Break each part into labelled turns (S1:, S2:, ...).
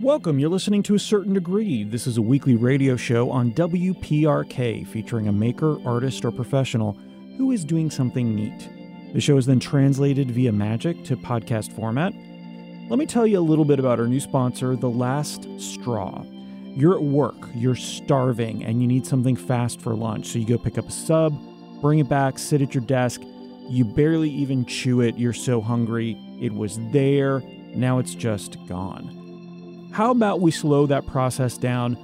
S1: Welcome. You're listening to A Certain Degree. This is a weekly radio show on WPRK featuring a maker, artist, or professional who is doing something neat. The show is then translated via magic to podcast format. Let me tell you a little bit about our new sponsor, The Last Straw. You're at work, you're starving, and you need something fast for lunch. So you go pick up a sub, bring it back, sit at your desk. You barely even chew it. You're so hungry. It was there. Now it's just gone. How about we slow that process down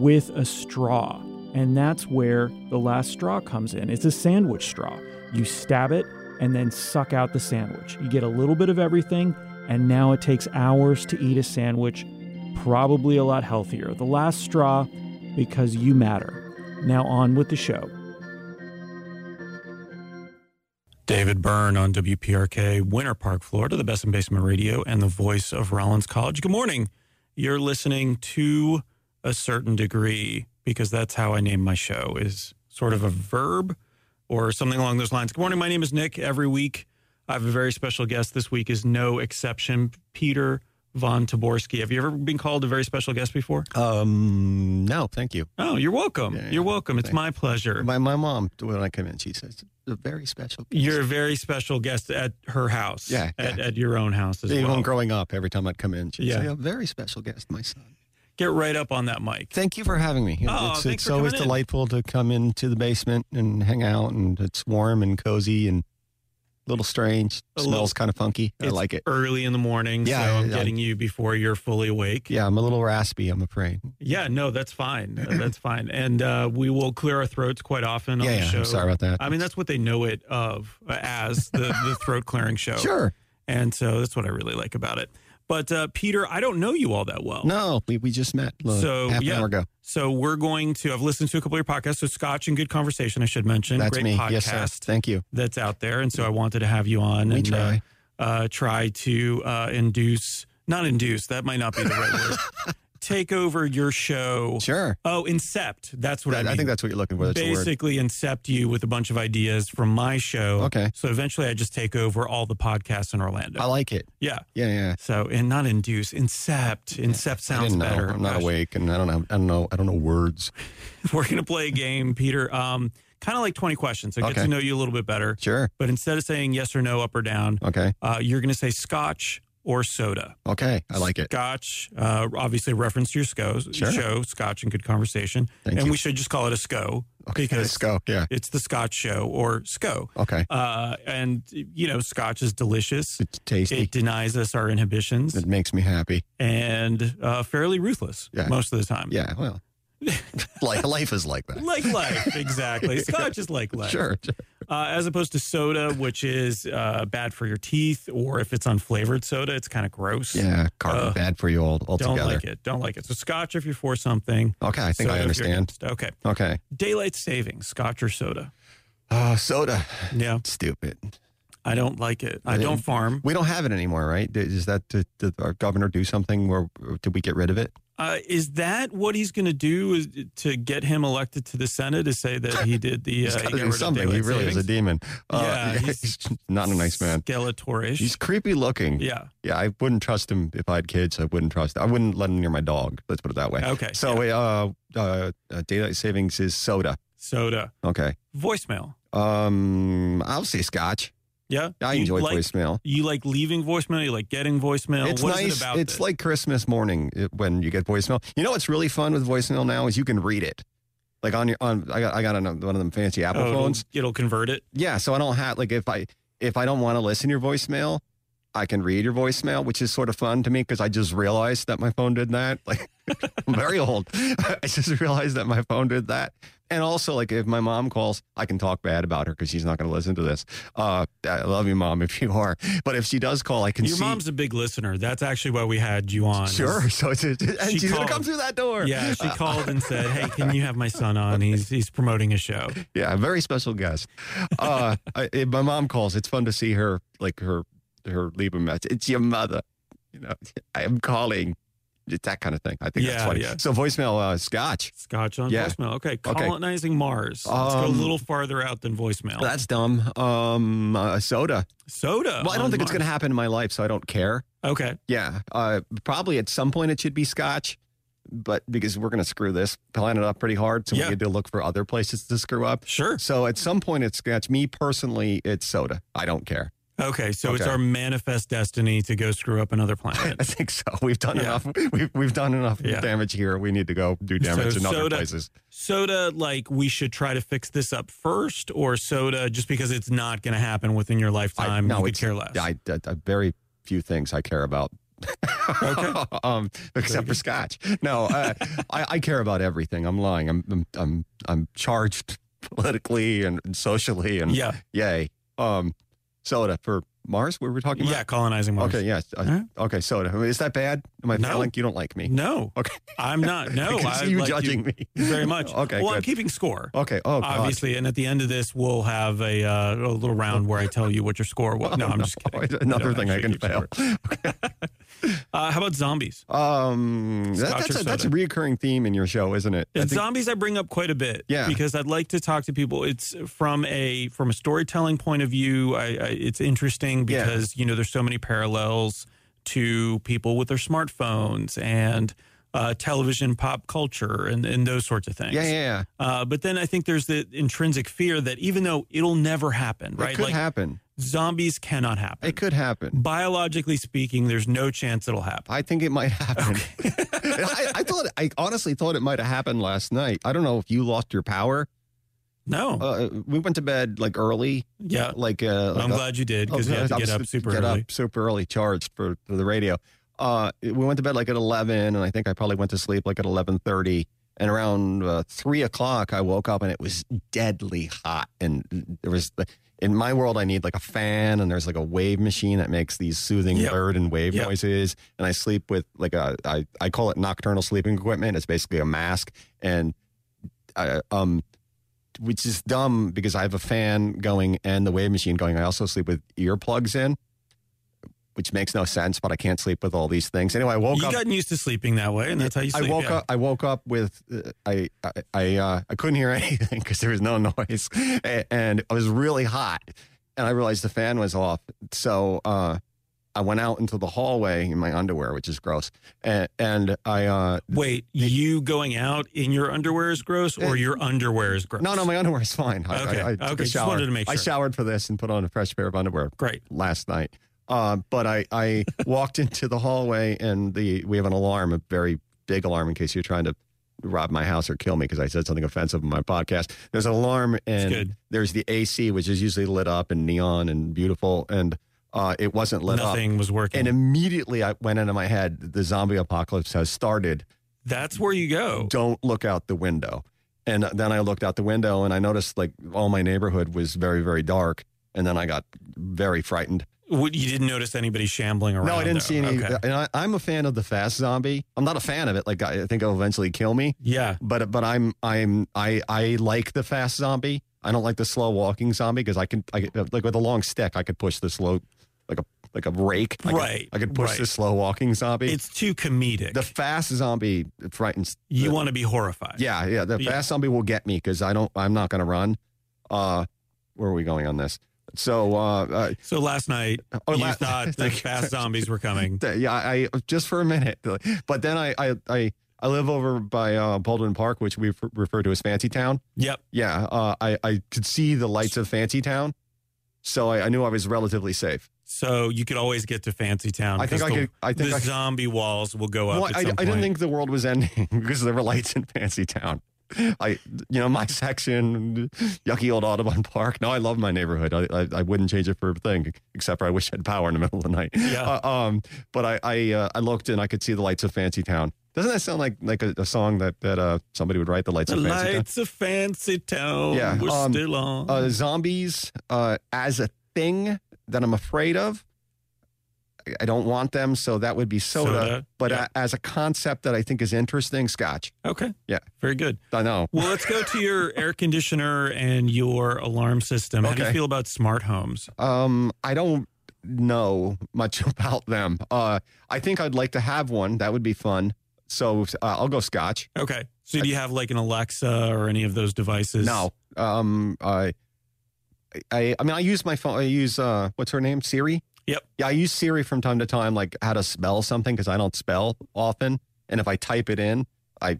S1: with a straw? And that's where the last straw comes in. It's a sandwich straw. You stab it and then suck out the sandwich. You get a little bit of everything, and now it takes hours to eat a sandwich, probably a lot healthier. The last straw because you matter. Now, on with the show.
S2: David Byrne on WPRK, Winter Park, Florida, the best in basement radio and the voice of Rollins College. Good morning. You're listening to a certain degree because that's how I name my show is sort of a verb or something along those lines. Good morning. My name is Nick. Every week I have a very special guest. This week is no exception. Peter von Taborski. Have you ever been called a very special guest before?
S3: Um, no, thank you.
S2: Oh, you're welcome.
S3: Yeah, yeah.
S2: You're welcome. It's
S3: Thank-
S2: my pleasure.
S3: My my mom when I come in, she says a very special. guest."
S2: You're a very special guest at her house.
S3: Yeah,
S2: At,
S3: yeah.
S2: at your own house as
S3: even
S2: well.
S3: growing up, every time I'd come in, she'd
S2: Yeah.
S3: say a very special guest, my son.
S2: Get right up on that mic.
S3: Thank you for having me. It-
S2: Oh,
S3: it's
S2: thanks
S3: it's
S2: for
S3: always
S2: coming in.
S3: delightful to come into the basement and hang out, and it's warm and cozy and a little strange.
S2: A
S3: Smells
S2: little-
S3: kind of funky. I
S2: It's
S3: like it.
S2: Early in the morning,
S3: Yeah,
S2: so I'm
S3: yeah.
S2: getting you before you're fully awake.
S3: Yeah, I'm a little raspy. I'm afraid.
S2: Yeah, no, that's fine. Uh, that's fine. And uh, we will clear our throats quite often on
S3: yeah,
S2: the
S3: yeah,
S2: show.
S3: I'm sorry about that.
S2: I mean, that's what they know it of uh, as the, the throat clearing show.
S3: sure.
S2: And so that's what I really like about it. But uh, Peter, I don't know you all that well.
S3: No, we, we just met look,
S2: So,
S3: half
S2: yeah.
S3: an hour ago.
S2: So we're going to, I've listened to a couple of your podcasts. So Scotch and Good Conversation, I should mention.
S3: That's
S2: Great
S3: me.
S2: podcast
S3: Yes, sir. Thank you.
S2: that's out there. And so I wanted to have you on
S3: We
S2: and uh,
S3: try.
S2: uh, try to uh, induce, not induce, that might not be the right word, take over your show.
S3: Sure.
S2: Oh, incept. That's what
S3: That-
S2: I
S3: I,
S2: mean.
S3: think that's what you're looking for. That's the word.
S2: Basically, incept you with a bunch of ideas from my show.
S3: Okay.
S2: So eventually, I just take over all the podcasts in Orlando.
S3: I like it.
S2: yeah.
S3: Yeah, yeah.
S2: So, and not induce, incept. Incept
S3: I
S2: sounds
S3: didn't know.
S2: better.
S3: I'm not
S2: Gosh.
S3: awake, and I don't know. I don't know. I don't know words.
S2: We're going to play a game, Peter. Um, kind of like 20 questions. So, get
S3: Okay.
S2: to know you a little bit better.
S3: Sure.
S2: But instead of saying yes or no, up or down,
S3: Okay.
S2: uh, you're going to say scotch or soda.
S3: Okay. I like it.
S2: Scotch, uh, obviously, reference to your sco-
S3: Sure.
S2: show, Scotch and Good Conversation.
S3: Thank
S2: and
S3: you.
S2: we should just call it a SCO
S3: Okay.
S2: because
S3: Let's go. Yeah.
S2: it's the Scotch show or SCO.
S3: Okay.
S2: Uh, and, you know, Scotch is delicious.
S3: It's tasty.
S2: It
S3: It,
S2: denies us our inhibitions
S3: makes me happy.
S2: and uh, fairly ruthless
S3: Yeah.
S2: most of the time.
S3: Yeah. Well, like life is like that.
S2: Like life, exactly. Scotch is like life.
S3: Sure. sure.
S2: Uh, as opposed to soda, which is uh, bad for your teeth, or if it's unflavored soda, it's kind of gross.
S3: Yeah. Carbon
S2: Uh,
S3: bad for you all
S2: Don't
S3: altogether.
S2: like it. Don't like it. So scotch if you're for something.
S3: Okay. I think
S2: soda
S3: I
S2: if you're
S3: understand.
S2: against. Okay.
S3: Okay.
S2: Daylight savings, scotch or soda.
S3: Oh, soda.
S2: Yeah.
S3: Stupid.
S2: I don't like it. I
S3: Yeah.
S2: don't farm.
S3: We don't have it anymore, right? Did- Is that did, did our governor do something? Where did we get rid of it?
S2: Uh, is that what he's going to do is, to get him elected to the Senate? Is say that he did the uh,
S3: He's
S2: he
S3: got
S2: got
S3: to
S2: rid
S3: do
S2: of
S3: something. He
S2: daylight
S3: really is a
S2: savings?
S3: demon. Uh,
S2: Yeah, he's-
S3: he's not a nice man.
S2: Skeletorish.
S3: He's creepy looking.
S2: yeah.
S3: Yeah, I wouldn't trust him if I had kids. I wouldn't trust. I wouldn't let him near my dog. Let's put it that way.
S2: Okay.
S3: So, uh, uh, uh, daylight savings is soda.
S2: Soda.
S3: Okay.
S2: Voicemail.
S3: Um, I'll say scotch.
S2: Yeah.
S3: I
S2: You
S3: enjoy
S2: like,
S3: voicemail.
S2: You like leaving voicemail. You like getting voicemail.
S3: It's
S2: What is
S3: nice.
S2: it about?
S3: it's
S2: this?
S3: like Christmas morning it- when you get voicemail. You know what's really fun with voicemail now is you can read it. Like on your on, I got I got on one of them fancy Apple
S2: Oh, it'll-
S3: phones.
S2: It'll, convert it.
S3: Yeah, so I don't have like if I if I don't want to listen to your voicemail, I can read your voicemail, which is sort of fun to me because I just realized that my phone did that. Like I'm very old. I just realized that my phone did that. And also like if my mom calls, I can talk bad about her because she's not going to listen to this. Uh I love you mom if you are. But if she does call, I can
S2: Your
S3: see
S2: mom's a big listener. That's actually why we had you on. is-
S3: Sure. So it's, it's and
S2: She
S3: she's
S2: called.
S3: going to come through that door.
S2: Yeah, she
S3: Uh,
S2: called and said, "Hey, can you have my son on? He's he's promoting a show."
S3: Yeah, very special guest. Uh, I, if my mom calls. It's fun to see her, like her, her leave a message. It's your mother. You know, I am calling. It's that kind of thing. I think that's
S2: Yeah,
S3: funny.
S2: yeah.
S3: So voicemail, uh, Scotch.
S2: Scotch on
S3: Yeah.
S2: voicemail. Okay,
S3: Okay.
S2: colonizing Mars. Let's go a
S3: Um,
S2: little farther out than voicemail.
S3: That's dumb. Um, uh, soda.
S2: Soda.
S3: Well, I don't think it's going to happen in my life, so I don't care.
S2: to. Okay.
S3: Yeah, uh, probably at some point it should be Scotch, but because we're going to screw this planet up pretty hard, so
S2: Yeah.
S3: we need to look for other places to screw up.
S2: Sure.
S3: So at some point it's Scotch. Me personally, it's soda. I don't care.
S2: Okay. So it's
S3: Okay.
S2: our manifest destiny to go screw up another planet.
S3: I think so. We've done
S2: Yeah.
S3: enough. We've we've done enough
S2: Yeah.
S3: damage here. We need to go do damage
S2: So
S3: in other
S2: soda-
S3: places.
S2: soda, like we should try to fix this up first, or soda, just because it's not going to happen within your lifetime,
S3: no,
S2: you could
S3: it's-
S2: care less.
S3: I, I, I- very few things I care about.
S2: Okay.
S3: um, except for Scotch. No, uh, I, I care about everything. I'm lying. I'm I'm I'm, I'm charged politically and, and socially and
S2: yeah.
S3: yay. Um, soda for Mars. What were we talking
S2: Yeah.
S3: about?
S2: Colonizing Mars.
S3: Okay. Yeah. Uh,
S2: All right.
S3: Okay. Soda. I mean, is that bad? Am I
S2: No.
S3: failing? You don't like me.
S2: No.
S3: Okay.
S2: I'm not. No.
S3: I can see
S2: I
S3: you
S2: like
S3: judging me
S2: very much.
S3: Okay.
S2: Well, I'm
S3: good.
S2: keeping score.
S3: okay. Oh, God.
S2: Obviously, and at the end of this, we'll have a, uh, a little round where I tell you what your score was. No, I'm just
S3: Oh,
S2: kidding. don't
S3: Another thing I
S2: actually
S3: can
S2: keep
S3: fail.
S2: score. Uh, how about zombies?
S3: Um, that,
S2: Scotch or
S3: that's a, that's a
S2: soda?
S3: reoccurring theme in your show, isn't it? I
S2: It's
S3: think-
S2: zombies I bring up quite a bit,
S3: Yeah.
S2: because I'd like to talk to people. It's from a from a storytelling point of view. I, I it's interesting
S3: Yeah.
S2: because you know there's so many parallels to people with their smartphones and uh, television, pop culture, and and those sorts of things.
S3: yeah, yeah, yeah.
S2: Uh, but then I think there's the intrinsic fear that even though it'll never happen,
S3: It
S2: right?
S3: could
S2: Like
S3: happen.
S2: zombies cannot happen.
S3: It could happen.
S2: Biologically speaking, there's no chance it'll happen.
S3: I think it might happen. I, I thought, I honestly thought it might have happened last night. I don't know if you lost your power.
S2: No.
S3: Uh, we went to bed like early,
S2: yeah.
S3: like uh,
S2: Well, I'm glad you did because you had to get up super
S3: get
S2: early.
S3: up super early, charged for, for the radio. Uh, we went to bed like at eleven, and I think I probably went to sleep like at eleven thirty. And around uh, three o'clock, I woke up and it was deadly hot. And there was in my world, I need like a fan, and there's like a wave machine that makes these soothing
S2: Yep.
S3: bird and wave
S2: Yep.
S3: noises. And I sleep with like a I I call it nocturnal sleeping equipment. It's basically a mask and I, um, which is dumb because I have a fan going and the wave machine going. I also sleep with earplugs in, which makes no sense, but I can't sleep with all these things. Anyway, I woke
S2: you
S3: up.
S2: gotten used to sleeping that way, and that's how you
S3: I
S2: sleep.
S3: woke
S2: yeah.
S3: up. I woke up with uh, I I I, uh, I couldn't hear anything because there was no noise, A- and I was really hot, and I realized the fan was off. So uh, I went out into the hallway in my underwear, which is gross, and, and I uh,
S2: Wait, you going out in your underwear is gross, or
S3: Uh,
S2: your underwear is gross?
S3: No, no, my underwear is fine. I,
S2: Okay,
S3: I, I took a
S2: okay, just
S3: shower.
S2: wanted to make
S3: I
S2: sure.
S3: showered for this and put on a fresh pair of underwear
S2: Great.
S3: last night. Uh, but I, I walked into the hallway and the we have an alarm, a very big alarm in case you're trying to rob my house or kill me because I said something offensive in my podcast. There's an alarm
S2: It's
S3: and
S2: good.
S3: there's the AC, which is usually lit up and neon and beautiful, and uh, it wasn't lit up.
S2: Nothing was working.
S3: And immediately I went into my head, the zombie apocalypse has started
S2: that's where you go.
S3: don't look out the window. And then I looked out the window and I noticed like all my neighborhood was very, very dark. And then I got very frightened.
S2: What- You didn't notice anybody shambling around.
S3: no, I didn't
S2: though.
S3: see any.
S2: Okay.
S3: And I, I'm a fan of the fast zombie. I'm not a fan of it. Like I I think it'll eventually kill me.
S2: Yeah,
S3: But but I'm I'm I I like the fast zombie. I don't like the slow walking zombie because I can I could- like with a long stick I could push the slow like a like a rake. I could-
S2: right.
S3: I could push
S2: right.
S3: the slow walking zombie.
S2: It's too comedic.
S3: the fast zombie frightens
S2: you
S3: the-
S2: want to be horrified.
S3: Yeah, yeah. The
S2: Yeah.
S3: fast zombie will get me because I don't. I'm not going to run. Uh, where are we going on this? So, uh,
S2: So last night
S3: uh, oh,
S2: you
S3: la-
S2: thought that fast zombies were coming.
S3: yeah, I just for a minute, but then I, I, I, I live over by uh, Baldwin Park, which we f- refer to as Fancy Town.
S2: Yep.
S3: Yeah, uh, I, I could see the lights of Fancy Town, so I, I knew I was relatively safe.
S2: So you could always get to Fancy Town.
S3: I think
S2: 'cause
S3: I
S2: the,
S3: could. I think
S2: the
S3: I. could-
S2: zombie walls will go up.
S3: Well,
S2: at
S3: I,
S2: some
S3: I didn't
S2: point.
S3: think the world was ending because there were lights in Fancy Town. I, you know, my section, yucky old Audubon Park. No, I love my neighborhood. I, I, I wouldn't change it for a thing, except for I wish I had power in the middle of the night.
S2: Yeah.
S3: Uh, um, but I, I, uh, I looked and I could see the lights of Fancy Town. Doesn't that sound like like a, a song that that uh, somebody would write? The lights
S2: the
S3: of Fancy Town.
S2: lights of Fancy Town.
S3: Yeah,
S2: we're
S3: um,
S2: still on.
S3: Uh, zombies uh, as a thing that I'm afraid of. I- I don't want them, so that would be soda. But
S2: yeah.
S3: uh, as a concept that I think is interesting, Scotch.
S2: okay.
S3: yeah.
S2: Very good.
S3: I know.
S2: Well, let's go to your air conditioner and your alarm system. How do you
S3: Okay.
S2: feel about smart homes?
S3: Um, I don't know much about them. Uh, I think I'd like to have one. That would be fun. So uh, I'll go Scotch.
S2: Okay. So do you have like an Alexa or any of those devices?
S3: No, um, I, I, I mean, I use my phone. I use uh, what's her name, Siri.
S2: Yep.
S3: Yeah, I use Siri from time to time, like how to spell something because I don't spell often, and if I type it in, I,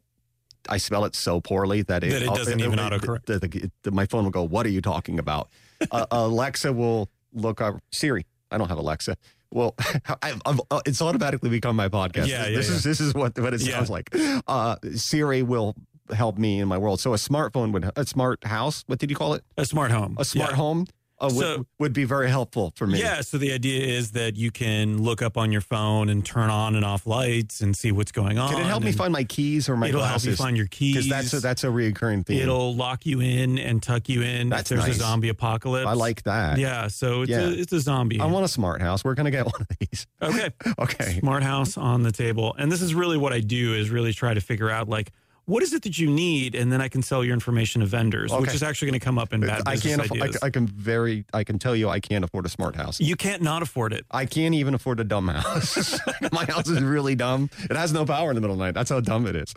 S3: I spell it so poorly that it,
S2: That it doesn't even autocorrect.
S3: the- the- the- my phone will go, "What are you talking about?" uh, Alexa will look up Siri. I don't have Alexa. Well, I've, I've, uh, it's automatically become my podcast.
S2: Yeah,
S3: this
S2: yeah,
S3: this
S2: yeah.
S3: is this is what what it
S2: Yeah.
S3: sounds like. Uh, Siri will help me in my world. So a smartphone would a smart house. What did you call it?
S2: A smart home.
S3: A smart
S2: Yeah.
S3: home uh, would,
S2: So-
S3: would be very helpful for me.
S2: Yeah, so the idea is that you can look up on your phone and turn on and off lights and see what's going on.
S3: Can it help me
S2: and
S3: find my keys or my
S2: It'll help you
S3: glasses?
S2: find your keys.
S3: Because that's a, that's a reoccurring theme.
S2: it'll lock you in and tuck you in
S3: That's
S2: if there's
S3: nice.
S2: a zombie apocalypse.
S3: I like that.
S2: Yeah, so it's
S3: Yeah.
S2: a it's a zombie.
S3: I want a smart house. We're gonna get one of these.
S2: okay.
S3: Okay.
S2: smart house on the table and this is really what i do is really try to figure out like what is it that you need and then i can sell your information to vendors which
S3: Okay.
S2: is actually going to come up in bad
S3: I
S2: business
S3: can't. Afford,
S2: ideas
S3: I, I can very. I can tell you. I can't afford a smart house.
S2: you can't not afford it
S3: I can't even afford a dumb house. my house is really dumb. It has no power in the middle of the night. That's how dumb it is.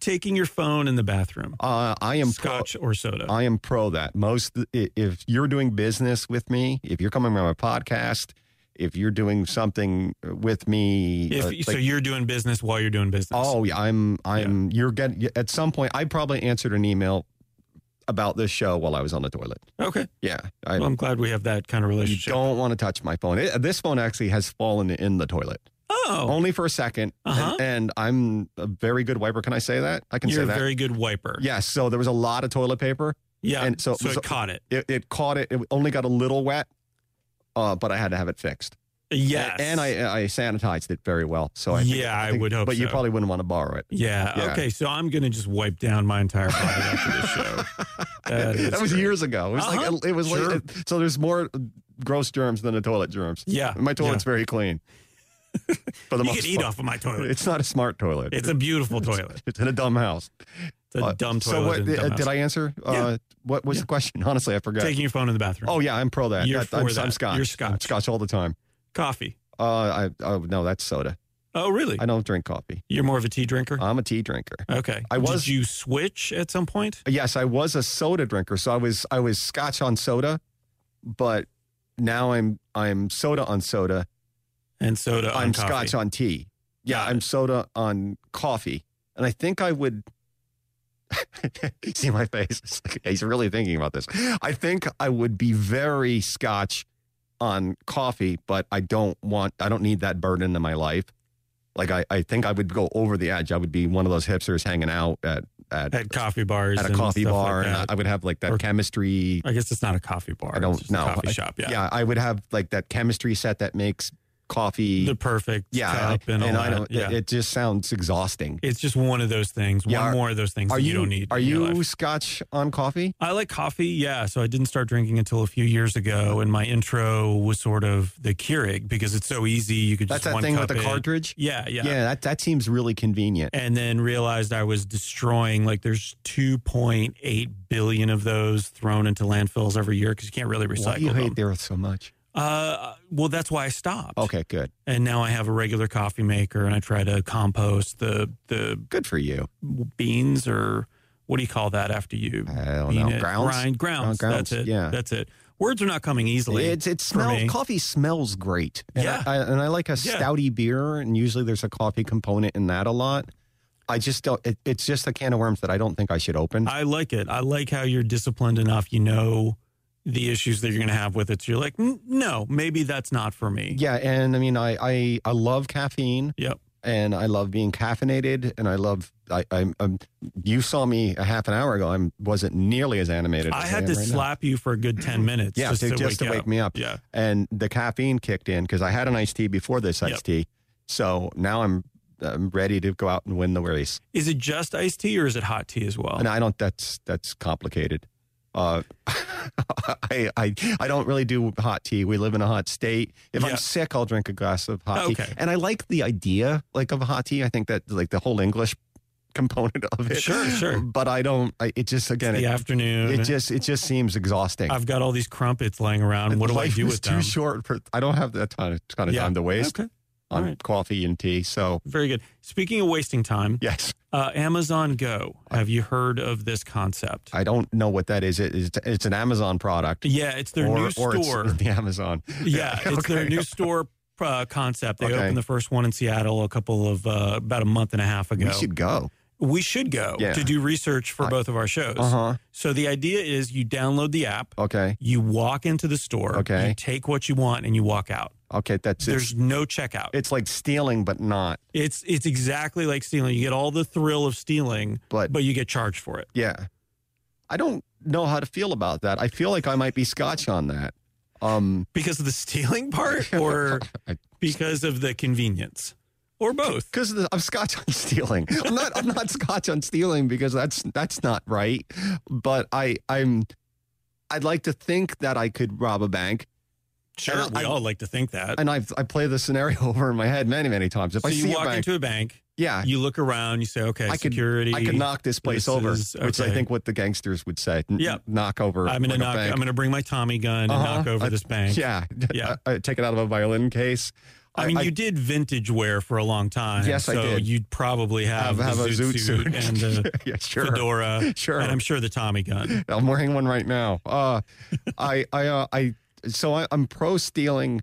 S2: taking your phone in the bathroom
S3: Uh, I am pro-
S2: scotch or soda
S3: I am pro that. Most i- if you're doing business with me, if you're coming on my podcast, if you're doing something with me,
S2: if,
S3: uh,
S2: so
S3: like-
S2: you're doing business while you're doing business
S3: oh yeah, I'm I'm you're getting at some point. I probably answered an email about this show while I was on the toilet.
S2: okay
S3: Yeah, I
S2: well i'm glad we have that kind of
S3: you
S2: relationship
S3: don't want to touch my phone. It, this phone actually has fallen in the toilet
S2: oh
S3: only for a 2nd
S2: Uh-huh.
S3: and, and I'm a very good wiper. Can I say that? I can
S2: you're
S3: say
S2: a
S3: that.
S2: very good wiper
S3: yes. so there was a lot of toilet paper.
S2: yeah
S3: and so-
S2: so,
S3: so-
S2: it caught it
S3: It, it caught it. It only got a little wet, uh, but I had to have it fixed.
S2: yes
S3: And, and I, I sanitized it very well. So I think-
S2: yeah
S3: I
S2: i,
S3: think-
S2: would hope
S3: But you
S2: so.
S3: probably wouldn't want to borrow it.
S2: Yeah.
S3: Yeah.
S2: Okay. So I'm gonna just wipe down my entire body after this show. That is
S3: was
S2: great.
S3: years ago. It was like
S2: Uh-huh.
S3: it was
S2: Sure.
S3: like so. There's more gross germs than the toilet germs.
S2: Yeah.
S3: My toilet's very clean. For the
S2: yeah. You
S3: most
S2: can eat
S3: part.
S2: off of my toilet.
S3: It's not a smart toilet.
S2: It's a beautiful toilet.
S3: It's in a dumb house.
S2: It's a
S3: Uh,
S2: dumb toilet.
S3: So what
S2: in a dumb
S3: uh, did
S2: house.
S3: I answer? Uh, what was the question? Honestly, I forgot.
S2: Taking your phone in the bathroom.
S3: oh yeah, I'm pro that.
S2: You're
S3: I, I'm,
S2: for that.
S3: I'm Scotch.
S2: You're
S3: I'm
S2: Scotch.
S3: Scotch all the time.
S2: Coffee.
S3: Uh, I oh no, that's soda.
S2: Oh really?
S3: I don't drink coffee.
S2: You're more of a tea drinker.
S3: I'm a tea drinker.
S2: okay.
S3: I was-
S2: Did you switch at some point?
S3: Yes, I was a soda drinker, so I was I was Scotch on soda, but now I'm I'm soda on soda.
S2: And soda.
S3: I'm
S2: Uh, on coffee.
S3: Scotch on tea. Yeah,
S2: Got
S3: I'm soda on coffee, and I think I would. See my face. It's like, he's really thinking about this. I think I would be very Scotch on coffee, but I don't want. I don't need that burden in my life. Like I, I think I would go over the edge. I would be one of those hipsters hanging out at at
S2: At coffee bars.
S3: at a
S2: and
S3: coffee
S2: stuff
S3: bar,
S2: Like
S3: and
S2: that.
S3: I would have like that
S2: Or-
S3: chemistry.
S2: I, guess it's not a coffee bar.
S3: I don't
S2: it's just
S3: know.
S2: A coffee
S3: I-
S2: shop. Yeah.
S3: Yeah. I would have like that chemistry set that makes coffee.
S2: The perfect
S3: yeah,
S2: cup
S3: I-
S2: and, all
S3: I
S2: that.
S3: don't.
S2: yeah.
S3: It, it just sounds exhausting.
S2: it's just one of those things.
S3: Yeah,
S2: one
S3: are-
S2: more of those things
S3: Are
S2: that
S3: you,
S2: you, don't need.
S3: Are
S2: in your life.
S3: you Scotch on coffee?
S2: I like coffee, yeah. So I didn't start drinking until a few years ago, and my intro was sort of the Keurig because it's so easy. You could just
S3: That's that
S2: one
S3: thing with
S2: cup in.
S3: the cartridge.
S2: Yeah, yeah,
S3: that that seems really convenient.
S2: And then realized I was destroying like there's 2.8 billion of those thrown into landfills every year because you can't really
S3: Why do you
S2: recycle
S3: hate
S2: them.
S3: the earth so much?
S2: Uh, well, that's why I stopped.
S3: Okay, good.
S2: And now I have a regular coffee maker, and I try to compost the the
S3: Good for you.
S2: beans or what do you call that after you
S3: I don't
S2: bean
S3: know.
S2: it?
S3: Oh, Grounds.
S2: Grind, grounds.
S3: Grounds,
S2: That's it.
S3: yeah.
S2: that's it. Words are not coming easily.
S3: It's it
S2: for me.
S3: smells. Coffee smells great. And
S2: Yeah.
S3: I, I, and I like a
S2: Yeah.
S3: stouty beer, and usually there's a coffee component in that a lot. I just don't. It, it's just a can of worms that I don't think I should open.
S2: I like it. I like how you're disciplined enough. You know the issues that you're going to have with it. So you're like, "N- no, maybe that's not for me.
S3: yeah, and I mean, I I, I love caffeine.
S2: Yep.
S3: And I love being caffeinated, and I love. I, I'm, I'm. You saw me a half an hour ago. I wasn't nearly as animated.
S2: I
S3: as
S2: had
S3: am
S2: to
S3: right now.
S2: slap you for a good 10 minutes
S3: Yeah,
S2: just
S3: to,
S2: to,
S3: just
S2: wake,
S3: to
S2: you
S3: wake
S2: up.
S3: me up.
S2: Yeah.
S3: and the caffeine kicked in because I had an iced tea before this iced tea. So now I'm I'm ready to go out and win the race.
S2: Is it just iced tea or is it hot tea as well?
S3: And I don't. That's that's complicated. Uh, I, I I don't really do hot tea. We live in a hot state. If
S2: Yeah.
S3: I'm sick, I'll drink a glass of hot
S2: Okay.
S3: tea. And I like the idea like of a hot tea. I think that like the whole English component of it.
S2: Sure, sure.
S3: But I don't. I, it just again.
S2: the
S3: It,
S2: afternoon.
S3: it just it just seems exhausting.
S2: I've got all these crumpets laying around. What do I
S3: Life
S2: do
S3: is
S2: with
S3: too
S2: them?
S3: short for. I don't have that ton of, ton of
S2: Yeah.
S3: time to waste.
S2: Okay.
S3: on
S2: right.
S3: coffee and tea. So
S2: Very good. Speaking of wasting time,
S3: yes,
S2: uh, Amazon Go. Have you heard of this concept?
S3: I don't know what that is. It, it's, it's an Amazon product.
S2: yeah, it's their
S3: or,
S2: new
S3: or it's
S2: store.
S3: the Amazon.
S2: yeah, it's their
S3: okay.
S2: new store uh, concept. They
S3: Okay.
S2: opened the first one in Seattle a couple of uh, about a month and a half ago.
S3: We should go.
S2: We should go
S3: Yeah.
S2: to do research for both of our shows.
S3: Uh huh.
S2: So the idea is you download the app,
S3: Okay.
S2: you walk into the store,
S3: Okay.
S2: you take what you want, and you walk out.
S3: Okay. That's it.
S2: There's no checkout.
S3: It's like stealing, but not.
S2: It's it's exactly like stealing. You get all the thrill of stealing,
S3: But
S2: but you get charged for it.
S3: Yeah. I don't know how to feel about that. I feel like I might be scotch on that. Um,
S2: Because of the stealing part or
S3: I-
S2: because of the convenience? Or both.
S3: because I'm scotch on stealing. I'm not. I'm not scotch on stealing because that's that's not right. But I I'm I'd like to think that I could rob a bank,
S2: Sure,
S3: And I-
S2: we all like to think that.
S3: and I've I play the scenario over in my head many many times. If
S2: so
S3: I
S2: you
S3: see a
S2: walk
S3: bank,
S2: into a bank,
S3: yeah,
S2: you look around, you say, okay,
S3: I could-
S2: security.
S3: I could knock this place
S2: This
S3: over,
S2: is-
S3: which I
S2: okay.
S3: think what the gangsters would say. N-
S2: Yeah.
S3: knock over.
S2: I'm gonna
S3: like a
S2: knock.
S3: bank.
S2: I'm gonna bring my Tommy gun and
S3: Uh-huh.
S2: knock over
S3: I-
S2: this bank.
S3: yeah,
S2: Yeah.
S3: I- I take it out of a violin case.
S2: I mean, you did vintage wear for a long time.
S3: Yes, I
S2: so
S3: did.
S2: You'd probably have,
S3: have, have
S2: the
S3: a
S2: zoot
S3: zoot suit
S2: and the
S3: yeah, sure.
S2: fedora,
S3: Sure.
S2: and I'm sure the Tommy gun.
S3: I'm wearing one right now. Uh, I, I, uh, I, so I, I'm pro stealing.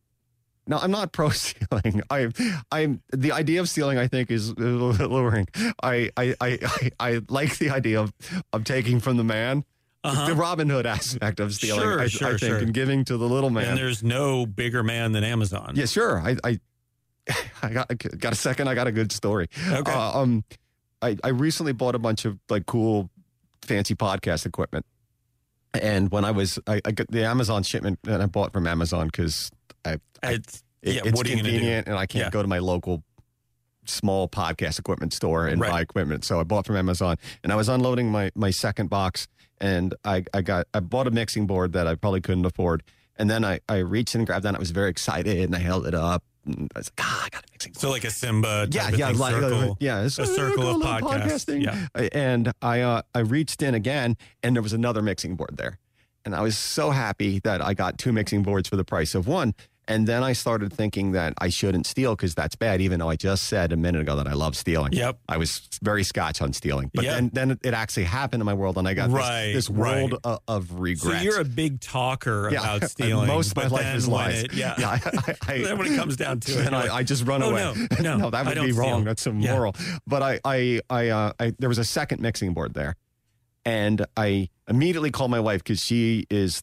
S3: No, I'm not pro stealing. I, I'm the idea of stealing. I think is a little bit luring. I, I, I, I, I like the idea of, of taking from the man, the
S2: Uh-huh.
S3: Robin Hood aspect of stealing.
S2: Sure,
S3: I, I
S2: sure,
S3: think,
S2: sure.
S3: and giving to the little
S2: And
S3: man.
S2: there's no bigger man than Amazon.
S3: Yeah, sure. I, I, I got, got a second. I got a good story.
S2: Okay.
S3: Uh, um, I, I recently bought a bunch of like cool, fancy podcast equipment. And when I was, I, I got the Amazon shipment that I bought from Amazon because
S2: it's,
S3: it,
S2: yeah,
S3: it's
S2: what are you gonna do?
S3: convenient and I can't
S2: Yeah.
S3: go to my local small podcast equipment store and
S2: Right.
S3: buy equipment. So I bought from Amazon and I was unloading my, my second box and I, I got, I bought a mixing board that I probably couldn't afford. And then I, I reached and grabbed that. And I was very excited and I held it up and I was like, ah, I got a mixing board
S2: so like a Simba type
S3: yeah,
S2: of
S3: yeah,
S2: thing,
S3: like, uh,
S2: circle.
S3: yeah, it's
S2: a circle of podcasts,
S3: podcasting.
S2: yeah.
S3: I- And I uh, I reached in again, and there was another mixing board there, and I was so happy that I got two mixing boards for the price of one. And then I started thinking that I shouldn't steal because that's bad, even though I just said a minute ago that I love stealing.
S2: Yep.
S3: I was very scotch on stealing, but
S2: Yeah.
S3: then then it actually happened in my world, and I got
S2: Right,
S3: this, this
S2: right.
S3: world o- of,
S2: So
S3: regret.
S2: you're a big talker
S3: yeah,
S2: about stealing.
S3: Most of my
S2: but
S3: life
S2: then
S3: is
S2: when
S3: lies.
S2: it- yeah.
S3: yeah. I, I, I-
S2: then when it comes down to it,
S3: then
S2: you're like,
S3: I, I just run
S2: "Oh,
S3: away.
S2: no, no,
S3: that
S2: I
S3: would
S2: don't
S3: be wrong.
S2: steal."
S3: That's
S2: Yeah.
S3: immoral. But I, I, I, uh, I, there was a second mixing board there, and I immediately called my wife because she is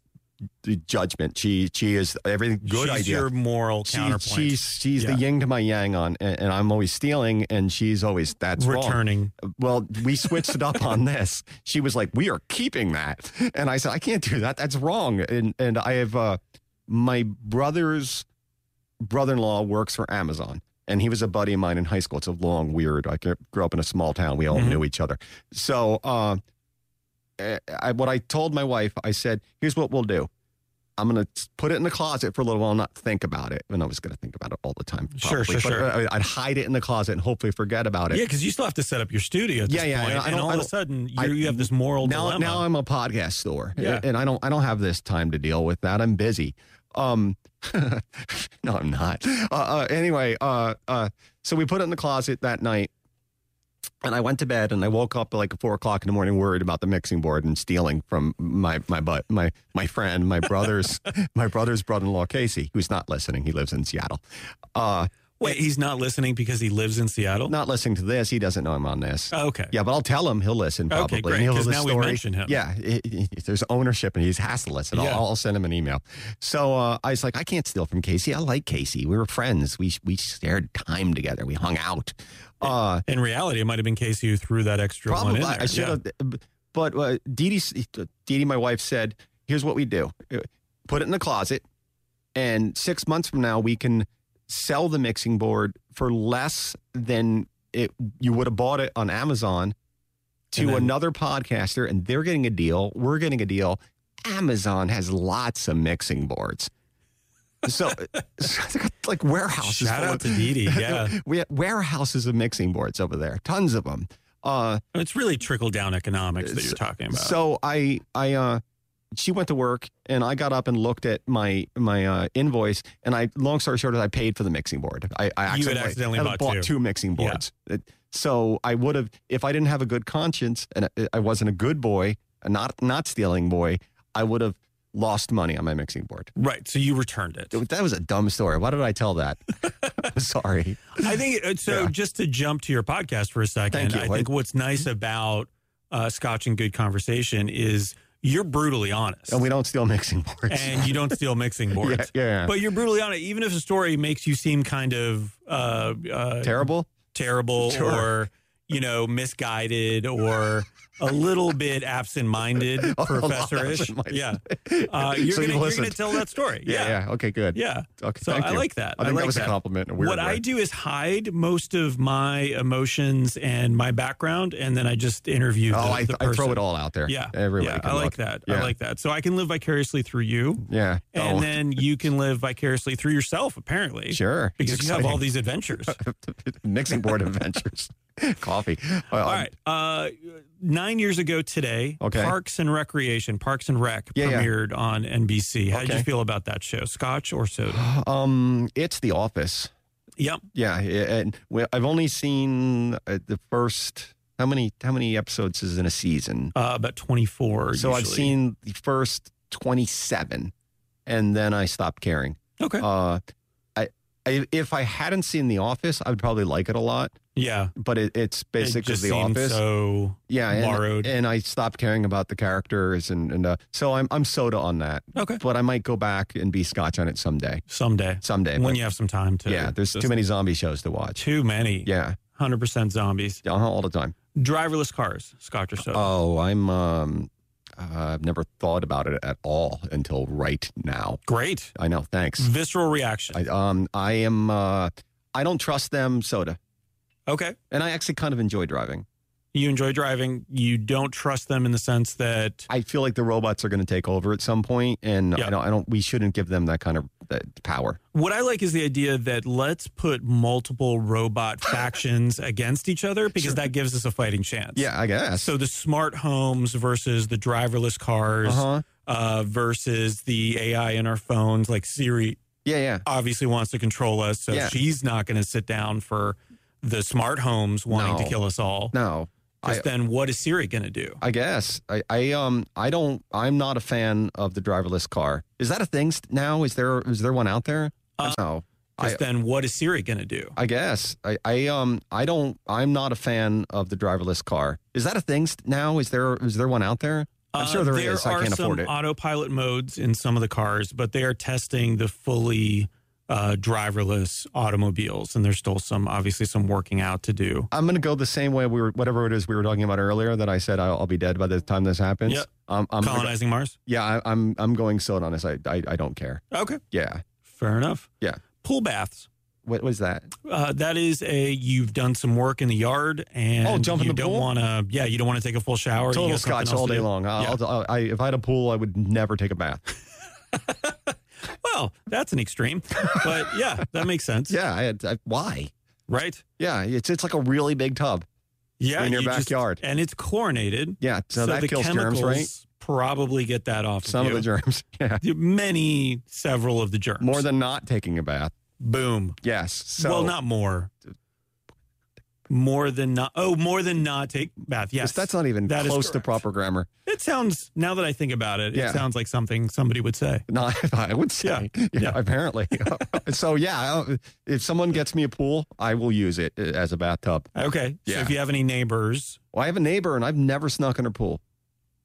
S3: the judgment. She, she is everything. Good
S2: she's
S3: idea.
S2: your moral
S3: She-
S2: counterpoint.
S3: she's she's
S2: Yeah.
S3: the yin to my yang on, and, and I'm always stealing, and she's always that's wrong
S2: returning.
S3: well, we switched it up on this. She was like, we are keeping that. And I said, I can't do that. That's wrong. And, and I have, uh, my brother's brother-in-law works for Amazon and he was a buddy of mine in high school. It's a long, weird, I grew grew up in a small town. We all
S2: Mhm.
S3: knew each other. So, uh, eh, I, what I told my wife, I said, here's what we'll do. I'm going to put it in the closet for a little while and not think about it. And I was going to think about it all the time.
S2: Sure,
S3: probably,
S2: sure,
S3: but
S2: sure.
S3: I- I'd hide it in the closet and hopefully forget about it.
S2: Yeah, because you still have to set up your studio at
S3: Yeah,
S2: this
S3: yeah,
S2: point,
S3: and I
S2: and
S3: don't-
S2: all
S3: I
S2: of a
S3: don't-
S2: sudden you
S3: I-
S2: you have this moral
S3: now,
S2: dilemma.
S3: now I'm a podcast store,
S2: Yeah.
S3: and I don't I don't have this time to deal with that. I'm busy. Um, no, I'm not. Uh, uh, anyway, uh, uh, so we put it in the closet that night, and I went to bed, and I woke up at like four o'clock in the morning, worried about the mixing board and stealing from my my butt my my friend, my brother's my brother's brother-in-law Casey, who's not listening. He lives in Seattle. Uh,
S2: Wait, he's not listening because he lives in Seattle.
S3: not listening to this. He doesn't know I'm on this.
S2: Oh, okay.
S3: Yeah, but I'll tell him. He'll listen
S2: Okay,
S3: probably.
S2: great,
S3: and he'll
S2: 'cause
S3: the
S2: now we
S3: story.
S2: mentioned him.
S3: Yeah, i- i- if there's ownership and he's has to listen. I'll,
S2: Yeah.
S3: I'll send him an email. So uh, I was like, I can't steal from Casey. I like Casey. We were friends. We we shared time together. We hung out. Uh,
S2: In reality, it might have been Casey who threw that extra one
S3: probably
S2: in there.
S3: I should have. But uh, Dee Dee, Dee Dee, my wife said, "Here's what we do: Uh, put it in the closet, and six months from now we can sell the mixing board for less than it you would have bought it on Amazon." To
S2: And then-
S3: another podcaster, and they're getting a deal. We're getting a deal. Amazon has lots of mixing boards, so, uh, so they got, like
S2: Yeah.
S3: warehouses.
S2: Shout
S3: full
S2: out
S3: of-
S2: to Dee Dee. Yeah,
S3: we have warehouses of mixing boards over there, tons of them. Uh,
S2: it's really trickle down economics that you're talking about.
S3: so I I uh she went to work and I got up and looked at my my uh, invoice and I long story short is I paid for the mixing board. I, I
S2: You had
S3: accidentally,
S2: accidentally
S3: I
S2: bought two.
S3: mixing
S2: Yeah.
S3: boards. It- so I would have if I didn't have a good conscience and I- I wasn't a good boy, a not not stealing boy, I would have lost money on my mixing board.
S2: Right. So you returned it.
S3: That was a dumb story. Why did I tell that? I'm sorry.
S2: I think uh, so.
S3: Yeah.
S2: Just to jump to your podcast for a second,
S3: Thank you. Mm-hmm.
S2: I think what's nice about uh, Scotch and Good Conversation is you're brutally honest,
S3: And we don't steal mixing boards.
S2: and you don't steal mixing boards.
S3: yeah, yeah.
S2: But you're brutally honest, even if a story makes you seem kind of uh, uh,
S3: Terrible.
S2: terrible
S3: Sure.
S2: or you know misguided or a little bit absent-minded,
S3: Oh, a lot
S2: professorish.
S3: absent-minded.
S2: Yeah, uh, you're
S3: So you
S2: gonna you're gonna
S3: listened.
S2: tell that story.
S3: Yeah, yeah. Okay, good.
S2: yeah.
S3: Okay,
S2: So
S3: thank
S2: I
S3: you.
S2: like that.
S3: I think
S2: like
S3: that was
S2: that.
S3: a compliment. in A weird
S2: what
S3: way.
S2: I do is hide most of my emotions and my background, and then I just interview.
S3: Oh,
S2: the,
S3: I,
S2: the
S3: I throw it
S2: person.
S3: all out there.
S2: Yeah,
S3: everybody.
S2: yeah,
S3: can
S2: I like
S3: look.
S2: that. I
S3: Yeah.
S2: like that. So I can live vicariously through you,
S3: Yeah.
S2: and
S3: oh,
S2: then you can live vicariously through yourself, apparently,
S3: sure.
S2: because
S3: It's
S2: you have all
S3: exciting.
S2: these adventures.
S3: mixing board adventures. Coffee. um, Well,
S2: all right. Uh, nine years ago today,
S3: Okay.
S2: Parks and Recreation, Parks and Rec,
S3: Yeah, yeah.
S2: premiered on NBC. How did you
S3: Okay.
S2: feel about that show? Scotch or soda?
S3: Um, it's the office.
S2: Yep.
S3: Yeah, yeah, and we- I've only seen uh, the first. How many? How many episodes is in a season?
S2: Uh, about twenty four.
S3: So I've seen the first twenty-seven, and then I stopped caring.
S2: Okay.
S3: Uh, I, I if I hadn't seen The Office, I would probably like it a lot.
S2: yeah.
S3: But it, it's
S2: It
S3: basically
S2: just
S3: The
S2: seemed
S3: Office.
S2: So
S3: yeah, and,
S2: borrowed.
S3: and I stopped caring about the characters, and and uh, so I'm I'm soda on that.
S2: okay.
S3: But I might go back and be Scotch on it someday.
S2: Someday.
S3: Someday.
S2: when
S3: but
S2: you have some time to.
S3: yeah, there's
S2: to-
S3: too many zombie shows to watch.
S2: Too many.
S3: Yeah,
S2: 100% zombies.
S3: yeah, all the time.
S2: Driverless cars, Scotch or soda.
S3: Oh, I'm um, uh, I've never thought about it at all until right now.
S2: Great.
S3: I know. Thanks.
S2: Visceral reaction.
S3: I um I am uh I don't trust them soda,
S2: okay.
S3: and I actually kind of enjoy driving.
S2: You enjoy driving. You don't trust them in the sense that.
S3: I feel like the robots are going to take over at some point, and
S2: Yeah.
S3: I don't. I don't. We shouldn't give them that kind of uh, power.
S2: What I like is the idea that let's put multiple robot factions against each other because that gives us a fighting chance.
S3: Yeah, I guess.
S2: So the smart homes versus the driverless cars
S3: uh-huh.
S2: uh, versus the AI in our phones, like Siri
S3: Yeah, yeah.
S2: obviously wants to control us, so
S3: Yeah.
S2: she's not going to sit down for the smart homes wanting to
S3: No.
S2: kill us all.
S3: No,
S2: Because then what is Siri going to do?
S3: I guess. I, I um. I don't. I'm not a fan of the driverless car. Is that a thing st- now? Is there is there one out there?
S2: Uh,
S3: no.
S2: Because
S3: I-
S2: then what is Siri going to do?
S3: I guess. I, I um. I don't. I'm not a fan of the driverless car. Is that a thing st- now? Is there is there one out there? I'm sure there
S2: Uh, there
S3: is. I
S2: are
S3: can't
S2: some
S3: afford it.
S2: autopilot modes in some of the cars, but they are testing the fully uh, driverless automobiles, and there's still some, obviously, some working out to do.
S3: I'm gonna go the same way we were. Whatever it is we were talking about earlier, that I said I'll, I'll be dead by the time this happens.
S2: Yep.
S3: Um, I'm gonna go-
S2: Colonizing Mars.
S3: Yeah, I, I'm I'm going soda on this. I, I I don't care.
S2: Okay,
S3: Yeah.
S2: fair enough.
S3: Yeah.
S2: Pool baths.
S3: What was that?
S2: Uh, that is a you've done some work in the yard and
S3: Oh, jump in
S2: you
S3: the
S2: don't
S3: pool?
S2: want to yeah you don't want to take a full shower you
S3: Total
S2: got something
S3: scotch
S2: else
S3: all
S2: to
S3: day
S2: do.
S3: long. I'll,
S2: Yeah.
S3: I'll- I, if I had a pool, I would never take a bath.
S2: well that's an extreme but yeah that makes sense
S3: Yeah. I had. I, why?
S2: right
S3: Yeah. It's it's like a really big tub
S2: yeah
S3: in your
S2: you just-
S3: backyard.
S2: and it's chlorinated
S3: yeah. So, that
S2: the
S3: kills
S2: chemicals
S3: germs, right?
S2: probably get that off of
S3: Some of
S2: you.
S3: the germs. Yeah.
S2: the many several of the germs
S3: More than not taking a bath.
S2: boom
S3: Yes. So
S2: well not more more than not oh more than not take bath yes
S3: That's not even
S2: That is
S3: close to
S2: correct.
S3: proper grammar.
S2: it sounds now that I think about it
S3: Yeah.
S2: it sounds like something somebody would say
S3: No, I would say. Yeah.
S2: Yeah.
S3: Apparently. so yeah, I- if someone gets me a pool, I will use it uh, as a bathtub.
S2: okay so
S3: Yeah.
S2: if you have any neighbors
S3: Well, I have a neighbor and I've never snuck in her pool.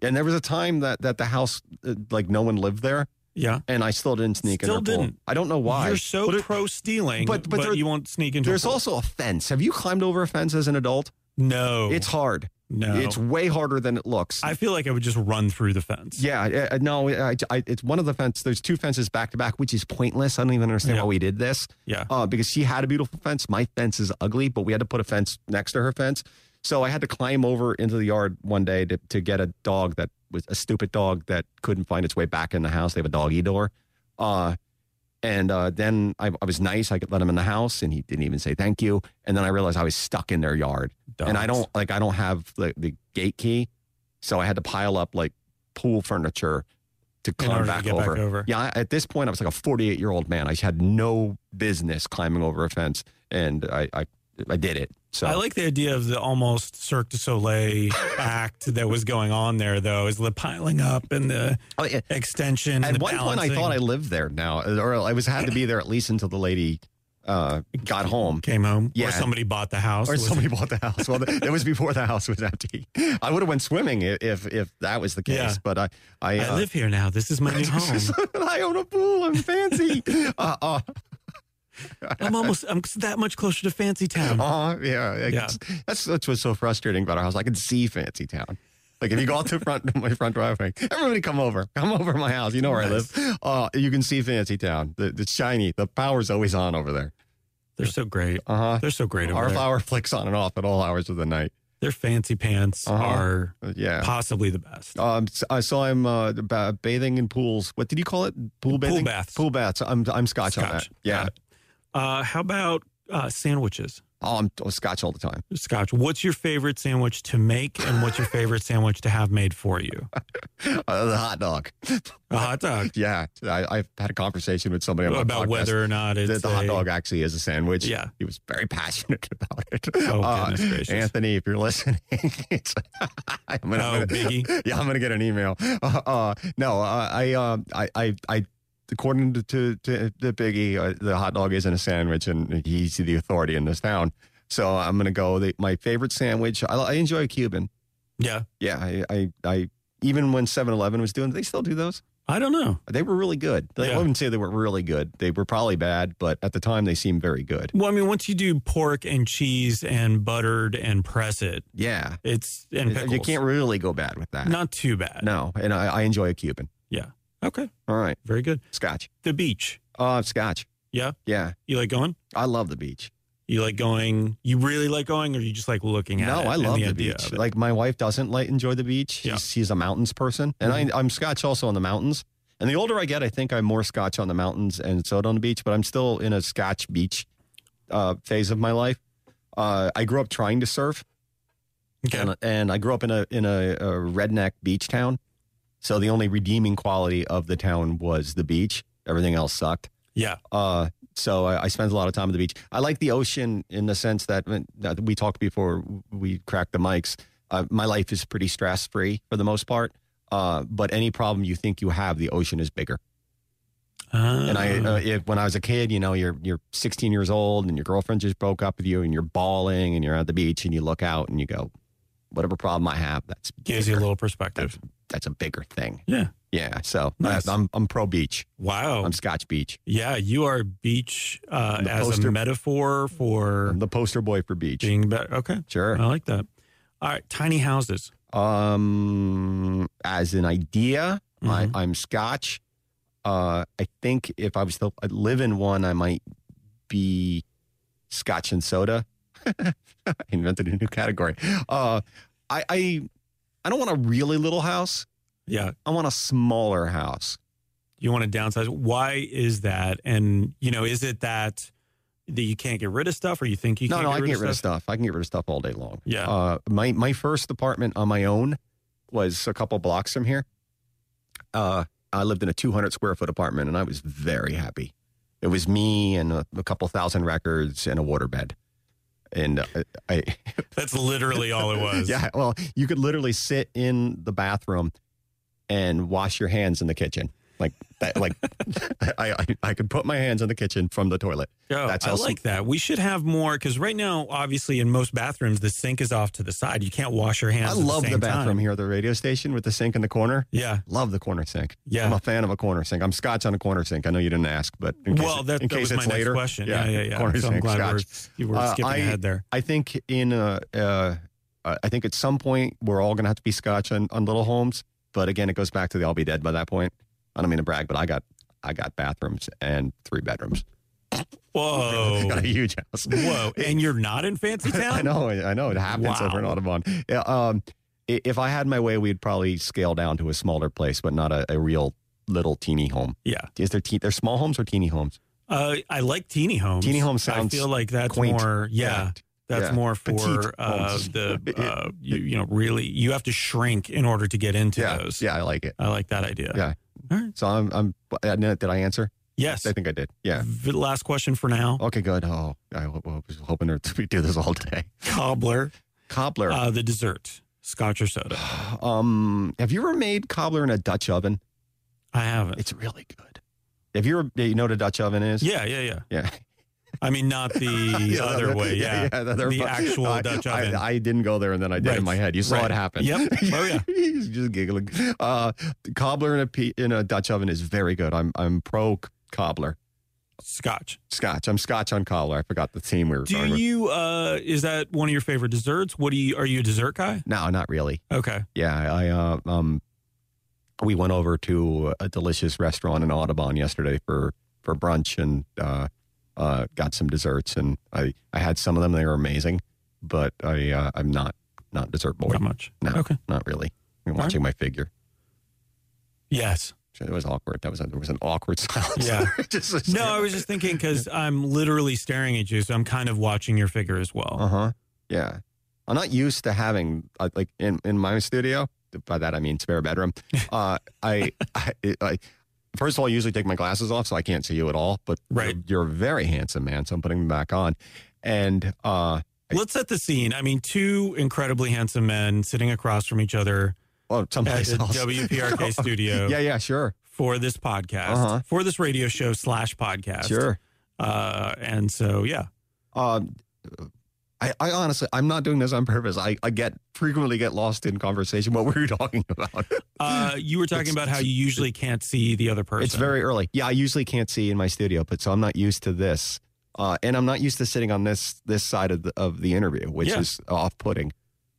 S3: And there was a time that that the house uh, like no one lived there
S2: yeah
S3: and I still didn't sneak
S2: Still
S3: in her pool.
S2: didn't.
S3: I don't know why.
S2: You're so
S3: But it-
S2: pro stealing, but,
S3: but- but there-
S2: you won't sneak into. a
S3: There's
S2: pool.
S3: also a fence. Have you climbed over a fence as an adult?
S2: no.
S3: It's hard.
S2: no.
S3: It's way harder than it looks.
S2: I feel like I would just run through the fence.
S3: yeah, uh, no, I, I, it's one of the fence. There's two fences back to back, which is pointless. I don't even understand
S2: Yeah.
S3: why we did this.
S2: Yeah.
S3: uh, because she had a beautiful fence. My fence is ugly, but we had to put a fence next to her fence. So I had to climb over into the yard one day to, to get a dog that was a stupid dog that couldn't find its way back in the house. They have a doggy door. Uh, and uh, then I, I was nice. I could let him in the house and he didn't even say thank you. And then I realized I was stuck in their yard. And I don't like, I don't have the, the gate key. So I had to pile up like pool furniture to
S2: in order
S3: climb
S2: to
S3: back
S2: get
S3: over.
S2: back over.
S3: Yeah, I- at this point, I was like a 48 year old man. I had no business climbing over a fence, and I I, I did it. So
S2: I like the idea of the almost Cirque du Soleil act that was going on there, though, is the piling up and the
S3: Oh, yeah.
S2: extension. and
S3: At
S2: the
S3: one point, I
S2: balancing.
S3: thought I lived there now, or I was had to be there at least until the lady uh, got home.
S2: came home,
S3: Yeah.
S2: or somebody bought the house,
S3: Or
S2: Was it-
S3: somebody bought the house. Well, it was before the house was empty. I would have went swimming i- if if that was the case.
S2: Yeah.
S3: But I I,
S2: I
S3: uh,
S2: live here now. This is my new home.
S3: I own a pool. I'm fancy. uh, uh,
S2: I'm almost. I'm that much closer to Fancy Town.
S3: Oh yeah, I
S2: Yeah.
S3: guess- That's that's what's so frustrating about our house. I can see Fancy Town. Like if you go out the front my front driveway, everybody come over, come over to my house. You know where
S2: Nice.
S3: I live. Uh, you can see Fancy Town. The, it's shiny. The power's always on over there.
S2: They're so great.
S3: Uh huh.
S2: They're so great over
S3: Our
S2: there.
S3: power flicks on and off at all hours of the night.
S2: Their fancy pants
S3: Uh-huh.
S2: are
S3: Uh, Yeah.
S2: possibly the best.
S3: Um, s- I saw him uh, ba- bathing in pools. What did you call it? Pool bathing.
S2: baths.
S3: Pool baths. I'm I'm Scotch, on that. Yeah.
S2: Got it. Uh, how about uh, sandwiches?
S3: Oh, I'm oh, Scotch all the time.
S2: Scotch. What's your favorite sandwich to make, and what's your favorite sandwich to have made for you?
S3: Uh, the hot dog.
S2: A hot dog.
S3: Yeah. I, I've had a conversation with somebody on my
S2: About
S3: podcast.
S2: whether or not it's
S3: the, the hot
S2: a-
S3: dog actually is a sandwich.
S2: Yeah.
S3: He was very passionate about it. Uh,
S2: Oh, goodness gracious.
S3: Anthony, if you're listening, it's,
S2: Oh,
S3: I'm gonna, I'm gonna-
S2: Biggie.
S3: Yeah, I'm going to get an email. Uh, uh, no, uh, I, uh, I, I, I, according to, to, to the Biggie, uh, the hot dog isn't a sandwich and he's the authority in this town. So I'm going to go. The, my favorite sandwich, I, I enjoy Cuban.
S2: Yeah.
S3: Yeah. I, I, I even when 7 Eleven was doing, they still do those.
S2: I don't know.
S3: They were really good. They-
S2: Yeah.
S3: I wouldn't say they were really good. They were probably bad, but at the time they seemed very good.
S2: Well, I mean, once you do pork and cheese and buttered and press it,
S3: Yeah.
S2: it's and pickles.
S3: You can't really go bad with that.
S2: Not too bad.
S3: No. And I, I enjoy a Cuban.
S2: Okay.
S3: All right.
S2: Very good.
S3: Scotch.
S2: The beach.
S3: Uh, scotch.
S2: Yeah.
S3: Yeah.
S2: You like going?
S3: I love the beach.
S2: You like going? You really like going, or you just like looking at
S3: no,
S2: it?
S3: I
S2: and
S3: love
S2: the,
S3: the,
S2: idea
S3: beach.
S2: of it?
S3: Like my wife doesn't like enjoy the beach.
S2: Yeah. Mm-hmm.
S3: She's, she's a mountains person. And I, I'm Scotch also on the mountains. And the older I get, I think I'm more Scotch on the mountains and soda on the beach, but I'm still in a Scotch beach uh, phase of my life. Uh, I grew up trying to surf.
S2: okay.
S3: and, and I grew up in a in a, a redneck beach town. So the only redeeming quality of the town was the beach. Everything else sucked.
S2: Yeah.
S3: Uh, so I, I spent a lot of time at the beach. I like the ocean in the sense that when- that we talked before we cracked the mics. Uh, my life is pretty stress free for the most part. Uh, but any problem you think you have, the ocean is bigger. And I,
S2: Ah.
S3: uh, if, when I was a kid, you know, you're you're 16 years old, and your girlfriend just broke up with you, and you're bawling, and you're at the beach, and you look out, and you go, "Whatever problem I have, that's
S2: gives you a
S3: bigger.
S2: little perspective.
S3: that's a bigger thing."
S2: Yeah.
S3: Yeah. So
S2: Nice. Oh.
S3: I, am I'm pro beach.
S2: Wow.
S3: I'm Scotch Beach.
S2: yeah, you are beach uh,
S3: The
S2: as a
S3: poster-
S2: metaphor for
S3: I'm the poster boy for beach.
S2: being better. Okay,
S3: Sure.
S2: I like that. All right, tiny houses.
S3: Um, as an idea, I,
S2: Mhm.
S3: I'm Scotch. Uh, I think if I was to live in one, I might be Scotch and soda. I invented a new category. Uh, I, I I don't want a really little house.
S2: Yeah,
S3: I want a smaller house.
S2: you want to downsize. Why is that? And you know, is it that that you can't get rid of stuff, or you think you
S3: no,
S2: can't
S3: no,
S2: get
S3: I
S2: rid
S3: can get
S2: of
S3: rid of
S2: stuff?
S3: stuff. I can get rid of stuff all day long.
S2: Yeah.
S3: Uh, my my first apartment on my own was a couple blocks from here. Uh, I lived in a 200 square foot apartment, and I was very happy. It was me and a, a couple thousand records and a waterbed, and uh, I
S2: That's literally all it was.
S3: yeah. Well, you could literally sit in the bathroom and wash your hands in the kitchen. Like that, like I, I I could put my hands in the kitchen from the toilet.
S2: Yo,
S3: That's
S2: I
S3: awesome.
S2: like that. We should have more because right now, obviously, in most bathrooms, the sink is off to the side. You can't wash your hands.
S3: I
S2: at the
S3: love the,
S2: same
S3: bathroom
S2: time.
S3: here at the radio station with the sink in the corner.
S2: Yeah,
S3: Love the corner sink.
S2: yeah.
S3: I'm a fan of a corner sink. I'm Scotch on a corner sink. I know you didn't ask, but in case,
S2: well, that,
S3: in
S2: that
S3: case
S2: was my
S3: it's later,
S2: next question. Yeah, yeah, yeah.
S3: Corner
S2: So I'm
S3: sink,
S2: glad
S3: Scotch.
S2: we're, we're
S3: Uh,
S2: skipping
S3: I-
S2: ahead there.
S3: I think in uh, uh, uh, I think at some point we're all going to have to be Scotch on, on little homes. But again, it goes back to the I'll be dead by that point. I don't mean to brag, but I got I got bathrooms and three bedrooms.
S2: Whoa.
S3: got a huge house.
S2: Oh. Whoa. And you're not in Fancy Town?
S3: I know, I know, it happens
S2: Wow.
S3: over in Audubon. Yeah, Um, i- if I had my way, we'd probably scale down to a smaller place, but not a, a real little teeny home.
S2: Yeah.
S3: Is there te- they're small homes or teeny homes?
S2: Uh, I like teeny homes.
S3: Teeny home sounds
S2: I feel like that's
S3: quaint.
S2: more, yeah, that's
S3: Yeah.
S2: more
S3: Petite
S2: for uh,
S3: homes.
S2: the,
S3: It-
S2: uh, you, you know, really, you have to shrink in order to get into
S3: yeah,
S2: those.
S3: yeah, I like it.
S2: I like that idea.
S3: Yeah.
S2: All right.
S3: So I'm, I'm, I know- did I answer?
S2: Yes.
S3: I think I did. Yeah.
S2: V- Last question for now.
S3: Okay, good. Oh, I w- w- was hoping to we do this all day.
S2: Cobbler,
S3: Cobbler.
S2: uh, the dessert, scotch or soda.
S3: um, have you ever made cobbler in a Dutch oven?
S2: I haven't.
S3: It's really good. Have you ever, you know what a Dutch oven is?
S2: Yeah, yeah, yeah.
S3: Yeah.
S2: I mean, not the
S3: Yeah,
S2: other
S3: the-
S2: way. Yeah.
S3: the, other
S2: The
S3: fu-
S2: actual Dutch
S3: I,
S2: oven.
S3: I, didn't go there, and then I did
S2: Right.
S3: in my head. You saw
S2: Right.
S3: it happen.
S2: Yep. Oh, yeah.
S3: He's just giggling. Uh, cobbler in a pe- in a Dutch oven is very good. I'm I'm pro c- cobbler.
S2: Scotch.
S3: Scotch. I'm Scotch on cobbler. I forgot the team we were
S2: Do
S3: going with.
S2: you? uh Is that one of your favorite desserts? What do you? Are you a dessert guy?
S3: No, not really.
S2: Okay.
S3: Yeah, I uh, um, we went over to a delicious restaurant in Audubon yesterday for for brunch and uh, uh, got some desserts, and I I had some of them. They were amazing, but I uh, I'm not not dessert boy.
S2: Not much.
S3: No.
S2: Okay.
S3: Not really. I'm
S2: right.
S3: watching my figure.
S2: Yes.
S3: It was awkward. That was a, there was an awkward silence.
S2: Yeah.
S3: Just a-
S2: No, I was just thinking because I'm literally staring at you, so I'm kind of watching your figure as well.
S3: Uh huh. Yeah. I'm not used to having uh, like in in my studio. By that I mean spare bedroom. Uh, I, I, I first of all I usually take my glasses off so I can't see you at all. But
S2: Right.
S3: you're, you're a very handsome man, so I'm putting them back on. And uh,
S2: Let's set the scene. I mean, two incredibly handsome men sitting across from each other
S3: oh,
S2: at
S3: someplace
S2: the
S3: else.
S2: WPRK studio
S3: Yeah, yeah, sure,
S2: for this podcast,
S3: Uh-huh.
S2: for this radio show slash podcast.
S3: sure.
S2: Uh, and so, yeah.
S3: Um, I, I honestly, I'm not doing this on purpose. I, I get frequently get lost in conversation. What were you talking about?
S2: Uh, you were talking
S3: It's-
S2: about how
S3: it's-
S2: you usually can't see the other person.
S3: It's very early. Yeah, I usually can't see in my studio, but so I'm not used to this, uh, and I'm not used to sitting on this this side of the of the interview, which
S2: Yeah.
S3: is off putting.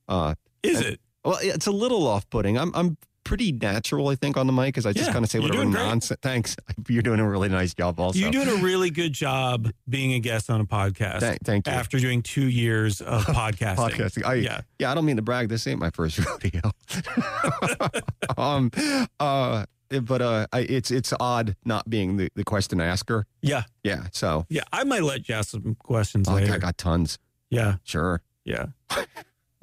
S3: Uh,
S2: Is it?
S3: well, it's a little off putting. I'm I'm pretty natural, I think, on the mic because I just
S2: Yeah,
S3: kind of say
S2: you're
S3: whatever
S2: doing great.
S3: nonsense. Thanks, you're doing a really nice job. Also,
S2: You're doing a really good job being a guest on a podcast
S3: Thank- thank you.
S2: after doing two years of podcasting.
S3: Podcasting. I,
S2: Yeah.
S3: yeah, I don't mean to brag. This ain't my first rodeo. um, uh, but uh, I, it's it's odd not being the, the question asker.
S2: Yeah.
S3: Yeah. So
S2: Yeah. I might let you ask some questions
S3: oh,
S2: later.
S3: I got tons.
S2: Yeah.
S3: Sure.
S2: Yeah.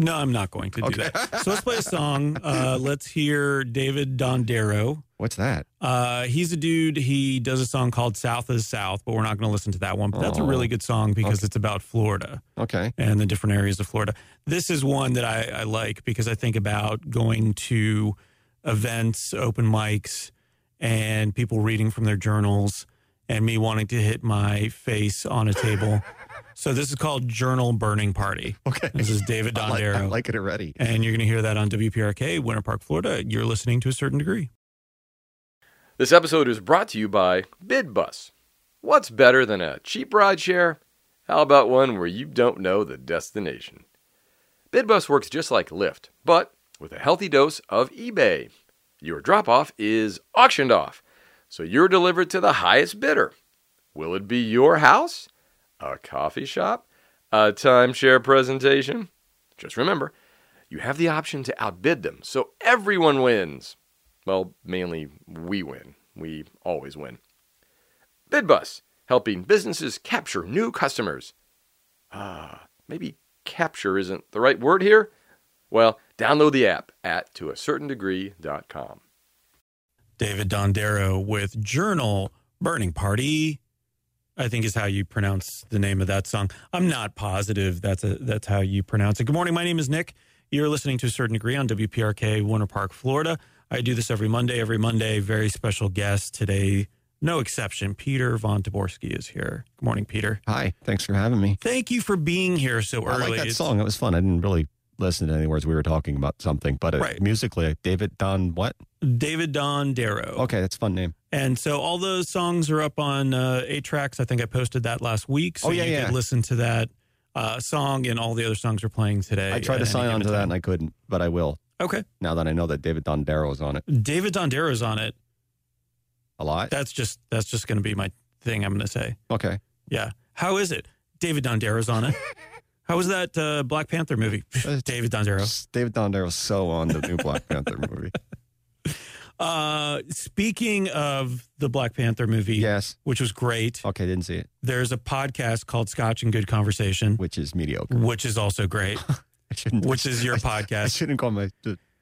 S2: No, I'm not going to do
S3: Okay.
S2: that. So let's play a song. Uh, let's hear David Dondero.
S3: What's that?
S2: Uh, he's a dude. He does a song called South is South, but we're not going to listen to that one. But that's a
S3: Oh.
S2: really good song because
S3: Okay.
S2: it's about Florida
S3: Okay.
S2: and the different areas of Florida. This is one that I, I like because I think about going to events, open mics, and people reading from their journals and me wanting to hit my face on a table. so this is called Journal Burning Party.
S3: Okay.
S2: This is David
S3: I like,
S2: Dondero.
S3: I like it already.
S2: and you're going to hear that on WPRK, Winter Park, Florida. You're listening to a certain degree.
S4: This episode is brought to you by Bidbus. What's better than a cheap ride share? How about one where you don't know the destination? Bidbus works just like Lyft, but with a healthy dose of eBay. Your drop off is auctioned off, so you're delivered to the highest bidder. Will it be your house? A coffee shop? A timeshare presentation? Just remember, you have the option to outbid them, so everyone wins. Well, mainly we win. We always win. Bidbus, helping businesses capture new customers. Ah, maybe capture isn't the right word here. Well, download the app at toacertaindegree.com.
S2: David Dondero with Journal Burning Party, I think is how you pronounce the name of that song. I'm not positive that's a, that's how you pronounce it. Good morning. My name is Nick. You're listening to a certain degree on WPRK, Winter Park, Florida. I do this every Monday. Every Monday, very special guest today. No exception. Peter Von Taborski is here. Good morning, Peter.
S3: Hi. Thanks for having me.
S2: Thank you for being here so early.
S3: I like that
S2: It's-
S3: song. It was fun. I didn't really listen to any words. We were talking about something, but uh
S2: Right.
S3: musically, David Don what?
S2: David Dondero.
S3: Okay, that's a fun name.
S2: And so all those songs are up on uh, eight tracks. I think I posted that last week. So
S3: Oh, yeah,
S2: you
S3: yeah.
S2: could listen to that uh, song and all the other songs are playing today.
S3: I tried
S2: at any
S3: to sign on
S2: given
S3: to that
S2: time.
S3: and I couldn't, but I will
S2: Okay.
S3: now that I know that David Don Darrow is on it
S2: David Dondero's on it.
S3: a lot.
S2: That's just that's just gonna be my thing I'm gonna say.
S3: Okay.
S2: Yeah. How is it? David Dondero's on it. How was that uh, Black Panther movie?
S3: Uh,
S2: David Dondero.
S3: David Don Darrow is so on the new Black Panther movie.
S2: Uh, speaking of the Black Panther movie,
S3: Yes.
S2: which was great,
S3: Okay, didn't see it,
S2: there's a podcast called Scotch and Good Conversation,
S3: which is mediocre.
S2: which is also great,
S3: I shouldn't.
S2: which is your
S3: I, I
S2: podcast.
S3: shouldn't call my.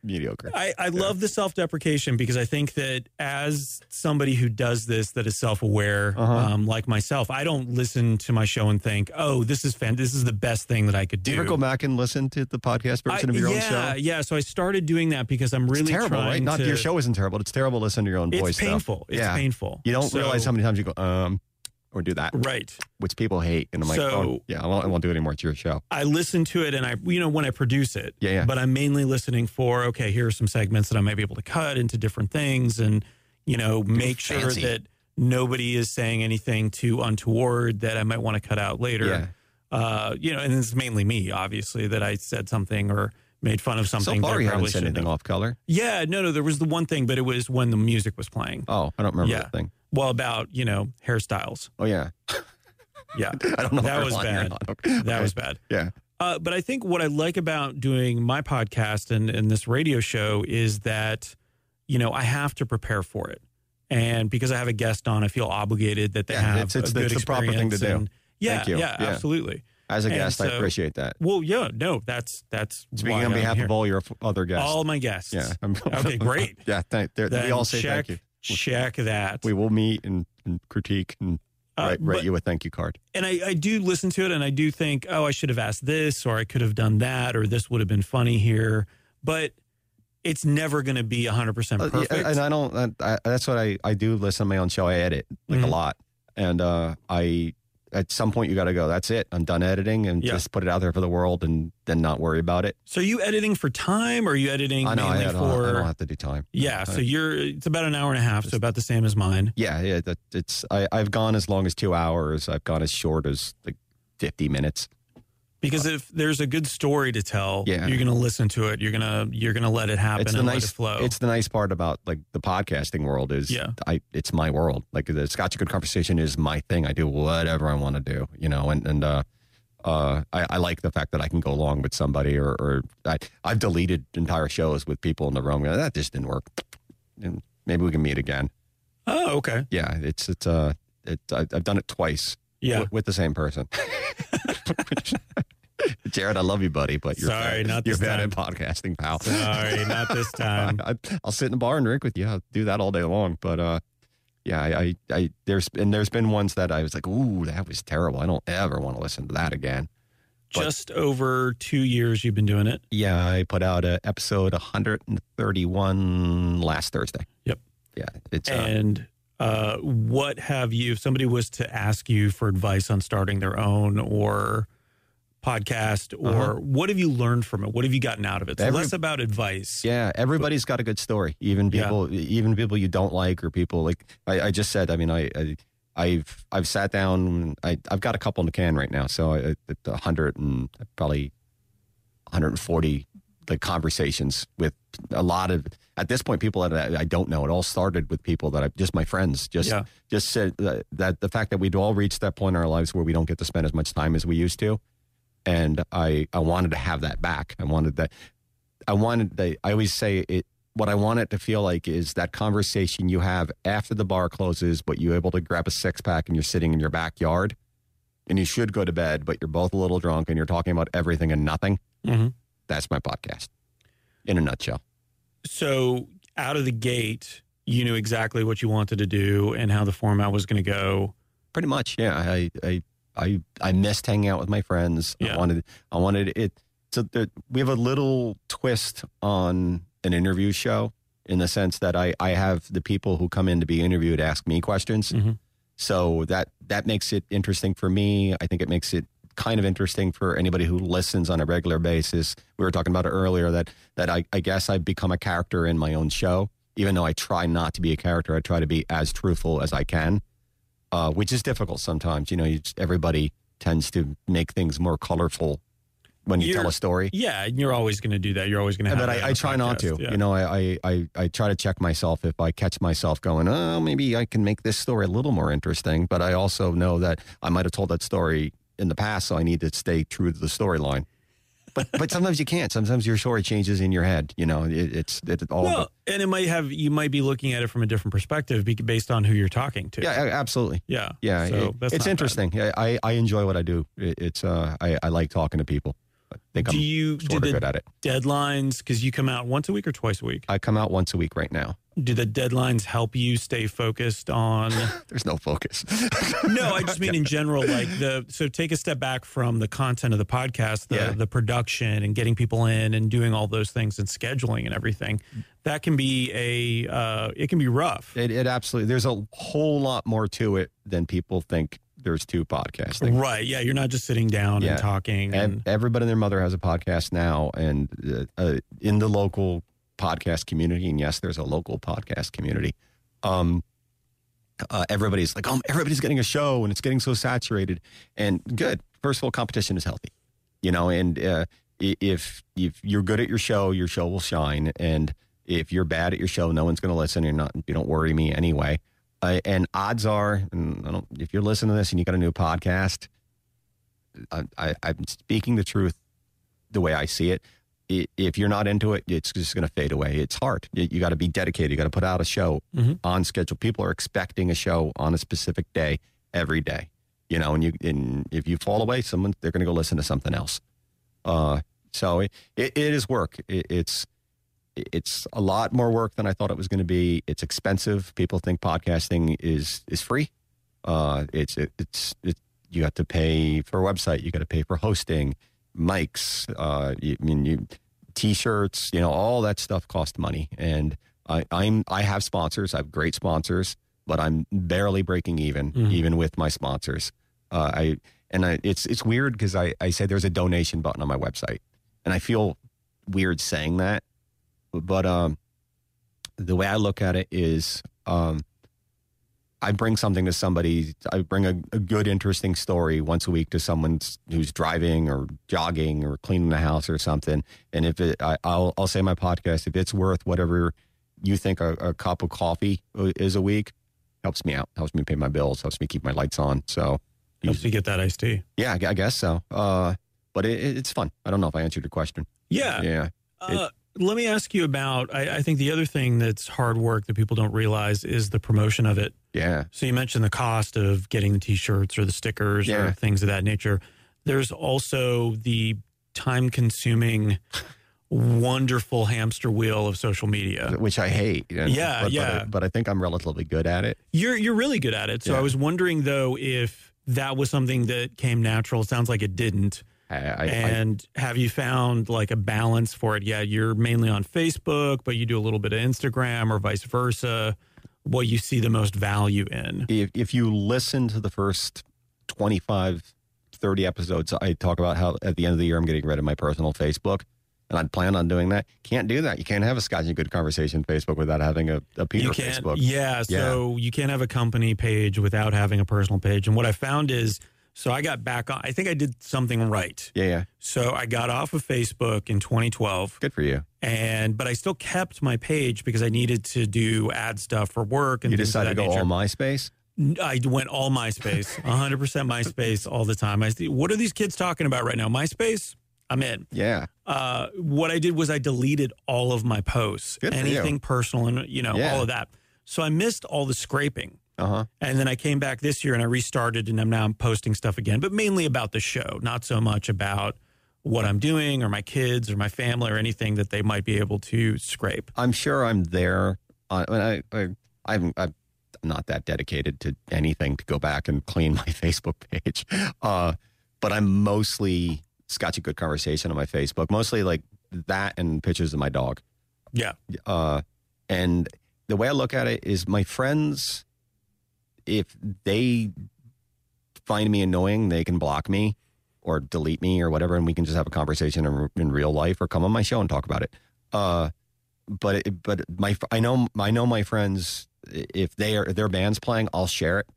S3: mediocre.
S2: I, I
S3: Yeah.
S2: love the self deprecation because I think that as somebody who does this, that is self aware,
S3: Uh-huh.
S2: um, like myself, I don't listen to my show and think, "Oh, this is fan. This is the best thing that I could
S3: Do
S2: do."
S3: you ever go back and listen to the podcast version
S2: I-
S3: of your
S2: yeah,
S3: own show?
S2: yeah. So I started doing that because I'm really
S3: it's terrible,
S2: trying
S3: right? Not
S2: to.
S3: your show isn't terrible. but It's terrible to listen to your own
S2: It's
S3: voice. stuff.
S2: painful. It's
S3: Yeah.
S2: painful.
S3: You don't
S2: So-
S3: realize how many times you go um or do that,
S2: Right.
S3: which people hate. And I'm like,
S2: So-
S3: oh, yeah, I won't, I won't do it anymore. It's your show.
S2: I listen to it and I, you know, when I produce it.
S3: Yeah, yeah.
S2: But I'm mainly listening for, okay, here are some segments that I might be able to cut into different things and, you know, make sure
S3: fancy.
S2: that nobody is saying anything too untoward that I might want to cut out later.
S3: Yeah.
S2: Uh, you know, and it's mainly me, obviously, that I said something or made fun of something.
S3: so far,
S2: that I
S3: you haven't
S2: probably
S3: said
S2: shouldn't
S3: anything
S2: have.
S3: off color.
S2: Yeah, no, no, there was the one thing, but it was when the music was playing.
S3: Oh, I don't remember
S2: Yeah.
S3: that thing.
S2: Well, about, you know, hairstyles.
S3: Oh, yeah.
S2: Yeah,
S3: I don't know.
S2: That
S3: if I
S2: was
S3: want you or
S2: bad.
S3: not.
S2: that was bad.
S3: Yeah.
S2: Uh, but I think what I like about doing my podcast and, and this radio show is that, you know, I have to prepare for it. And because I have a guest on, I feel obligated that they
S3: Yeah,
S2: have
S3: it's- it's-
S2: a good
S3: it's the proper thing to
S2: experience
S3: do.
S2: and- yeah,
S3: Thank you.
S2: yeah,
S3: Yeah.
S2: absolutely.
S3: As a
S2: And
S3: guest, I
S2: so-
S3: appreciate that.
S2: Well, yeah, no, that's that's why
S3: Speaking on
S2: I'm
S3: behalf
S2: here.
S3: of all your f- other guests.
S2: all my guests.
S3: yeah. I'm-
S2: Okay, great.
S3: yeah. Thank, there-
S2: Then
S3: we all say
S2: check,
S3: thank you.
S2: Check that.
S3: We will meet and, and critique and
S2: Uh,
S3: write, write
S2: but-
S3: you a thank you card.
S2: and I, I do listen to it and I do think, oh, I should have asked this or I could have done that or this would have been funny here. But it's never going to be 100%
S3: Uh, yeah,
S2: perfect.
S3: and I don't, I, I, that's what I, I do listen to my own show. I edit like
S2: Mhm.
S3: a lot. And uh, I, at some point, you got to go, that's it. I'm done editing and
S2: Yeah.
S3: just put it out there for the world and then not worry about it.
S2: so are you editing for time or are you editing
S3: I know I,
S2: mainly
S3: I don't, I
S2: for.
S3: don't have to do time.
S2: yeah,
S3: I-
S2: so you're, it's about an hour and a half, so about the same as mine.
S3: Yeah, yeah. That, it's I, I've gone as long as two hours. I've gone as short as like fifty minutes.
S2: Because if there's a good story to tell,
S3: Yeah.
S2: you're going to listen to it. You're going to, you're going to let it happen
S3: It's the
S2: and let
S3: nice-
S2: it flow.
S3: It's the nice part about like the podcasting world is
S2: Yeah.
S3: I it's my world. Like the Scotch a Good Conversation is my thing. I do whatever I want to do, you know, and and uh uh, I, I like the fact that I can go along with somebody, or, or I, I've deleted entire shows with people in the room. That just didn't work, and maybe we can meet again.
S2: oh, okay.
S3: Yeah, it's it's uh, it, I, I've done it twice.
S2: Yeah.
S3: with, with the same person. Jared, I love you, buddy, but you're
S2: Sorry,
S3: bad.
S2: not
S3: you're
S2: this
S3: bad at podcasting, pal.
S2: Sorry, not this time.
S3: I, will sit in the bar and drink with you. I'll do that all day long. But uh, yeah, I, I, I there's and there's been ones that I was like, ooh, that was terrible. I don't ever want to listen to that again. but-
S2: Just over two years you've been doing it.
S3: Yeah, I put out uh, episode 131 last Thursday.
S2: Yep.
S3: Yeah, it's uh,
S2: And uh, what have you, if somebody was to ask you for advice on starting their own or podcast, or
S3: Uh-huh.
S2: what have you learned from it? What have you gotten out of it? So
S3: Every-
S2: less about advice.
S3: Yeah, everybody's got a good story. Even
S2: Yeah.
S3: people, even people you don't like, or people like I, I just said. I mean, I, I, I've I've sat down. I, I've got a couple in the can right now, so I, it's a hundred and probably 140 like conversations with a lot of at this point people that I, I don't know. It all started with people that I just my friends just
S2: Yeah.
S3: just said that, that the fact that we'd all reached that point in our lives where we don't get to spend as much time as we used to, and I I wanted to have that back. I wanted that. I wanted the, I always say it. What I want it to feel like is that conversation you have after the bar closes, but you're able to grab a six pack and you're sitting in your backyard, and you should go to bed, but you're both a little drunk and you're talking about everything and nothing.
S2: Mhm.
S3: That's my podcast, in a nutshell.
S2: So out of the gate, you knew exactly what you wanted to do and how the format was going to go.
S3: Pretty much, yeah. I I I, I missed hanging out with my friends.
S2: Yeah.
S3: I wanted I wanted it. So there, we have a little twist on an interview show in the sense that I I have the people who come in to be interviewed ask me questions.
S2: Mhm.
S3: So that that makes it interesting for me. I think it makes it kind of interesting for anybody who listens on a regular basis. We were talking about it earlier that that I, I guess I've become a character in my own show, even though I try not to be a character. I try to be as truthful as I can, uh, which is difficult sometimes. You know, you just, everybody tends to make things more colorful when you
S2: You're-
S3: tell a story.
S2: Yeah. And you're always going to do that. You're always going to have
S3: But
S2: that on
S3: I, I
S2: a
S3: try not to.
S2: podcast. Yeah.
S3: You know, I, I, I, I try to check myself if I catch myself going, oh, maybe I can make this story a little more interesting. But I also know that I might have told that story in the past, so I need to stay true to the storyline. But but sometimes you can't. Sometimes your story changes in your head. You know, it, it's it, all.
S2: well, and it might have, you might be looking at it from a different perspective be- based on who you're talking to.
S3: yeah, a- absolutely.
S2: Yeah.
S3: Yeah,
S2: So
S3: it-
S2: that's not
S3: it's
S2: bad.
S3: interesting. Yeah, I I enjoy what I do. It, it's uh, I I like talking to people. I think
S2: do
S3: I'm
S2: you do
S3: sort of
S2: the
S3: good at it.
S2: deadlines because you come out once a week or twice a week?
S3: I come out once a week right now.
S2: Do the deadlines help you stay focused on?
S3: There's no focus.
S2: no, I just mean in general, like the so take a step back from the content of the podcast, the
S3: Yeah.
S2: the production and getting people in and doing all those things and scheduling and everything. That can be a uh, it can be rough.
S3: It, it absolutely. There's a whole lot more to it than people think. There's two podcasts.
S2: Right. Yeah. You're not just sitting down
S3: Yeah.
S2: and talking.
S3: Ev-
S2: And,
S3: Everybody and their mother has a podcast now, and uh, uh, in the local podcast community, and yes, there's a local podcast community. Um, uh, everybody's like, oh, everybody's getting a show, and it's getting so saturated. And good, first of all, competition is healthy, you know. And uh, i- if if you're good at your show, your show will shine. And if you're bad at your show, no one's going to listen. You're not. You don't worry me anyway. Uh, and odds are, and I don't, if you're listening to this and you got a new podcast, I, I, I'm speaking the truth the way I see it. I- If you're not into it, it's just going to fade away. It's hard. You, you got to be dedicated. You got to put out a show
S2: Mhm.
S3: on schedule. People are expecting a show on a specific day every day, you know. And you, and if you fall away, someone they're going to go listen to something else. Uh, so it, it, it is work. It, it's it's a lot more work than I thought it was going to be. It's expensive. People think podcasting is is free. Uh, it's it, it's it, you have to pay for a website. You got to pay for hosting, mics. Uh, you, I mean, you, t-shirts. You know, all that stuff costs money. And I, I'm I have sponsors. I have great sponsors, but I'm barely breaking even,
S2: Mhm.
S3: even with my sponsors. Uh, I and I, it's it's weird because I I say there's a donation button on my website, and I feel weird saying that but um, the way I look at it is um, I bring something to somebody. I bring a, a good, interesting story once a week to someone who's driving or jogging or cleaning the house or something. And if it, I, I'll, I'll say my podcast, if it's worth whatever you think a, a cup of coffee is a week, helps me out, helps me pay my bills, helps me keep my lights on. So
S2: helps you get that iced tea.
S3: yeah, I gu- I guess so. Uh, but it, it- it's fun. I don't know if I answered your question.
S2: Yeah.
S3: Yeah.
S2: Uh, let me ask you about. I, I think the other thing that's hard work that people don't realize is the promotion of it.
S3: Yeah.
S2: So you mentioned the cost of getting the t-shirts or the stickers
S3: Yeah.
S2: or things of that nature. There's also the time-consuming, wonderful hamster wheel of social media.
S3: which I hate. and-
S2: Yeah,
S3: but,
S2: yeah.
S3: But I, but I think I'm relatively good at it.
S2: You're you're really good at it. So
S3: Yeah.
S2: I was wondering though if that was something that came natural. It sounds like it didn't.
S3: I, I, I,
S2: and have you found like a balance for it? Yeah, you're mainly on Facebook, but you do a little bit of Instagram or vice versa. What you see the most value in.
S3: if, if you listen to the first 25, 30 episodes, I talk about how at the end of the year I'm getting rid of my personal Facebook. And I'd plan on doing that. Can't do that. You can't have a Scotch and Good Conversation Facebook without having a, a Peter
S2: you can't,
S3: Facebook.
S2: Yeah, so you can't have a company page without having a personal page. And what I found is, so I got back on. I think I did something right.
S3: Yeah, yeah.
S2: So I got off of Facebook in 2012,
S3: Good for you.
S2: and but I still kept my page because I needed to do ad stuff for work. And
S3: you
S2: things of
S3: decided to
S2: that
S3: go
S2: nature.
S3: all MySpace?
S2: I went all MySpace, 100% MySpace all the time. I see, what are these kids talking about right now? MySpace? I'm in.
S3: Yeah.
S2: Uh, what I did was I deleted all of my posts,
S3: Good for you.
S2: anything personal, and you know
S3: Yeah.
S2: all of that. So I missed all the scraping,
S3: Uh huh.
S2: and then I came back this year and I restarted, and I'm now posting stuff again, but mainly about the show, not so much about what I'm doing or my kids or my family or anything that they might be able to scrape.
S3: I'm sure I'm there. I, I, mean, I, I I'm, I'm not that dedicated to anything to go back and clean my Facebook page, uh, but I'm mostly Scotch a good conversation on my Facebook, mostly like that and pictures of my dog.
S2: Yeah.
S3: Uh, and the way I look at it is, my friends, if they find me annoying, they can block me or delete me or whatever, and we can just have a conversation in, in real life or come on my show and talk about it. Uh, but it, but my fr- I know I know my friends i- if they are if their band's playing, I'll share it.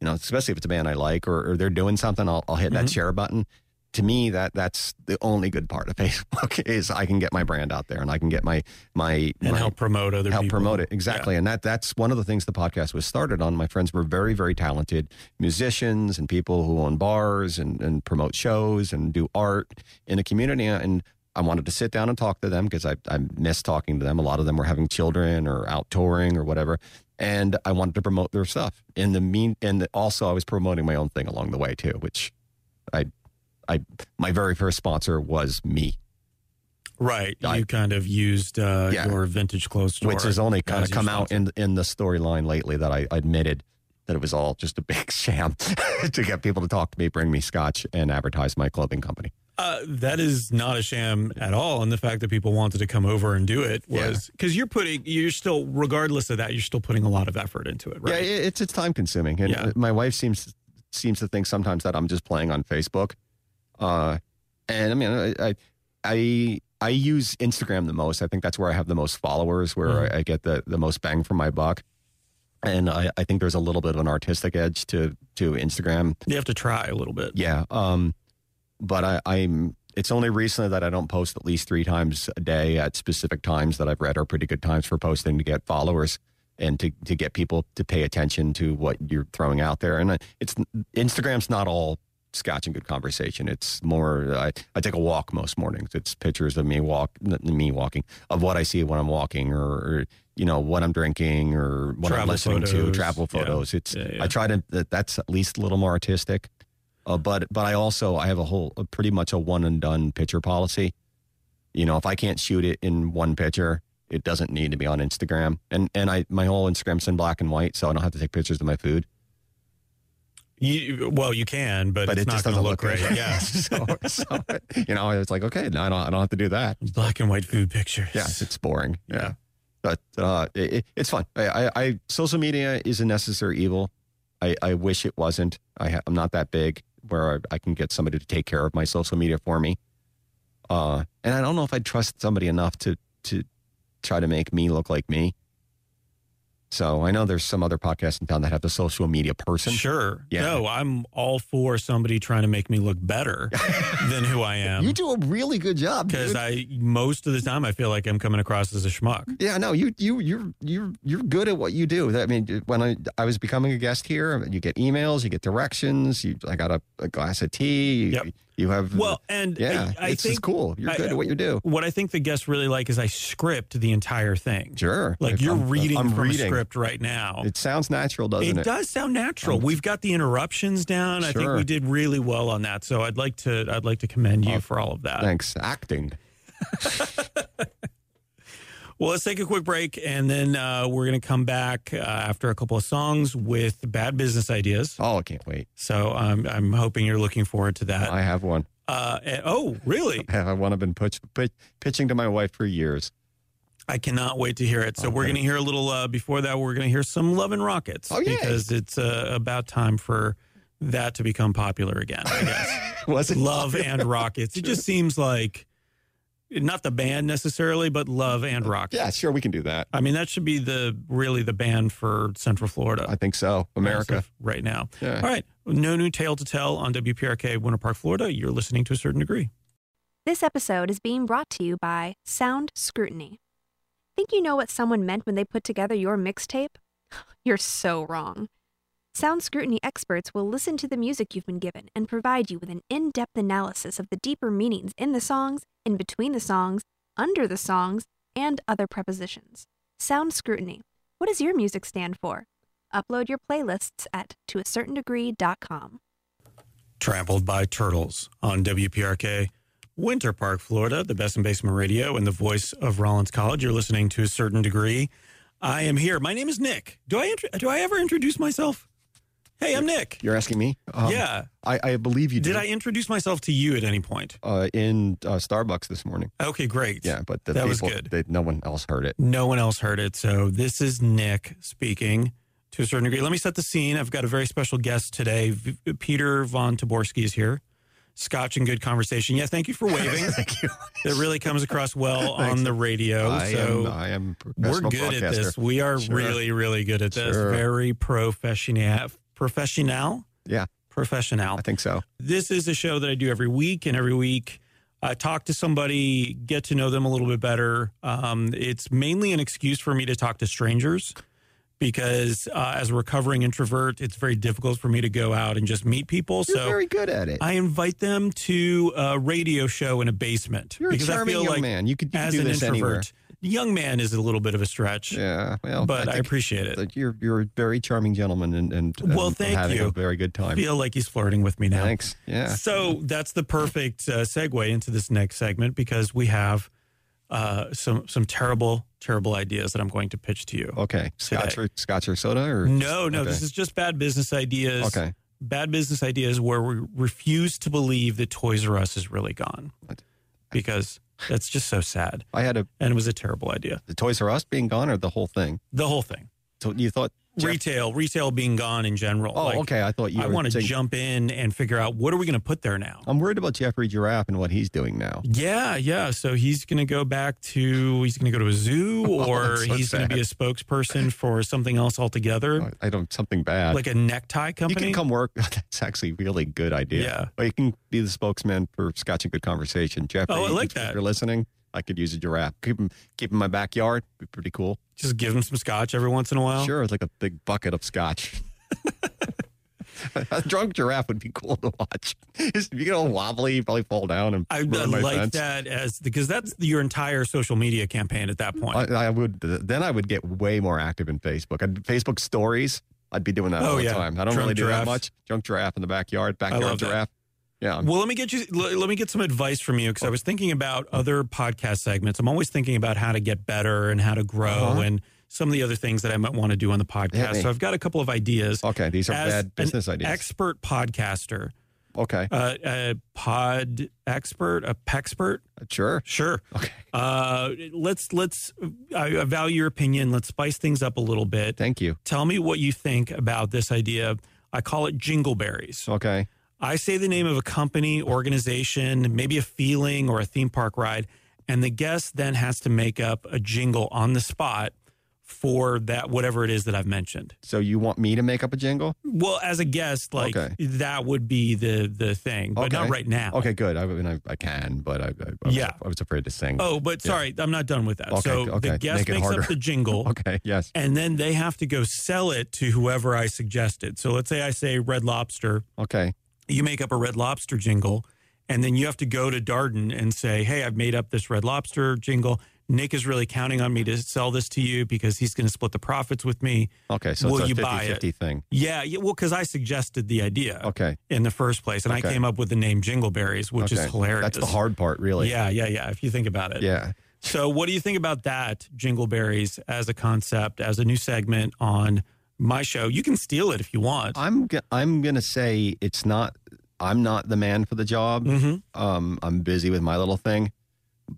S3: You know, especially if it's a band I like or, or they're doing something, I'll, I'll hit that
S2: Mhm.
S3: share button. To me, that that's the only good part of Facebook is I can get my brand out there and I can get my my
S2: And
S3: my,
S2: help promote other
S3: help
S2: people.
S3: promote it exactly and that that's one of the things the podcast was started on my friends were very very talented musicians and people who own bars and, and promote shows and do art in the community and i wanted to sit down and talk to them because I, I missed talking to them a lot of them were having children or out touring or whatever and i wanted to promote their stuff in the mean and also i was promoting my own thing along the way too which i I my very first sponsor was me,
S2: Right.
S3: I-
S2: you kind of used uh,
S3: Yeah.
S2: your vintage clothes store.
S3: which has only kind
S2: as
S3: of
S2: your
S3: come out in in the storyline lately that I admitted that it was all just a big sham to get people to talk to me, bring me scotch, and advertise my clothing company.
S2: Uh, that is not a sham at all. And the fact that people wanted to come over and do it
S3: Yeah.
S2: was because you're putting, you're still, regardless of that, you're still putting a lot of effort into it, right?
S3: Yeah, it, it's it's time consuming, and
S2: Yeah.
S3: my wife seems seems to think sometimes that I'm just playing on Facebook. Uh, and I mean, I, I I I use Instagram the most. I think that's where I have the most followers, where
S2: Mm-hmm.
S3: I, I get the the most bang for my buck. And I, I think there's a little bit of an artistic edge to to Instagram.
S2: You have to try a little bit.
S3: Yeah. Um, but I, I'm. It's only recently that I don't post at least three times a day at specific times that I've read are pretty good times for posting to get followers and to, to get people to pay attention to what you're throwing out there. And I- it's Instagram's not all scotch and good conversation. It's more. I, I take a walk most mornings. It's pictures of me walk, n- me walking, of what I see when I'm walking, or, or you know what I'm drinking, or what I'm
S2: Travel
S3: listening to,
S2: photos.
S3: travel
S2: Yeah.
S3: photos. It's
S2: Yeah, yeah.
S3: I try to. that- That's at least a little more artistic. Uh, but but I also I have a whole a pretty much a one and done picture policy. You know, if I can't shoot it in one picture, it doesn't need to be on Instagram. And and I my whole Instagram's in black and white, so I don't have to take pictures of my food.
S2: You, well, you can, but,
S3: But
S2: it's
S3: it
S2: not
S3: just
S2: going to
S3: doesn't
S2: look great. Yeah.
S3: so, so you know, it's like okay, no, I don't I don't have to do that.
S2: Black and white food pictures.
S3: Yeah, it's boring. Yeah.
S2: Yeah.
S3: But uh, it, it- it's fun. I, I, I social media is a necessary evil. I, I wish it wasn't. I ha- I'm not that big where I, I can get somebody to take care of my social media for me. Uh, and I don't know if I'd trust somebody enough to to try to make me look like me. So I know there's some other podcasts in town that have the social media person.
S2: Sure.
S3: Yeah.
S2: No, I'm all for somebody trying to make me look better than who I
S3: You
S2: am.
S3: do a really good job.
S2: Because
S3: dude.
S2: I, most of the time, I feel like I'm coming across as a schmuck.
S3: Yeah, no, you you you're you're you're good at what you do. That- I mean, when I I was becoming a guest here, you get emails, you get directions. You, I got a, a glass of tea. You,
S2: Yep.
S3: you have
S2: Well, and
S3: yeah,
S2: I, I
S3: it's
S2: think
S3: just cool. You're
S2: I-
S3: good at what you do.
S2: what I think the guests really like is I script the entire thing.
S3: Sure,
S2: Like
S3: If
S2: you're
S3: I'm-
S2: reading
S3: I'm
S2: from a
S3: reading.
S2: script right now.
S3: It sounds natural,
S2: It
S3: doesn't it?
S2: does sound natural. We've got the interruptions down. I think
S3: Sure.
S2: we did really well on that. So I'd like to I'd like to commend you for all of that.
S3: Thanks, acting.
S2: Well, let's take a quick break and then uh, we're going to come back uh, after a couple of songs with bad business ideas.
S3: Oh, I can't wait.
S2: So I'm I'm hoping you're looking forward to that.
S3: I have one.
S2: Uh, and- oh, really?
S3: I have one I've been pitch, pitch, pitching to my wife for years.
S2: I cannot wait to hear it. So we're
S3: Okay.
S2: going to hear a little uh, before that. We're going to hear some Love and Rockets
S3: Oh, yay.
S2: because it's uh, about time for that to become popular again. I guess
S3: Was it
S2: Love and Rockets. It just seems like not the band necessarily, but Love and Rockets.
S3: Yeah, sure, we can do that.
S2: I mean that should be the really the band for Central Florida.
S3: I think so. America.
S2: as of right now.
S3: Yeah.
S2: All right, no new tale to tell on WPRK Winter Park, Florida. You're listening to a certain degree.
S5: This episode is being brought to you by Sound Scrutiny. Think you know what someone meant when they put together your mixtape? You're so wrong. Sound Scrutiny experts will listen to the music you've been given and provide you with an in depth analysis of the deeper meanings in the songs, in between the songs, under the songs, and other prepositions. Sound Scrutiny. What does your music stand for? Upload your playlists at toacertaindegree.com.
S2: Trampled by Turtles on WPRK, Winter Park, Florida, the best in basement radio and the voice of Rollins College. You're listening to a certain degree. I am here. My name is Nick. Do I int- do I ever introduce myself? Hey, I'm Nick.
S3: You're asking me? Um,
S2: yeah.
S3: I, I believe you
S2: Did
S3: did.
S2: I introduce myself to you at any point?
S3: uh, in uh, Starbucks this morning.
S2: Okay, great.
S3: Yeah, but the
S2: That
S3: people,
S2: was good.
S3: They, no one else heard it.
S2: No one else heard it. So this is Nick speaking to a certain degree. Let me set the scene. I've got a very special guest today. V- Peter Von Taborski is here. Scotch and good conversation. Yeah, thank you for waving.
S3: Thank you.
S2: It really comes across well
S3: Thanks.
S2: on the radio.
S3: I
S2: so
S3: am. I am a
S2: we're
S3: professional
S2: good
S3: podcaster.
S2: at this. We are
S3: Sure.
S2: really, really good at this.
S3: Sure.
S2: Very professional. Professional?
S3: Yeah.
S2: Professional.
S3: I think so.
S2: This is a show that I do every week, and every week I talk to somebody, get to know them a little bit better. Um, it's mainly an excuse for me to talk to strangers because, uh, as a recovering introvert, it's very difficult for me to go out and just meet people.
S3: You're
S2: so
S3: very good at it.
S2: I invite them to a radio show in a basement
S3: You're a
S2: because I
S3: charming
S2: feel
S3: young
S2: like
S3: man. You could, you could
S2: as
S3: do
S2: an
S3: this
S2: introvert,
S3: anywhere.
S2: young man is a little bit of a stretch,
S3: Yeah. Well,
S2: but I,
S3: think
S2: appreciate it.
S3: that you're you're a very charming gentleman and and,
S2: Well,
S3: and
S2: thank
S3: having
S2: you.
S3: a very good
S2: I
S3: time.
S2: feel like he's flirting with me now.
S3: Thanks. Yeah.
S2: So that's the perfect uh, segue into this next segment because we have uh, some some terrible terrible ideas that I'm going to pitch to you.
S3: Okay. Scotch or Scotch or soda or
S2: No, no,
S3: Oh, okay.
S2: this is just bad business ideas.
S3: okay.
S2: Bad business ideas where we refuse to believe that Toys R Us is really gone
S3: What?
S2: because that's just so sad
S3: I had a
S2: and it was a terrible idea.
S3: the Toys R Us being gone or the whole thing.
S2: The whole thing,
S3: So you thought? Jeff-
S2: retail, retail being gone in general.
S3: oh,
S2: Like,
S3: okay. I thought you.
S2: I
S3: were
S2: want to
S3: saying- Um,
S2: jump in and figure out what are we going to put there now.
S3: I'm worried about Jeffrey Giraffe and what he's doing now.
S2: Yeah, yeah. So he's going to go back to he's going to go to a zoo,
S3: Oh,
S2: or
S3: that's so
S2: he's going to be a spokesperson for something else altogether,
S3: I don't something bad.
S2: like a necktie
S3: you
S2: company.
S3: can come work. That's actually a really good idea.
S2: Yeah.
S3: Or you can be the spokesman for Scotch and Good Conversation. Jeffrey,
S2: Oh, I like
S3: if
S2: that.
S3: you're listening, I could use a giraffe. Keep him, keep him in my backyard. Be pretty cool.
S2: Just give him some scotch every once in a while.
S3: Sure, it's like a big bucket of scotch. a drunk giraffe would be cool to watch. Just be all wobbly, probably fall down and
S2: I, I
S3: ruin my
S2: like
S3: fence.
S2: that as because that's your entire social media campaign at that point.
S3: I, I would then I would get way more active in Facebook. I'd, Facebook stories, I'd be doing that
S2: Oh,
S3: all the
S2: yeah.
S3: time. I don't
S2: Drunk
S3: really do
S2: giraffe.
S3: that much. Drunk giraffe in the backyard,
S2: love
S3: backyard
S2: that.
S3: giraffe. Yeah, I'm-
S2: well, let me get you. Let, let me get some advice from you because I was thinking about
S3: Oh.
S2: other podcast segments. I'm always thinking about how to get better and how to grow
S3: Uh-huh.
S2: and some of the other things that I might want to do on the
S3: Hit
S2: podcast.
S3: me.
S2: So I've got a couple of ideas.
S3: okay. These are
S2: As an
S3: bad business ideas.
S2: Expert podcaster.
S3: okay,
S2: Uh, a pod expert, a pexpert,
S3: sure.
S2: sure.
S3: Okay,
S2: Uh, let's let's I, I value your opinion. Let's spice things up a little bit.
S3: thank you.
S2: Tell me what you think about this idea. I call it jingleberries.
S3: Okay,
S2: I say the name of a company, organization, maybe a feeling or a theme park ride, and the guest then has to make up a jingle on the spot for that whatever it is that I've mentioned.
S3: so you want me to make up a jingle?
S2: Well, as a guest, like
S3: Okay.
S2: that would be the the thing, but not
S3: Okay.
S2: right now.
S3: Okay, good. I mean, I, I can, but I, I, I, was,
S2: Yeah.
S3: I was afraid to sing.
S2: Oh, but
S3: Yeah.
S2: sorry, I'm not done with that.
S3: Okay,
S2: so the
S3: okay,
S2: guest
S3: make it
S2: makes
S3: harder.
S2: up the jingle,
S3: okay. Yes.
S2: and then they have to go sell it to whoever I suggested. So let's say I say Red Lobster,
S3: Okay.
S2: you make up a Red Lobster jingle, and then you have to go to Darden and say, "Hey, I've made up this Red Lobster jingle. Nick is really counting on me to sell this to you because he's going to split the profits with me."
S3: Okay. So
S2: Will
S3: it's a
S2: you
S3: 50
S2: buy it? Uh,
S3: 50 thing.
S2: Yeah, yeah well, because I suggested the idea
S3: Okay.
S2: in the first place, and I
S3: Okay.
S2: came up with the name Jingleberries, which
S3: okay.
S2: is hilarious.
S3: That's the hard part, really.
S2: Yeah, yeah, yeah. If you think about it,
S3: Yeah.
S2: So, what do you think about that, Jingleberries, as a concept, as a new segment on my show? You can steal it if you want.
S3: I'm g- I'm gonna say it's not. I'm not the man for the job.
S2: hmm
S3: Um, I'm busy with my little thing,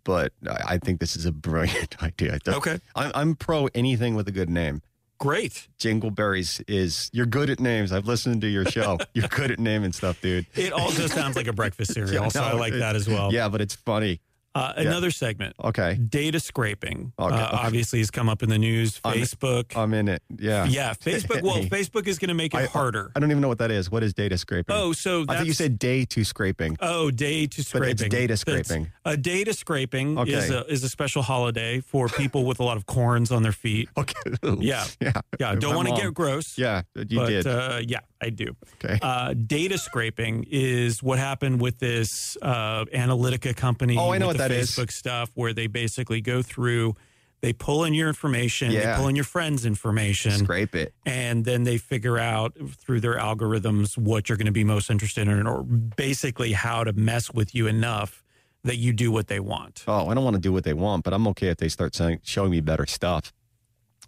S3: but I I think this is a brilliant idea.
S2: Okay,
S3: I'm, I'm pro anything with a good name.
S2: great.
S3: Jingleberries is you're good at names. I've listened to your show. you're good at naming stuff, dude.
S2: It also sounds like a breakfast cereal,
S3: Yeah,
S2: so I
S3: no,
S2: like
S3: it-
S2: that as well.
S3: Yeah, but it's funny.
S2: Uh,
S3: yeah. Oh,
S2: another segment,
S3: Okay,
S2: data scraping,
S3: Okay.
S2: uh, obviously has come up in the news.
S3: I'm-
S2: Facebook,
S3: I'm in it. Yeah.
S2: yeah, Facebook. Well,
S3: Hey.
S2: Facebook is going to make it
S3: Oh, I-
S2: harder.
S3: I don't even know what that is. What is data scraping?
S2: oh, so
S3: I
S2: that's,
S3: think you said day to scraping,
S2: oh, day to
S3: but
S2: scraping.
S3: it's data
S2: That's-
S3: scraping.
S2: A data scraping
S3: Okay.
S2: is a, is a special holiday for people with a lot of corns on their feet.
S3: Okay.
S2: Oh, Yeah.
S3: Yeah.
S2: Yeah, don't
S3: My
S2: want to
S3: mom.
S2: get gross.
S3: Yeah. You
S2: but
S3: did.
S2: Uh, yeah, I do.
S3: okay.
S2: Uh, data scraping is what happened with this uh, Analytica company.
S3: Oh, I know
S2: with
S3: what
S2: the
S3: that is.
S2: Facebook stuff where they basically go through, they pull in your information,
S3: Yeah.
S2: they pull in your friends' information,
S3: Scrape it.
S2: and then they figure out through their algorithms what you're going to be most interested in, or basically how to mess with you enough that you do what they want.
S3: Oh, I don't want to do what they want, but I'm okay if they start saying, showing me better stuff.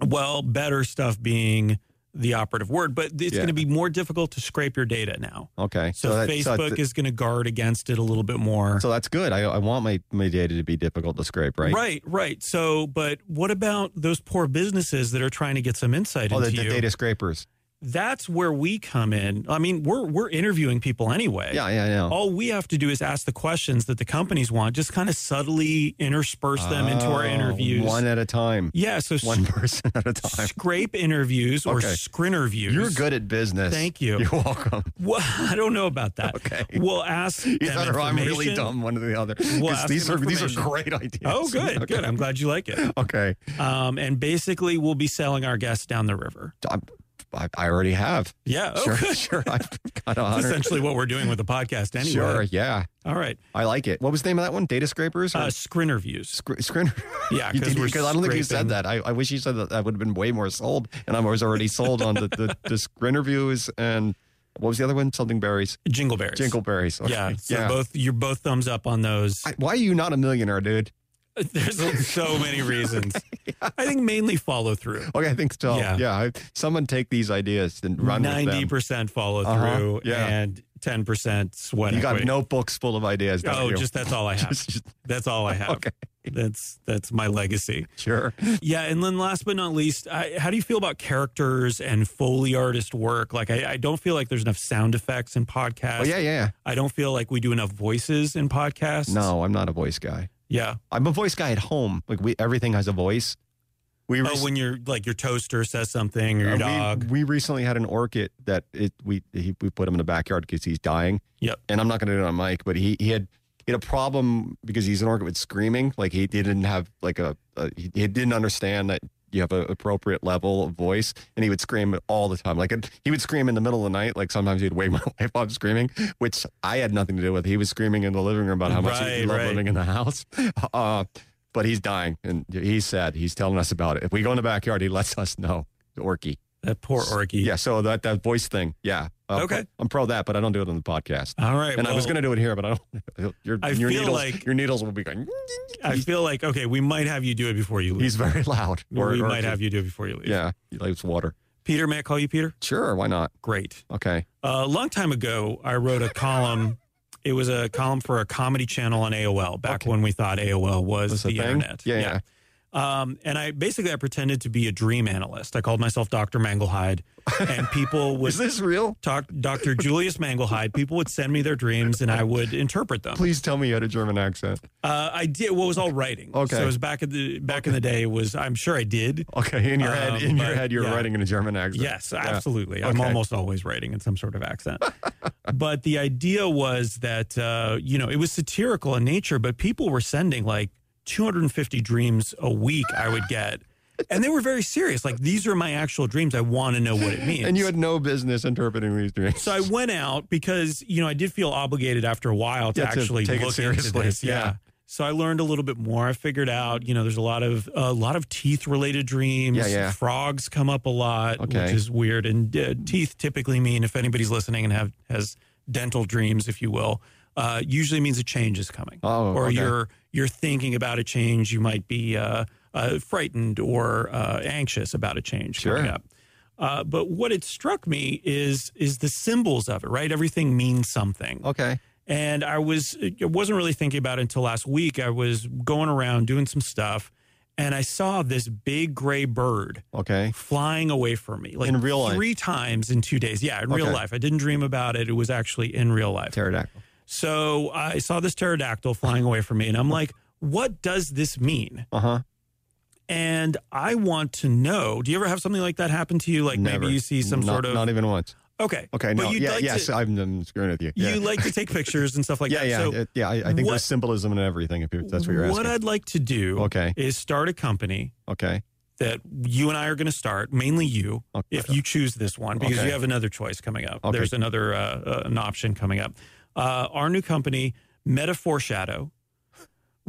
S2: Well, better stuff being the operative word, but it's
S3: Yeah.
S2: going to be more difficult to scrape your data now.
S3: Okay.
S2: So,
S3: that- so
S2: Facebook
S3: th-
S2: is going to guard against it a little bit more.
S3: So that's good. I, I want my, my data to be difficult to scrape, right?
S2: right, right. So, but what about those poor businesses that are trying to get some insight
S3: Oh, the,
S2: into
S3: the
S2: you?
S3: data scrapers.
S2: That's where we come in. I mean, we're we're interviewing people anyway.
S3: Yeah, yeah, I know.
S2: All we have to do is ask the questions that the companies want, just kind of subtly intersperse them into our
S3: Oh,
S2: interviews.
S3: One at a time.
S2: yeah, so
S3: One person at a time.
S2: s- scrape interviews or
S3: Okay.
S2: scrinner views.
S3: You're good at business.
S2: Thank you.
S3: You're welcome.
S2: Well, I don't know about that.
S3: Okay.
S2: We'll ask them
S3: Either or "Oh, I'm really
S2: information.
S3: dumb, one or the other. 'Cause
S2: Well, ask
S3: these
S2: them
S3: are these are
S2: information.
S3: great ideas.
S2: Oh, good,
S3: Okay.
S2: good. I'm glad you like it.
S3: Okay.
S2: Um, and basically, we'll be selling our guests down the river.
S3: I'm, I, I already have.
S2: Yeah. Oh,
S3: Sure,
S2: good.
S3: sure. I've got a
S2: That's
S3: hundred.
S2: essentially what we're doing with the podcast anyway.
S3: Sure, yeah,
S2: All right.
S3: I like it. What was the name of that one? Data scrapers? Or
S2: Uh, Skrinner views.
S3: scr- screen-
S2: Yeah,
S3: You
S2: because
S3: did-
S2: we're
S3: I don't think you
S2: scraping-
S3: said that. I, I wish you said that. I would have been way more sold, and I was already sold on the the, the screen reviews and what was the other one? Something berries,
S2: Jingleberries.
S3: jingle berries. Okay.
S2: Yeah. So
S3: yeah.
S2: both you're both thumbs up on those.
S3: I- why are you not a millionaire, dude?
S2: There's so many reasons. I think mainly follow through.
S3: Okay, I think so.
S2: Yeah.
S3: Yeah, I, someone take these ideas and run
S2: Ninety
S3: with them.
S2: percent follow
S3: Uh-huh,
S2: through
S3: yeah.
S2: and ten percent sweat.
S3: You got
S2: equity.
S3: notebooks full of ideas. don't
S2: Oh,
S3: you?
S2: just that's all I have.
S3: Just- just-
S2: that's all I have.
S3: okay,
S2: That's that's my legacy.
S3: sure.
S2: Yeah, and then last but not least, I, how do you feel about characters and foley artist work? Like, I, I don't feel like there's enough sound effects in podcasts.
S3: Oh yeah, yeah.
S2: I don't feel like we do enough voices in podcasts.
S3: No, I'm not a voice guy.
S2: Yeah.
S3: I'm a voice guy at home. Like we, everything has a voice. We
S2: Oh, when your like your toaster says something or your
S3: Uh, we-
S2: dog.
S3: We, recently had an orchid that it we he, we put him in the backyard because he's dying.
S2: Yep.
S3: And I'm not going to do it on mic, but he he had he had a problem because he's an orchid with screaming. Like he didn't have like a, a he, he didn't understand that you have an appropriate level of voice, and he would scream all the time. Like it, he would scream in the middle of the night. Like sometimes he'd wake my wife up screaming, which I had nothing to do with. He was screaming in the living room about how much
S2: Right,
S3: he loved
S2: right.
S3: living in the house. Uh, but he's dying, and he's sad. He's telling us about it. If we go in the backyard, he lets us know. The orky.
S2: that poor Orky.
S3: Yeah, so that that voice thing. Yeah. Uh, I'm
S2: Okay.
S3: pro- I'm pro that, but I don't do it on the podcast.
S2: All right.
S3: and I was
S2: well,
S3: going to do it here, but I don't. Your,
S2: I
S3: your
S2: feel
S3: needles,
S2: like-
S3: your needles will be going.
S2: I feel like okay, we might have you do it before you leave.
S3: He's very loud.
S2: Or we might have you do it before you leave.
S3: Yeah, he likes water.
S2: Peter, may I call you Peter?
S3: Sure, why not?
S2: Great.
S3: Okay.
S2: Uh, a long time ago, I wrote a column. It was a column for a comedy channel on AOL back
S3: Okay.
S2: when we thought AOL was
S3: That's
S2: the
S3: a thing?
S2: internet.
S3: Yeah, yeah.
S2: Um, and I basically I pretended to be a dream analyst. I called myself Dr. Manglehide, and people would
S3: Is this real?
S2: talk Dr. Julius Manglehide. People would send me their dreams, and I would interpret them.
S3: Please tell me you had a German accent.
S2: Uh, I did. Well, it was all writing.
S3: Okay.
S2: So it was back at the back in the day. It was I'm sure I did.
S3: Okay, in your
S2: Um,
S3: head, in your
S2: but,
S3: head, you're
S2: yeah.
S3: writing in a German accent.
S2: Yes, absolutely. I'm
S3: Okay.
S2: almost always writing in some sort of accent. but the idea was that, uh, you know, it was satirical in nature, but people were sending like 250 dreams a week, I would get. And they were very serious. Like, these are my actual dreams. I want to know what it means.
S3: And you had no business interpreting these dreams.
S2: so I went out because, you know, I did feel obligated after a while to
S3: Yeah, to
S2: actually
S3: take it
S2: look
S3: seriously.
S2: into this.
S3: Yeah.
S2: So I learned a little bit more. I figured out, you know, there's a lot of a lot of teeth related dreams.
S3: Yeah, yeah.
S2: Frogs come up a lot, which
S3: Okay.
S2: is weird. And uh, teeth typically mean, if anybody's listening and have has dental dreams, if you will, uh, usually means a change is coming,
S3: Oh,
S2: or
S3: okay.
S2: you're you're thinking about a change. You might be uh, uh, frightened or uh, anxious about a change
S3: Sure.
S2: coming up. Uh, but what it struck me is is the symbols of it, right? Everything means something.
S3: okay.
S2: And I was I wasn't really thinking about it until last week. I was going around doing some stuff and I saw this big gray bird
S3: Okay.
S2: flying away from me. Like
S3: In real life?
S2: three times in two days. Yeah, in real
S3: Okay.
S2: life. I didn't dream about it. It was actually in real life.
S3: Pterodactyl.
S2: So I saw this pterodactyl flying away from me and I'm like, what does this mean?
S3: Uh huh.
S2: And I want to know. Do you ever have something like that happen to you? Like maybe you see some
S3: not,
S2: sort of
S3: Not even once.
S2: Okay.
S3: Okay.
S2: But
S3: No.
S2: you'd
S3: Yeah.
S2: like
S3: yes.
S2: to,
S3: I'm, I'm screwing with you. Yeah.
S2: you like to take pictures and stuff like
S3: yeah,
S2: that.
S3: yeah,
S2: so
S3: uh, yeah. I, I think
S2: what-
S3: there's symbolism in everything. If you- that's what you're asking.
S2: What I'd like to do
S3: Okay.
S2: is start a company
S3: okay.
S2: that you and I are going to start, mainly you,
S3: Okay.
S2: if you choose this one, because
S3: Okay.
S2: you have another choice coming up.
S3: Okay.
S2: There's another uh, uh, an option coming up. Uh, our new company, Meta Foreshadow,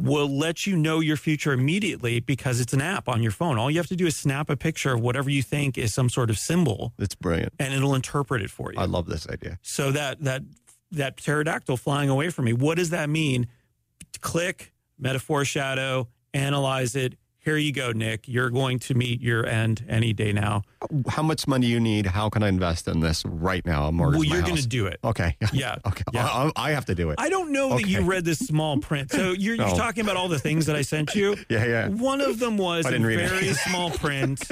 S2: will let you know your future immediately because it's an app on your phone. All you have to do is snap a picture of whatever you think is some sort of symbol,
S3: It's brilliant.
S2: and it'll interpret it for you.
S3: I love this idea.
S2: So that that that pterodactyl flying away from me, what does that mean? Click metaphor shadow, analyze it. Here you go, Nick. You're going to meet your end any day now.
S3: How much money you need? How can I invest in this right now? I'm
S2: well,
S3: mortgaging my
S2: you're going
S3: house.
S2: to do it.
S3: Okay.
S2: Yeah.
S3: Okay.
S2: Yeah.
S3: I, I I have to do it.
S2: I don't know that you
S3: Okay.
S2: read this small print. So you're, you're
S3: No.
S2: talking about all the things that I sent you.
S3: yeah. Yeah.
S2: One of them was
S3: I
S2: a
S3: didn't read it.
S2: very small print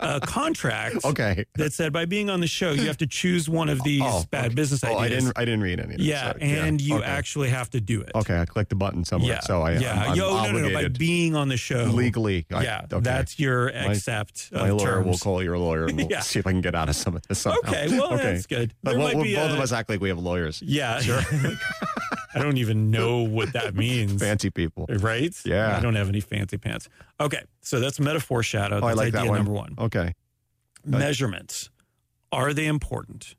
S2: uh, contract
S3: Okay.
S2: that said, by being on the show, you have to choose one of these
S3: Oh,
S2: bad
S3: okay.
S2: business
S3: Oh,
S2: ideas.
S3: I didn't. I didn't read any. Of this.
S2: yeah,
S3: Sorry.
S2: and you
S3: okay.
S2: actually have to do it.
S3: Okay. I clicked the button somewhere. So I.
S2: yeah.
S3: I'm, I'm
S2: Yo, no, no, no, by
S3: obligated
S2: being on the show
S3: legally. I,
S2: yeah,
S3: Okay.
S2: that's your accept
S3: my
S2: of
S3: lawyer
S2: terms.
S3: will call your lawyer and we'll
S2: Yeah.
S3: see if I can get out of some of this. Somehow.
S2: Okay, well
S3: Okay.
S2: that's good.
S3: But
S2: There
S3: we'll-
S2: might
S3: we'll-
S2: be
S3: both
S2: a-
S3: of us act like we have lawyers.
S2: Yeah, sure. I don't even know what that means.
S3: Fancy people.
S2: Right?
S3: Yeah.
S2: I don't have any fancy pants. Okay, so that's metaphor shadow.
S3: Oh,
S2: That's
S3: I like
S2: idea
S3: that one.
S2: number one.
S3: Okay.
S2: Measurements. Are they important?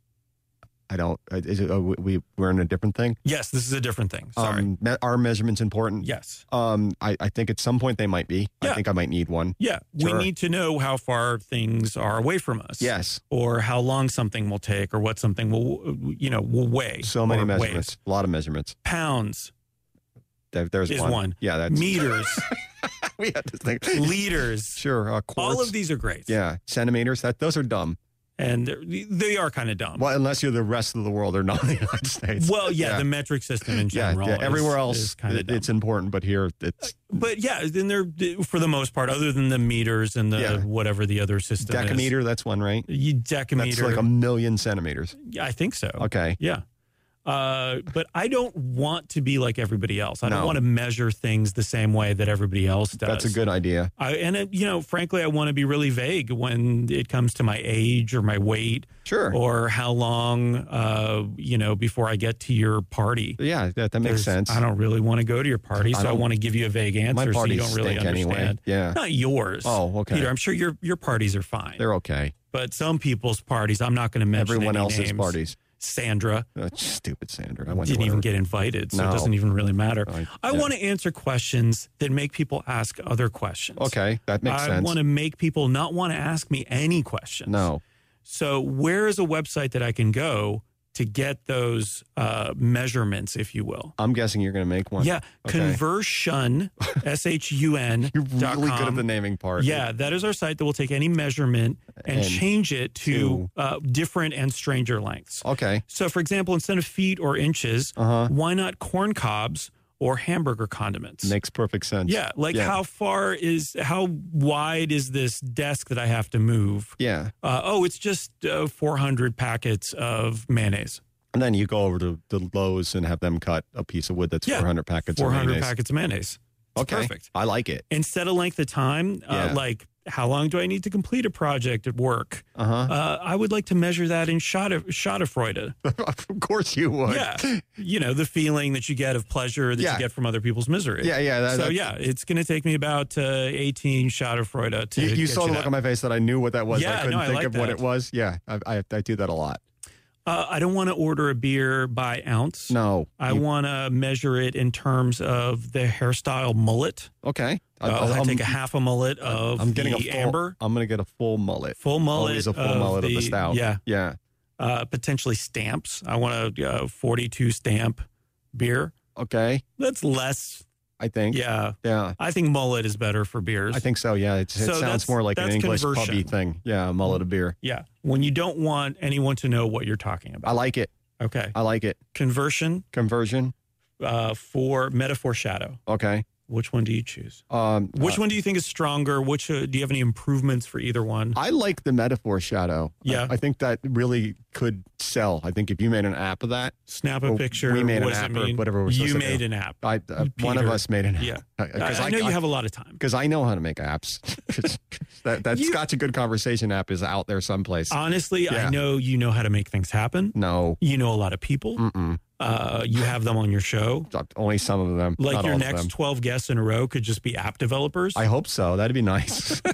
S3: I don't. Is it, oh, we we're in a different thing.
S2: Yes, this is a different thing. Sorry.
S3: Um, me- are measurements important?
S2: yes.
S3: Um, I, I think at some point they might be.
S2: Yeah.
S3: I think I might need one.
S2: Yeah.
S3: sure.
S2: We need to know how far things are away from us.
S3: Yes.
S2: Or how long something will take or what something will, you know, will weigh.
S3: So many
S2: or weight.
S3: measurements. A lot of measurements.
S2: Pounds,
S3: There, there's
S2: Is
S3: one.
S2: one.
S3: Yeah, that's
S2: meters,
S3: we had this thing.
S2: liters.
S3: Sure, uh, quarts.
S2: All of these are great.
S3: Yeah, centimeters. That those are dumb.
S2: And they're- they are kind of dumb.
S3: Well, unless you're the rest of the world or not the United States.
S2: Well, yeah,
S3: yeah.
S2: the metric system in
S3: yeah,
S2: general.
S3: yeah. Everywhere else,
S2: kind
S3: it-
S2: of
S3: it's important, but here it's
S2: But yeah, then they're for the most part, other than the meters and the
S3: Yeah.
S2: whatever the other system
S3: decameter. That's one, right?
S2: is. You- Decameter.
S3: That's like a million centimeters.
S2: Yeah, I think so.
S3: Okay.
S2: Yeah. Uh, but I don't want to be like everybody else. I don't
S3: No.
S2: want to measure things the same way that everybody else does.
S3: That's a good idea.
S2: I, and it, you know, frankly, I want to be really vague when it comes to my age or my weight
S3: Sure.
S2: or how long, uh, you know, before I get to your party.
S3: yeah, that, that
S2: There's-
S3: makes sense.
S2: I don't really want to go to your party, so
S3: I
S2: I
S3: don't-
S2: want to give you a vague
S3: My
S2: answer so you
S3: parties
S2: don't really
S3: stink
S2: understand.
S3: anyway. Yeah.
S2: Not yours.
S3: Oh, okay.
S2: Peter, I'm sure your your parties are fine.
S3: They're okay.
S2: but some people's parties, I'm not going to mention
S3: Everyone
S2: any
S3: else's
S2: names.
S3: parties.
S2: Sandra
S3: Uh, stupid Sandra. I went
S2: didn't even get invited, so it
S3: No.
S2: doesn't even really matter.
S3: I-
S2: I
S3: yeah.
S2: want to answer questions that make people ask other questions.
S3: Okay, that makes
S2: I
S3: sense.
S2: want to make people not want to ask me any questions.
S3: no.
S2: So, where is a website that I can go to get those uh, measurements, if you will?
S3: I'm guessing you're going to make one.
S2: Yeah,
S3: Okay.
S2: conversion, S H U N.
S3: You're really good at the naming part.
S2: Yeah, that is our site that will take any measurement and,
S3: And
S2: change it to,
S3: to-
S2: uh, different and stranger lengths.
S3: Okay.
S2: So, for example, instead of feet or inches,
S3: Uh huh.
S2: why not corn cobs or hamburger condiments?
S3: Makes perfect sense.
S2: yeah, like
S3: Yeah.
S2: how far is how wide is this desk that I have to move?
S3: Yeah.
S2: Uh, oh, it's just uh, 400 packets of mayonnaise.
S3: And then you go over to the Lowe's and have them cut a piece of wood that's
S2: Yeah.
S3: 400 packets
S2: 400
S3: of mayonnaise.
S2: packets of mayonnaise. It's
S3: okay.
S2: perfect.
S3: I like it.
S2: Instead of length of time, uh,
S3: Yeah.
S2: like how long do I need to complete a project at work?
S3: Uh huh.
S2: Uh, I would like to measure that in shot of Schadenfreude.
S3: of course you would.
S2: Yeah, you know the feeling that you get of pleasure that you
S3: Yeah.
S2: get from other people's misery.
S3: Yeah. yeah that-
S2: so
S3: that-
S2: yeah, it's going to take me about uh, 18 Schadenfreude to
S3: You, you
S2: get
S3: saw the
S2: you
S3: look
S2: that.
S3: on my face that I knew what that was.
S2: Yeah,
S3: I couldn't
S2: no, I
S3: think
S2: like
S3: of what
S2: that.
S3: it was. Yeah, I, I, I do that a lot.
S2: Uh, I don't want to order a beer by ounce.
S3: No,
S2: I
S3: You-
S2: want to measure it in terms of the hairstyle mullet.
S3: okay. I,
S2: Uh, I
S3: I'm-
S2: take a half a mullet of
S3: I'm getting
S2: the
S3: a full,
S2: amber,
S3: I'm going to get a full mullet.
S2: full mullet,
S3: Always a full mullet of the stout.
S2: Yeah,
S3: Yeah.
S2: uh, potentially stamps. I want a uh, 42 stamp beer.
S3: Okay.
S2: That's less.
S3: I think.
S2: Yeah,
S3: Yeah.
S2: I think mullet is better for beers.
S3: I think so. Yeah. It,
S2: So
S3: it
S2: that's-
S3: sounds more like an
S2: that's
S3: English
S2: conversion. Mm-hmm.
S3: pubby thing. Yeah. A mullet of beer.
S2: Yeah, when you don't want anyone to know what you're talking
S3: I
S2: about.
S3: like it.
S2: Okay,
S3: I like it.
S2: conversion
S3: Conversion.
S2: uh, for metaphor shadow.
S3: Okay.
S2: Which one do you choose?
S3: Um,
S2: Which
S3: uh,
S2: one do you think is stronger? Which uh, do you have any improvements for either one?
S3: I like the metaphor shadow. I-
S2: Yeah.
S3: I, think that really could sell. I think if you made an app of that,
S2: Snap a
S3: Well,
S2: picture.
S3: Oh, we made an
S2: what does it
S3: app or
S2: mean?
S3: whatever we're
S2: you
S3: supposed to
S2: made
S3: do. Uh,
S2: an app.
S3: I, uh, one of
S2: Peter.
S3: us made an app.
S2: Yeah, I,
S3: Because
S2: I know you have a lot of time.
S3: because I know how to make apps. 'Cause that that
S2: You- Uh,
S3: Scotch a good conversation app is out there someplace.
S2: Honestly, I
S3: Yeah.
S2: know you know how to make things happen.
S3: no,
S2: You know a lot of people.
S3: Mm-mm.
S2: Uh, you have them on your show.
S3: only some of them.
S2: Like
S3: not
S2: your
S3: all of
S2: next
S3: them.
S2: twelve guests in a row could just be app developers.
S3: I hope so. That'd be nice.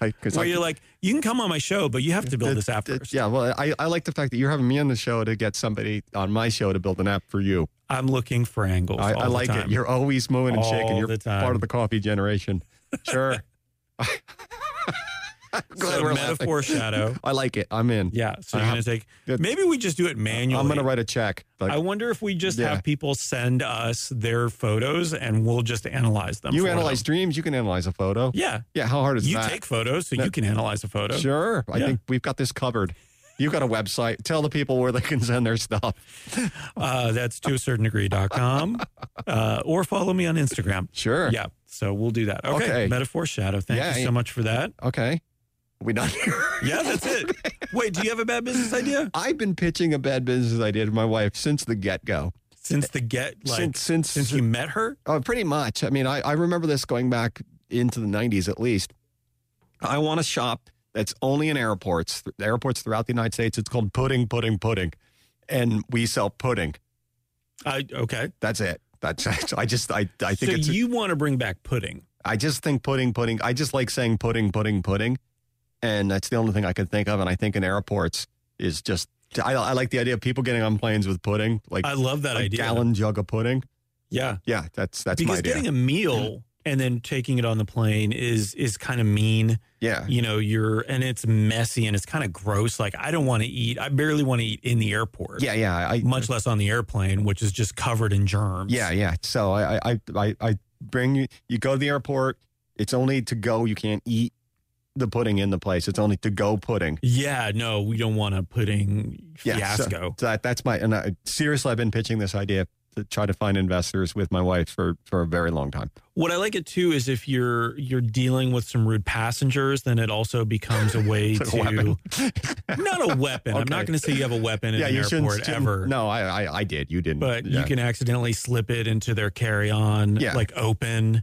S3: I, 'cause
S2: where
S3: I-
S2: you're like, you can come on my show, but you have to build this app
S3: it-
S2: first.
S3: yeah, well, I, I like the fact that you're having me on the show to get somebody on my show to build an app for you.
S2: I'm looking for angles.
S3: I,
S2: all
S3: I
S2: the
S3: like it.
S2: time.
S3: You're always moving and shaking.
S2: All
S3: You're
S2: the time.
S3: part of the coffee generation. Sure. I'm glad
S2: so
S3: we're laughing.
S2: metaphor shadow.
S3: I like it. I'm in.
S2: Yeah. So you're
S3: Uh,
S2: gonna take.
S3: good.
S2: Maybe we just do it manually.
S3: I'm going to write a check. Like,
S2: I wonder if we just
S3: Yeah.
S2: have people send us their photos and we'll just analyze them.
S3: you
S2: for
S3: analyze
S2: them.
S3: dreams. You can analyze a photo.
S2: Yeah.
S3: Yeah, how hard is
S2: You
S3: that?
S2: take photos, so
S3: No.
S2: you can analyze a photo.
S3: Sure. I
S2: Yeah.
S3: think we've got this covered. You've got a website. Tell the people where they can send their stuff.
S2: Uh, that's to a certain degree.com uh, or follow me on Instagram.
S3: Sure.
S2: Yeah. So we'll do that. Okay.
S3: Okay.
S2: Metaphor shadow. Thank
S3: Yeah,
S2: you
S3: yeah.
S2: so much for that.
S3: Okay. We done here.
S2: Yeah, that's it. Wait, do you have a bad business idea?
S3: I've been pitching a bad business idea to my wife since the get go.
S2: Since the get, like,
S3: since
S2: since,
S3: since,
S2: you met her?
S3: oh, pretty much. I mean, I, I remember this going back into the '90s at least. I want a shop that's only in airports, th- airports throughout the United States. It's called Pudding, Pudding, Pudding, and we sell pudding.
S2: I Okay.
S3: That's it. That's I just I I think
S2: so
S3: it's
S2: you want to bring back pudding.
S3: I just think pudding, pudding. I just like saying pudding, pudding, pudding. And that's the only thing I could think of. And I think in airports is just, I, I like the idea of people getting on planes with pudding, like
S2: I love that
S3: a
S2: idea.
S3: gallon jug of pudding.
S2: yeah,
S3: Yeah, that's that's my
S2: because
S3: idea.
S2: getting a meal and then taking it on the plane is is kind of mean.
S3: yeah,
S2: You know, you're and it's messy and it's kind of gross. Like I don't want to eat. I barely want to eat in the airport.
S3: yeah, yeah. I,
S2: much less on the airplane, which is just covered in germs.
S3: Yeah, yeah. So I, I, I, I bring you. You go to the airport. It's only to go. You can't eat the pudding in the place. It's only to go pudding.
S2: Yeah, no, we don't want a pudding
S3: Yeah, so-
S2: fiasco.
S3: So that, that's my. And I, seriously, I've been pitching this idea to try to find investors with my wife for for a very long time.
S2: What I like it too is if you're you're dealing with some rude passengers, then it also becomes a way
S3: It's
S2: to
S3: like a weapon.
S2: not a weapon. I'm not
S3: Okay.
S2: going to say you have a weapon in
S3: yeah,
S2: an
S3: you shouldn't,
S2: airport
S3: shouldn't-
S2: ever,
S3: No, I, I, I did. You didn't.
S2: but
S3: Yeah.
S2: you can accidentally slip it into their carry on,
S3: Yeah.
S2: like open,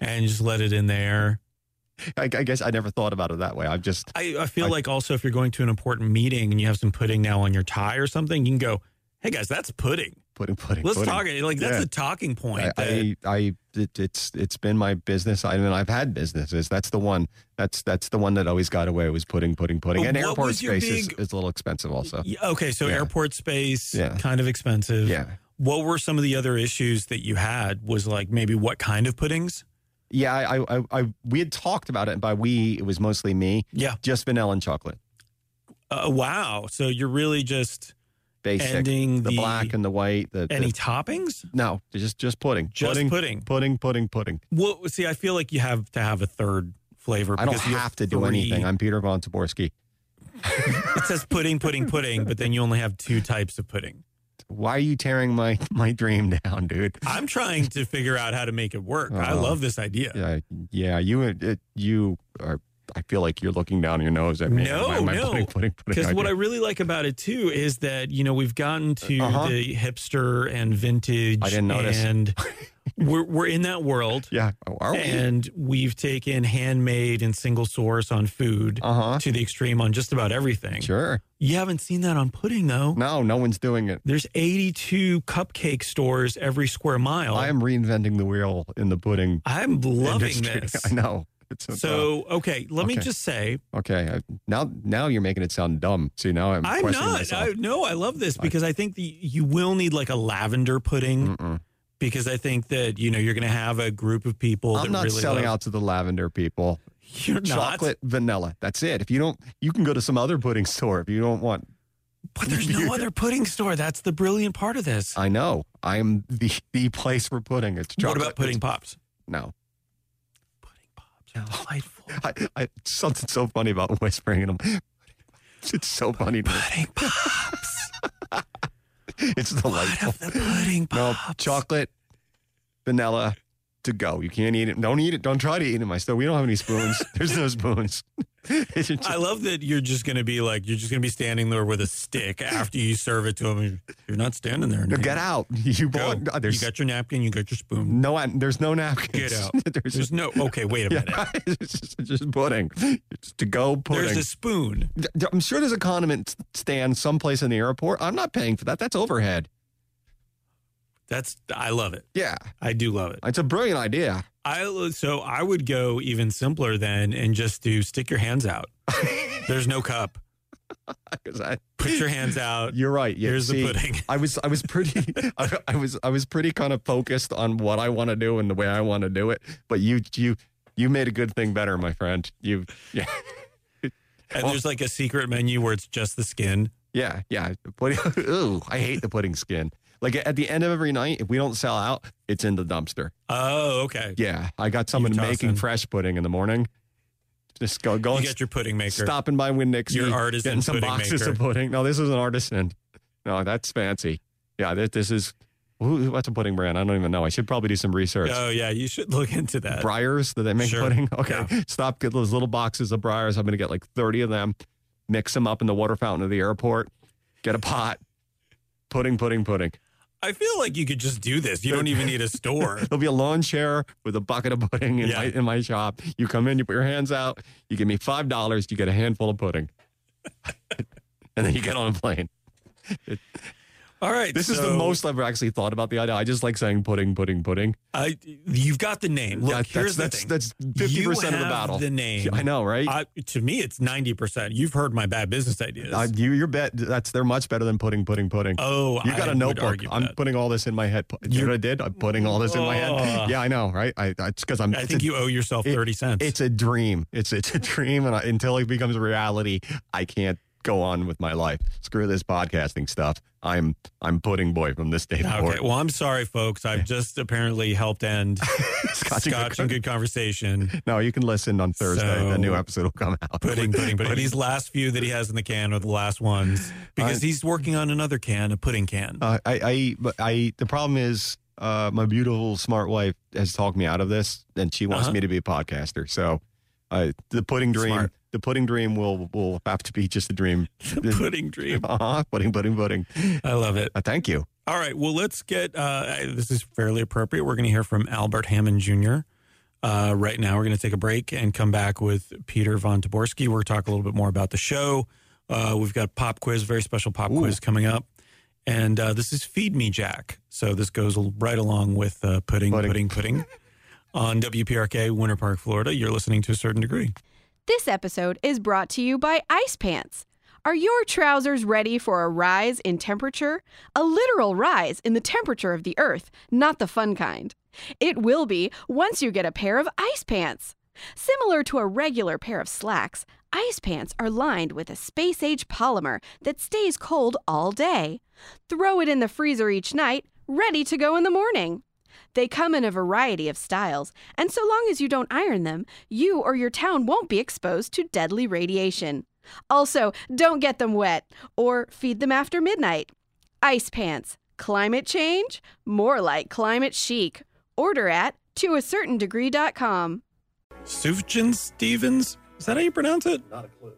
S2: and just let it in there.
S3: I, I guess I never thought about it that way. I've just.
S2: I, I feel
S3: I-
S2: like also if you're going to an important meeting and you have some pudding now on your tie or something, you can go, "Hey guys, that's pudding.
S3: Pudding, pudding,
S2: Let's
S3: pudding.
S2: talk." Like that's
S3: Yeah.
S2: a talking point.
S3: I,
S2: that-
S3: I, I it, it's it's been my business. I mean, I've had businesses. That's the one. That's that's the one that always got away was pudding, pudding, pudding.
S2: But
S3: And
S2: what
S3: airport
S2: was your
S3: space is,
S2: big-
S3: is a little expensive, also.
S2: Y- Okay, so
S3: Yeah.
S2: airport space,
S3: Yeah.
S2: kind of expensive.
S3: Yeah,
S2: What were some of the other issues that you had? Was like maybe what kind of puddings?
S3: yeah. I, I, I, we had talked about it. And by we, it was mostly me.
S2: Yeah.
S3: Just vanilla and chocolate,
S2: Uh, wow. So you're really just
S3: basic.
S2: ending
S3: the,
S2: the,
S3: black and the white. The, the-
S2: any toppings?
S3: no, just just pudding,
S2: Just
S3: pudding,
S2: pudding.
S3: pudding, pudding, pudding.
S2: Well, see, I feel like you have to have a third flavor.
S3: I don't
S2: because you
S3: have to do
S2: three-
S3: anything. I'm Peter von Taborski.
S2: it says pudding, pudding, pudding, but then you only have two types of pudding.
S3: Why are you tearing my my dream down, dude?
S2: I'm trying to figure out how to make it work. I
S3: Oh.
S2: love this idea.
S3: Yeah, yeah. You, it, you are. I feel like you're looking down your nose at me.
S2: No,
S3: Am I- am I
S2: no.
S3: putting- putting- putting
S2: Because what I
S3: idea?
S2: really like about it too is that you know we've gotten to
S3: Uh-huh.
S2: the hipster and vintage.
S3: I didn't notice.
S2: and we're we're in that world,
S3: yeah, Oh, are we?
S2: and we've taken handmade and single source on food
S3: Uh huh.
S2: to the extreme on just about everything.
S3: Sure.
S2: You haven't seen that on pudding though.
S3: No, no one's doing it.
S2: There's 82 cupcake stores every square mile.
S3: I am reinventing the wheel in the pudding
S2: I'm loving
S3: industry.
S2: this.
S3: I know. It's
S2: So okay, let me
S3: Okay.
S2: just say
S3: uh, okay. I- Now, now you're making it sound dumb. See, now I'm,
S2: I'm
S3: questioning
S2: not.
S3: myself.
S2: I, no, I love this
S3: I-
S2: because I think the, you will need like a lavender pudding.
S3: Mm-mm.
S2: because I think that you know you're going to have a group of people.
S3: I'm
S2: that
S3: not
S2: really
S3: selling
S2: love-
S3: out to the lavender people.
S2: You're
S3: Chocolate, vanilla. That's it. If you don't, you can go to some other pudding store if you don't want
S2: not, but there's no other pudding store. That's the brilliant part of this.
S3: I know. I am the the place for pudding. It's chocolate.
S2: what about pudding pops?
S3: No.
S2: Pudding pops, are delightful.
S3: I, I, something so funny about whispering in them. It's so funny. To me.
S2: pudding pops.
S3: It's
S2: what
S3: delightful.
S2: of the pudding
S3: No
S2: pops?
S3: chocolate, vanilla, to go. You can't eat it. Don't eat it. Don't try to eat it. My still. We don't have any spoons. There's no spoons. It's just-
S2: I love that you're just going to be like you're just going to be standing there with a stick after you serve it to them. You're not standing there.
S3: no,
S2: man.
S3: get out. You
S2: Go.
S3: bought. uh,
S2: You
S3: There's
S2: got your napkin. You got your spoon.
S3: no. uh, There's no napkins.
S2: Get out.
S3: there's,
S2: There's no. Okay, wait a
S3: yeah,
S2: minute.
S3: it's just, it's just pudding. It's to go pudding.
S2: There's a spoon.
S3: I'm sure there's a condiment stand someplace in the airport. I'm not paying for that. That's overhead.
S2: That's. I love it.
S3: Yeah,
S2: I do love it.
S3: it's a brilliant idea.
S2: I so I would go even simpler then and just do stick your hands out. There's no cup.
S3: 'Cause I-
S2: Put your hands out.
S3: You're right. Yeah,
S2: Uh, Here's
S3: see,
S2: the pudding.
S3: I was I was pretty I, I was I was pretty kind of focused on what I want to do and the way I want to do it. But you you you made a good thing better, my friend. You yeah
S2: And there's like a secret menu where it's just the skin.
S3: yeah yeah. Pudding, ooh, I hate the pudding skin. Like at the end of every night, if we don't sell out, it's in the dumpster.
S2: Oh, okay.
S3: Yeah, I got someone
S2: Utah
S3: making
S2: sin.
S3: fresh pudding in the morning. Just go go
S2: You
S3: and
S2: got your pudding maker.
S3: stopping by Windex.
S2: Your artisan
S3: getting some
S2: pudding
S3: boxes
S2: maker.
S3: of pudding. No, this is an artisan. No, that's fancy. Yeah, this, this is. Who, what's a pudding brand? I don't even know. I should probably do some research.
S2: Oh yeah, you should look into that.
S3: Briars, do they make
S2: Sure.
S3: pudding? Okay, stop. Get those little boxes of Briars. I'm going to get like 30 of them. Mix them up in the water fountain of the airport. Get a pot. Pudding, pudding, pudding.
S2: I feel like you could just do this. You don't even need a store.
S3: There'll be a lawn chair with a bucket of pudding in,
S2: Yeah.
S3: my, in my shop. You come in, you put your hands out, you give me five dollars, you get a handful of pudding, and then you get on a plane.
S2: All right.
S3: This is the
S2: so
S3: most I've ever actually thought about the idea. I just like saying pudding, pudding, pudding.
S2: I, you've got the name. Look,
S3: That-
S2: here's
S3: that's,
S2: the thing.
S3: that's, that's 50%
S2: You
S3: of the
S2: have
S3: battle.
S2: The name.
S3: I know, right?
S2: I, to me, it's ninety percent. You've heard my bad business ideas.
S3: I, you, your bet, that's, they're much better than pudding, pudding, pudding.
S2: oh,
S3: You got
S2: I
S3: a
S2: would
S3: notebook.
S2: argue
S3: I'm
S2: that.
S3: putting all this in my head. You know
S2: You're-
S3: what I did? I'm putting all this in my
S2: Oh.
S3: head. Yeah, I know, right? I, I it's because I'm.
S2: I
S3: it's
S2: think
S3: a,
S2: you owe yourself
S3: it-
S2: thirty cents.
S3: It's a dream. It's it's a dream, and I, until it becomes a reality, I can't go on with my life. Screw this podcasting stuff. I'm I'm pudding boy from this day forward.
S2: okay. Well, I'm sorry, folks. I've just apparently helped end
S3: Scotch and
S2: Scotch
S3: Cook-
S2: and good conversation.
S3: No, you can listen on Thursday.
S2: So-
S3: the new episode will come out.
S2: pudding, pudding, pudding. These last few that he has in the can are the last ones because he's working on another can, a pudding can.
S3: Uh, I, I eat, but I eat. The problem is, uh, my beautiful, smart wife has talked me out of this, and she wants
S2: Uh-huh.
S3: me to be a podcaster. So, uh, the pudding dream,
S2: Smart.
S3: the pudding dream will will have to be just a dream.
S2: The pudding dream.
S3: Uh-huh, pudding, pudding, pudding.
S2: I love it.
S3: Uh, thank you.
S2: All right. Well, let's get uh, this is fairly appropriate. We're going to hear from Albert Hammond Jr. Uh, right now, we're going to take a break and come back with Peter von Taborski. We're going to talk a little bit more about the show. Uh, we've got pop quiz, very special pop
S3: Ooh.
S2: quiz coming up. And uh, this is Feed Me Jack. So this goes al- right along with uh, pudding, pudding,
S3: Pudding.
S2: pudding on WPRK, Winter Park, Florida. You're listening to a certain degree.
S6: This episode is brought to you by Ice Pants. Are your trousers ready for a rise in temperature? A literal rise in the temperature of the earth, not the fun kind. It will be once you get a pair of ice pants. Similar to a regular pair of slacks, ice pants are lined with a space age polymer that stays cold all day. Throw it in the freezer each night, ready to go in the morning. They come in a variety of styles, and so long as you don't iron them, you or your town won't be exposed to deadly radiation. Also, don't get them wet or feed them after midnight. Ice pants. Climate change? More like climate chic. Order at toacertaindegree.com.
S2: Sufjan Stevens? Is that how you pronounce it? Not a clue.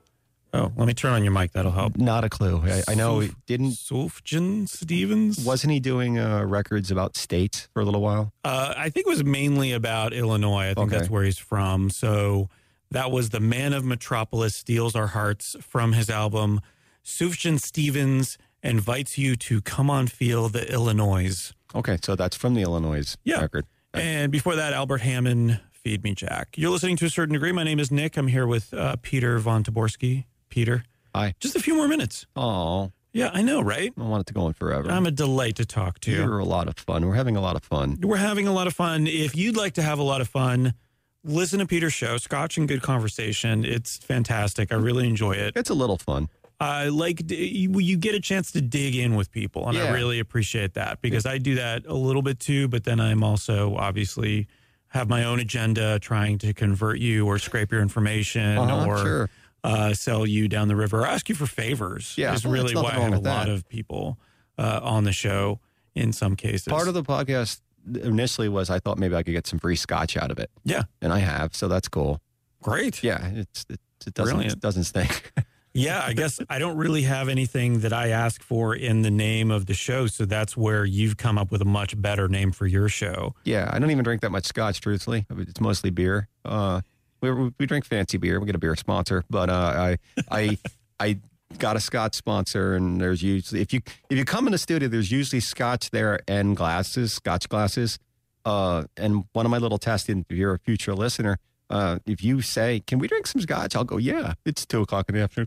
S2: Oh, let me turn on your mic. That'll help.
S3: Oh, Not a clue. I, I know
S2: Suf-
S3: it didn't.
S2: Sufjan Stevens?
S3: Wasn't he doing uh, records about states for a little while?
S2: Uh, I think it was mainly about Illinois. I think
S3: Okay.
S2: that's where he's from. So that was the Man of Metropolis steals our hearts from his album. Sufjan Stevens invites you to come on feel the Illinois.
S3: Okay, so that's from the Illinois
S2: Yeah.
S3: record. Right.
S2: And before that, Albert Hammond, Feed Me Jack. You're listening to a certain degree. My name is Nick. I'm here with uh, Peter von Taborski. Peter,
S3: Hi.
S2: just a few more minutes.
S3: Oh,
S2: Yeah, I know, right?
S3: I want it to go on forever.
S2: I'm a delight to talk to.
S3: You're a lot of fun. We're having a lot of fun.
S2: We're having a lot of fun. If you'd like to have a lot of fun, listen to Peter's show, Scotch and Good Conversation. It's fantastic. I really enjoy it.
S3: It's a little fun.
S2: I like d- you, you get a chance to dig in with people, and I
S3: Yeah.
S2: really appreciate that because I do that a little bit too. But then I'm also obviously have my own agenda, trying to convert you or scrape your information
S3: Uh-huh,
S2: or
S3: sure.
S2: uh, sell you down the river or ask you for favors.
S3: Yeah,
S2: is
S3: well,
S2: really
S3: there's
S2: why I
S3: nothing
S2: have
S3: wrong
S2: a
S3: with
S2: lot
S3: that.
S2: of people uh, on the show in some cases.
S3: Part of the podcast initially was I thought maybe I could get some free scotch out of it.
S2: Yeah.
S3: And I have, so that's cool.
S2: great.
S3: Yeah, it's it, it doesn't
S2: Brilliant.
S3: it doesn't stink.
S2: Yeah, I guess I don't really have anything that I ask for in the name of the show. So that's where you've come up with a much better name for your show.
S3: yeah, I don't even drink that much scotch. Truthfully, I mean, it's mostly beer. Uh, we we drink fancy beer. We get a beer sponsor, but uh, I I I got a scotch sponsor, and there's usually if you if you come in the studio, there's usually scotch there and glasses, scotch glasses. Uh, and one of my little tests, and if you're a future listener, uh, if you say, "Can we drink some scotch?" I'll go, "Yeah, it's two o'clock in the afternoon,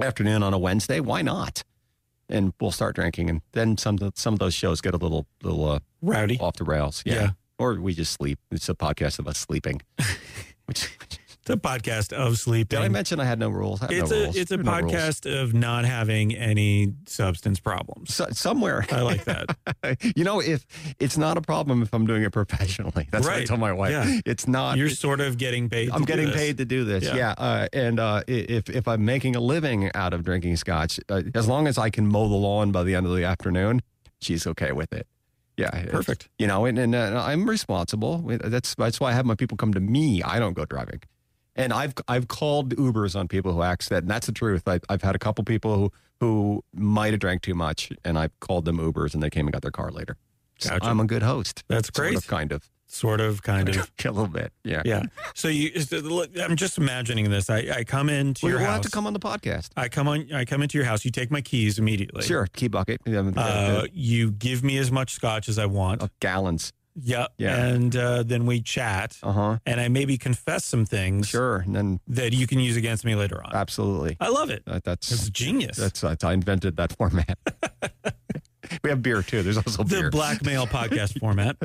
S3: afternoon on a Wednesday. Why not?" And we'll start drinking, and then some of the- some of those shows get a little little uh,
S2: Rowdy.
S3: off the rails. Yeah.
S2: Yeah.
S3: Or we just sleep. It's a podcast of us sleeping. Which
S2: It's a podcast of sleeping.
S3: did I mention I had no rules? I have
S2: it's
S3: no
S2: a
S3: rules.
S2: it's a
S3: There are no rules.
S2: podcast of not having any substance problems.
S3: So, somewhere,
S2: I like that.
S3: you know, if it's not a problem if I'm doing it professionally, that's what
S2: Right.
S3: I tell my wife.
S2: Yeah.
S3: It's not.
S2: You're sort of getting paid. to
S3: I'm
S2: do
S3: getting
S2: this.
S3: paid to do this.
S2: Yeah.
S3: Yeah. Uh, and uh, i- if if I'm making a living out of drinking scotch, uh, as long as I can mow the lawn by the end of the afternoon, she's okay with it. Yeah. it's-
S2: Perfect.
S3: You know, and, and uh, I'm responsible. That's that's why I have my people come to me. I don't go driving. And I've I've called Ubers on people who act that, and that's the truth. I, I've had a couple people who who might have drank too much, and I've called them Ubers, and they came and got their car later. So
S2: Gotcha.
S3: I'm a good host.
S2: That's
S3: sort
S2: great.
S3: of, kind of.
S2: sort of, kind of.
S3: a little bit. Yeah.
S2: Yeah. So you, is the- look, I'm just imagining this. I, I come into
S3: Well,
S2: your
S3: you'll
S2: house.
S3: have to come on the podcast.
S2: I come on. I come into your house. You take my keys immediately.
S3: sure. Key bucket. Yeah,
S2: Uh, you give me as much scotch as I want.
S3: uh, gallons.
S2: Yep.
S3: Yeah.
S2: And uh, then we chat,
S3: Uh huh.
S2: and I maybe confess some things
S3: Sure. And then
S2: that you can use against me later on.
S3: absolutely.
S2: I love it.
S3: That,
S2: It's
S3: that's,
S2: genius.
S3: that's that's I invented that format. we have beer too. There's also
S2: the
S3: beer.
S2: blackmail podcast format.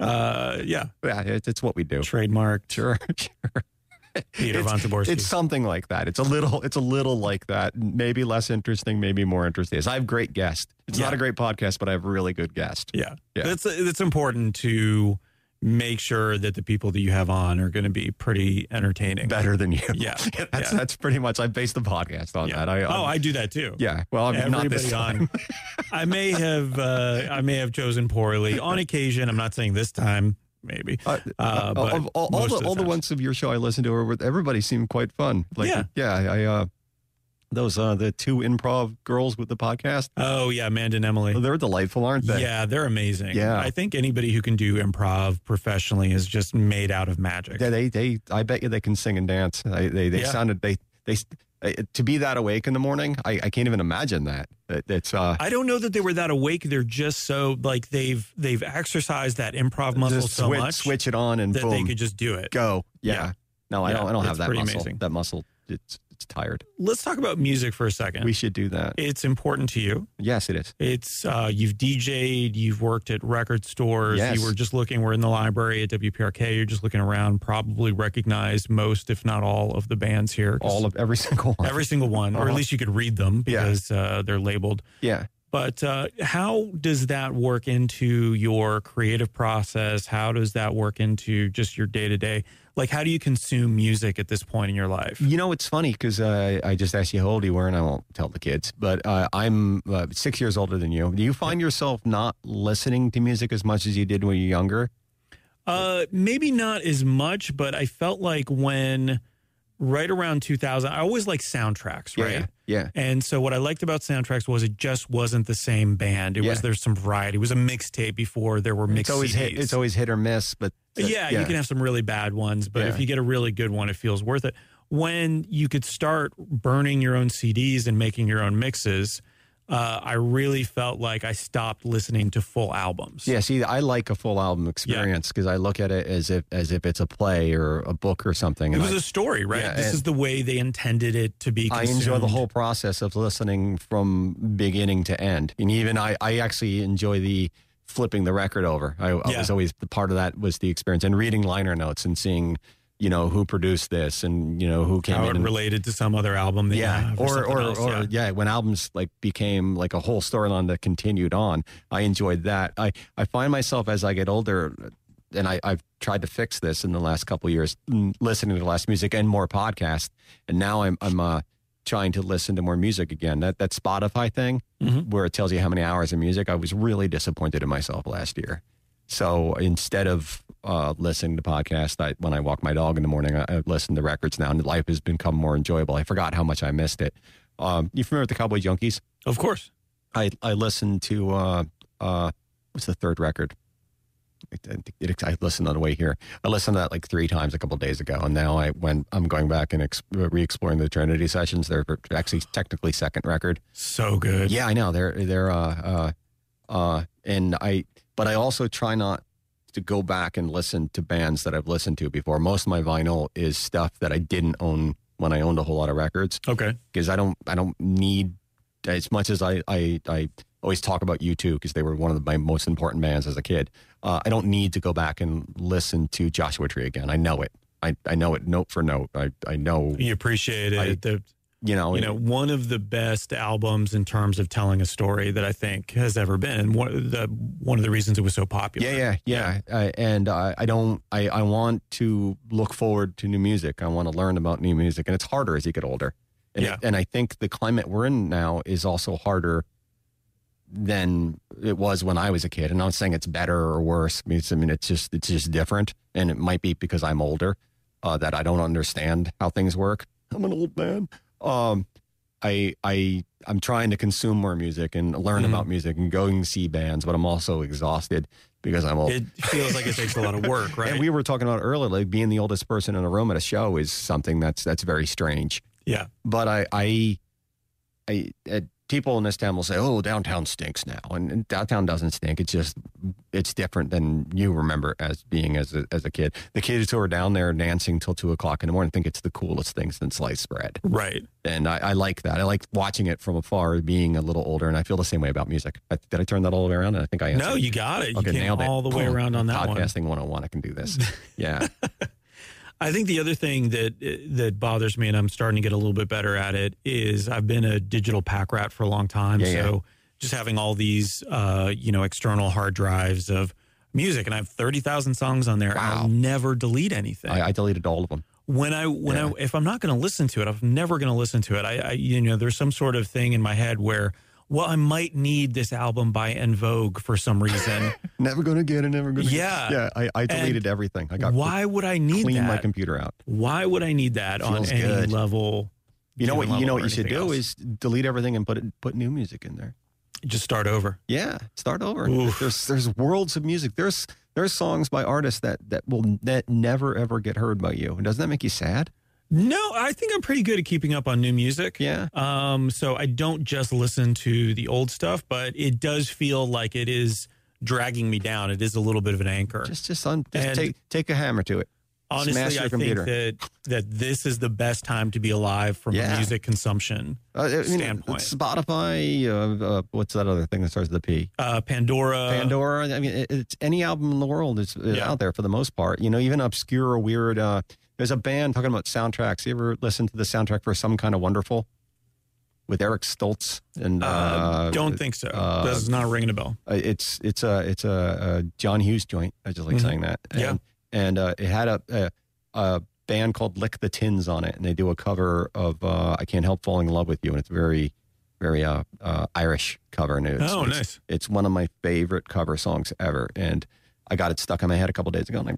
S2: Uh, yeah,
S3: Yeah, it's, it's what we do.
S2: trademarked.
S3: Sure. sure.
S2: Peter
S3: It's-
S2: von Taborski.
S3: It's something like that. It's a little. It's a little like that. Maybe less interesting. Maybe more interesting. I have great guests. It's not
S2: Yeah.
S3: a great podcast, but I have a really good guest.
S2: Yeah.
S3: Yeah.
S2: That's it's important to make sure that the people that you have on are going to be pretty entertaining.
S3: Better than you.
S2: Yeah.
S3: that's
S2: Yeah.
S3: that's pretty much. I based the podcast on
S2: Yeah.
S3: that. I,
S2: oh, I do that too.
S3: yeah. Well, I'm not this
S2: Everybody
S3: time.
S2: on. I may have uh, I may have chosen poorly on occasion. I'm not saying this time, maybe.
S3: Uh,
S2: Uh, but
S3: of all, all
S2: most
S3: the,
S2: of the
S3: all the
S2: times.
S3: ones of your show I listened to, are with everybody seemed quite fun. Like,
S2: Yeah.
S3: I uh, those uh, the two improv girls with the podcast,
S2: Oh yeah, Amanda and Emily.
S3: they're delightful, aren't they?
S2: yeah, they're amazing.
S3: Yeah.
S2: I think anybody who can do improv professionally is just made out of magic.
S3: Yeah, they they. I bet you they can sing and dance. They they, they
S2: Yeah.
S3: sounded they they uh, to be that awake in the morning. I, I can't even imagine that. It, it's uh,
S2: I don't know that they were that awake. They're just so like they've they've exercised that improv muscle
S3: just
S2: so
S3: switch,
S2: much
S3: switch it on and
S2: that
S3: boom,
S2: they could just do it.
S3: go. Yeah.
S2: Yeah.
S3: No, I
S2: Yeah,
S3: don't. I don't have
S2: it's
S3: that
S2: pretty
S3: muscle.
S2: amazing.
S3: That muscle, it's it's tired.
S2: Let's talk about music for a second.
S3: We should do that.
S2: it's important to you.
S3: yes, it is.
S2: It's uh, you've DJ'd, you've worked at record stores.
S3: Yes.
S2: You were just looking. We're in the library at WPRK. You're just looking around. Probably recognized most, if not all, of the bands here. 'cause
S3: All of every single one.
S2: every single one, or at
S3: Uh-huh.
S2: least you could read them
S3: Yeah.
S2: because uh, they're labeled.
S3: yeah.
S2: But uh, how does that work into your creative process? How does that work into just your day to day? Like, how do you consume music at this point in your life?
S3: You know, it's funny because uh, I just asked you how old you were, and I won't tell the kids, but uh, I'm uh, six years older than you. Do you find yourself not listening to music as much as you did when you were younger?
S2: Uh, maybe not as much, but I felt like when right around 2000, I always like soundtracks, right?
S3: Yeah.
S2: And so what I liked about soundtracks was it just wasn't the same band. It was
S3: Yeah.
S2: there's some variety. It was a mixtape before there were mixed
S3: It's always hit.
S2: CDs.
S3: It's always hit or miss, but uh,
S2: yeah, you can have some really bad ones, but if
S3: Yeah.
S2: you get a really good one, it feels worth it. When you could start burning your own CDs and making your own mixes, uh, I really felt like I stopped listening to full albums.
S3: Yeah, see, I like a full album experience because I look at it as if as if it's a play or a book or something.
S2: It
S3: and
S2: was
S3: I-
S2: a story, right?
S3: Yeah,
S2: this
S3: and-
S2: is the way they intended it to be.
S3: I
S2: Consumed.
S3: enjoy the whole process of listening from beginning to end. And even I, I actually enjoy the flipping the record over. I, I
S2: Yeah.
S3: was always the part of that was the experience and reading liner notes and seeing, you know, who produced this and, you know, who came
S2: how
S3: in.
S2: it
S3: and-
S2: related to some other album. That you
S3: yeah.
S2: have
S3: Or,
S2: something
S3: or,
S2: else,
S3: or,
S2: yeah.
S3: yeah. when albums like became like a whole storyline that continued on, I enjoyed that. I, I find myself as I get older, and I, I've tried to fix this in the last couple of years, n- listening to less music and more podcasts. And now I'm, I'm, uh, trying to listen to more music again. That that Spotify thing
S2: Mhm.
S3: where it tells you how many hours of music, I was really disappointed in myself last year. So instead of uh, listening to podcasts, I, when I walk my dog in the morning, I, I listen to records now, and life has become more enjoyable. I forgot how much I missed it. Um, you familiar with the Cowboy Junkies?
S2: Of course,
S3: I I listened to uh, uh, what's the third record? I, I think it, I listened on the way here. I listened to that like three times a couple days ago, and now I when I'm going back and ex- re-exploring the Trinity sessions. They're actually technically second record.
S2: so good.
S3: Yeah, I know they're they're uh, uh, uh, and I but I also try not to go back and listen to bands that I've listened to before. Most of my vinyl is stuff that I didn't own when I owned a whole lot of records
S2: Okay.
S3: because I don't I don't need as much as I I, I always talk about U two because they were one of my most important bands as a kid. Uh, I don't need to go back and listen to Joshua Tree again. I know it. I, I know it note for note. I I know
S2: You appreciate it.
S3: I-
S2: the,
S3: you know
S2: you know, one of the best albums in terms of telling a story that I think has ever been. One, the, one of the reasons it was so popular.
S3: Yeah, yeah, yeah. I, and I, I don't. I, I want to look forward to new music. I want to learn about new music, and it's harder as you get older. And,
S2: Yeah.
S3: and I think the climate we're in now is also harder than it was when I was a kid. And I'm not saying it's better or worse. I mean, it's, I mean, it's just it's just different, and it might be because I'm older uh, that I don't understand how things work. I'm an old man. Um, I I I'm trying to consume more music and learn
S2: Mhm.
S3: about music and go and see bands, but I'm also exhausted because I'm old.
S2: It feels like it takes a lot of work, right?
S3: And we were talking about earlier, like being the oldest person in a room at a show is something that's that's very strange.
S2: yeah.
S3: But I, I, I uh, people in this town will say, "Oh, downtown stinks now," and, and downtown doesn't stink. It's just it's different than you remember as being as a, as a kid. The kids who are down there dancing till two o'clock in the morning think it's the coolest thing since sliced bread,
S2: Right.
S3: and I, I like that. I like watching it from afar, being a little older, and I feel the same way about music. I, did I turn that all the way around? I think I
S2: No,
S3: answered.
S2: you got it. You
S3: Okay,
S2: came
S3: nailed it.
S2: all the way
S3: Boom.
S2: around on that one.
S3: Podcasting 101, I can do this. Yeah.
S2: I think the other thing that that bothers me, and I'm starting to get a little bit better at it, is I've been a digital pack rat for a long time.
S3: Yeah,
S2: so just having all these, uh, you know, external hard drives of music, and I have thirty thousand songs on there.
S3: Wow.
S2: I'll never delete anything.
S3: I, I deleted all of them.
S2: when I when I if I'm not going to listen to it, I'm never going to listen to it. I, I you know there's some sort of thing in my head where well I might need this album by En Vogue for some reason.
S3: Never going to get it. Never going to.
S2: Yeah.
S3: Yeah. I, I deleted
S2: And
S3: everything. I got why
S2: Why would I need
S3: cleaned my
S2: that?
S3: computer out.
S2: Why would I need that on
S3: Feels
S2: any
S3: good.
S2: level?
S3: You know
S2: Human
S3: what?
S2: level
S3: You know
S2: or
S3: what you should
S2: anything
S3: do
S2: else.
S3: is delete everything and put it, put new music in there.
S2: Just start over.
S3: Yeah. Start over.
S2: Oof.
S3: There's there's worlds of music. There's there's songs by artists that that will that never ever get heard by you. And doesn't that make you sad?
S2: No, I think I'm pretty good at keeping up on new music.
S3: Yeah.
S2: Um, so I don't just listen to the old stuff, but it does feel like it is dragging me down. It is a little bit of an anchor.
S3: Just just, un, just
S2: And-
S3: take take a hammer to it.
S2: Honestly,
S3: smash your
S2: I
S3: computer.
S2: think that that this is the best time to be alive from a
S3: Yeah.
S2: music consumption
S3: Uh, I mean,
S2: standpoint.
S3: Spotify. Uh, uh, what's that other thing that starts with a P?
S2: Uh, Pandora,
S3: Pandora. I mean, it, it's any album in the world is, is
S2: Yeah.
S3: out there for the most part. You know, even obscure or weird. Uh, there's a band talking about soundtracks. You ever listen to the soundtrack for Some Kind of Wonderful with Eric Stoltz? And
S2: Uh,
S3: uh,
S2: don't think so.
S3: uh,
S2: this is not ringing a bell.
S3: uh, it's it's a it's a, a John Hughes joint. I just like
S2: Mhm.
S3: saying that. And,
S2: Yeah.
S3: and uh, it had a, a a band called Lick the Tins on it, and they do a cover of uh, I Can't Help Falling in Love with You, and it's very very uh, uh, Irish cover, and it's,
S2: Oh,
S3: it's-
S2: nice.
S3: It's one of my favorite cover songs ever, and I got it stuck in my head a couple days ago, and I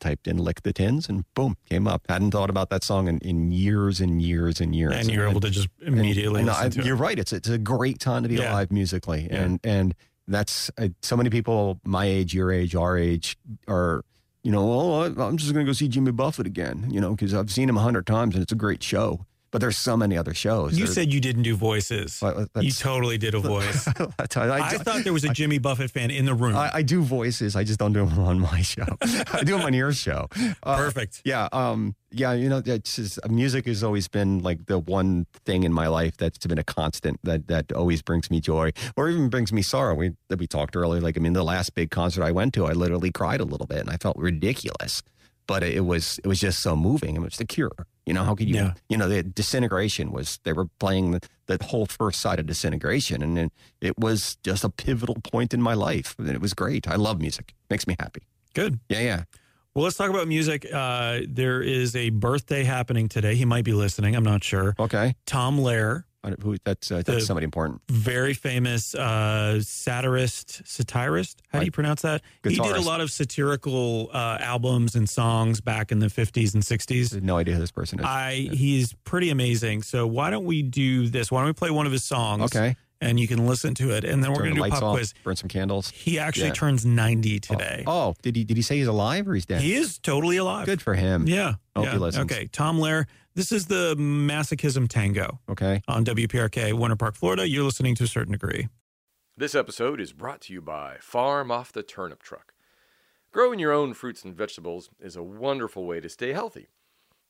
S3: typed in "Lick the Tins" and boom, came up. Hadn't thought about that song in, in years and years and years.
S2: And you're able to just immediately
S3: And- and
S2: listen
S3: I-
S2: to it.
S3: You're right. It's it's a great time to be
S2: Yeah.
S3: alive musically,
S2: Yeah.
S3: and and that's uh, so many people my age, your age, our age are. You know, oh, I- I'm just going to go see Jimmy Buffett again. You know, because I've seen him a hundred times, and it's a great show. But there's so many other shows.
S2: You
S3: There's-
S2: said you didn't do voices.
S3: Well,
S2: you
S3: that's-
S2: totally did a voice.
S3: that's- I,
S2: I, thought there was a Jimmy Buffett fan in the room.
S3: I, I do voices. I just don't do them on my show. I do them on your show. Uh,
S2: Perfect.
S3: Yeah, um, yeah, you know, that's just music has always been like the one thing in my life that's been a constant that that always brings me joy or even brings me sorrow. We that we talked earlier, like I mean, the last big concert I went to, I literally cried a little bit and I felt ridiculous, but it was it was just so moving. It was the Cure. You know, how could you?
S2: Yeah.
S3: You know, the Disintegration was they were playing the, the whole first side of Disintegration, and then it was just a pivotal point in my life, and it was great. I love music; makes me happy.
S2: Good.
S3: Yeah, yeah.
S2: Well, let's talk about music. Uh, there is a birthday happening today. He might be listening. I'm not sure.
S3: Okay,
S2: Tom Lair,
S3: I don't- who, that's uh,
S2: The-
S3: that's somebody important.
S2: very famous uh, satirist, satirist. How do you
S3: Right.
S2: pronounce that? He did a
S3: Guitarist.
S2: lot of satirical uh, albums and songs back in the 50s and 60s.
S3: I have no idea who this person is.
S2: I he's pretty amazing. So why don't we do this? Why don't we play one of his songs?
S3: okay.
S2: and you can listen to it, and then we're
S3: Turn
S2: going
S3: the
S2: to do
S3: lights
S2: pop
S3: off,
S2: quiz.
S3: Burn some candles.
S2: He actually
S3: Yeah.
S2: turns ninety today.
S3: Oh, oh, did he did he say he's alive or he's dead?
S2: He is totally alive.
S3: Good for him.
S2: Yeah.
S3: Hope
S2: yeah.
S3: he listens.
S2: Okay. Tom Lair. This is the Masochism Tango
S3: Okay.
S2: on WPRK, Winter Park, Florida. You're listening to a certain degree.
S4: This episode is brought to you by Farm Off the Turnip Truck. Growing your own fruits and vegetables is a wonderful way to stay healthy.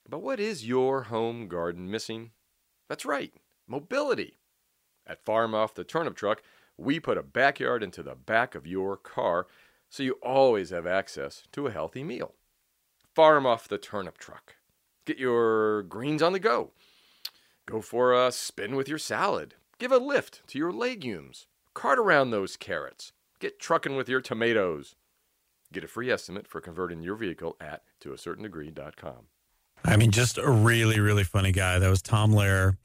S4: But what is your home garden missing? That's right, mobility. At Farm Off the Turnip Truck, we put a backyard into the back of your car so you always have access to a healthy meal. Farm Off the Turnip Truck. Get your greens on the go. Go for a spin with your salad. Give a lift to your legumes. Cart around those carrots. Get trucking with your tomatoes. Get a free estimate for converting your vehicle at toacertaindegree.com.
S2: I mean, just a really, really funny guy. That was Tom Lair,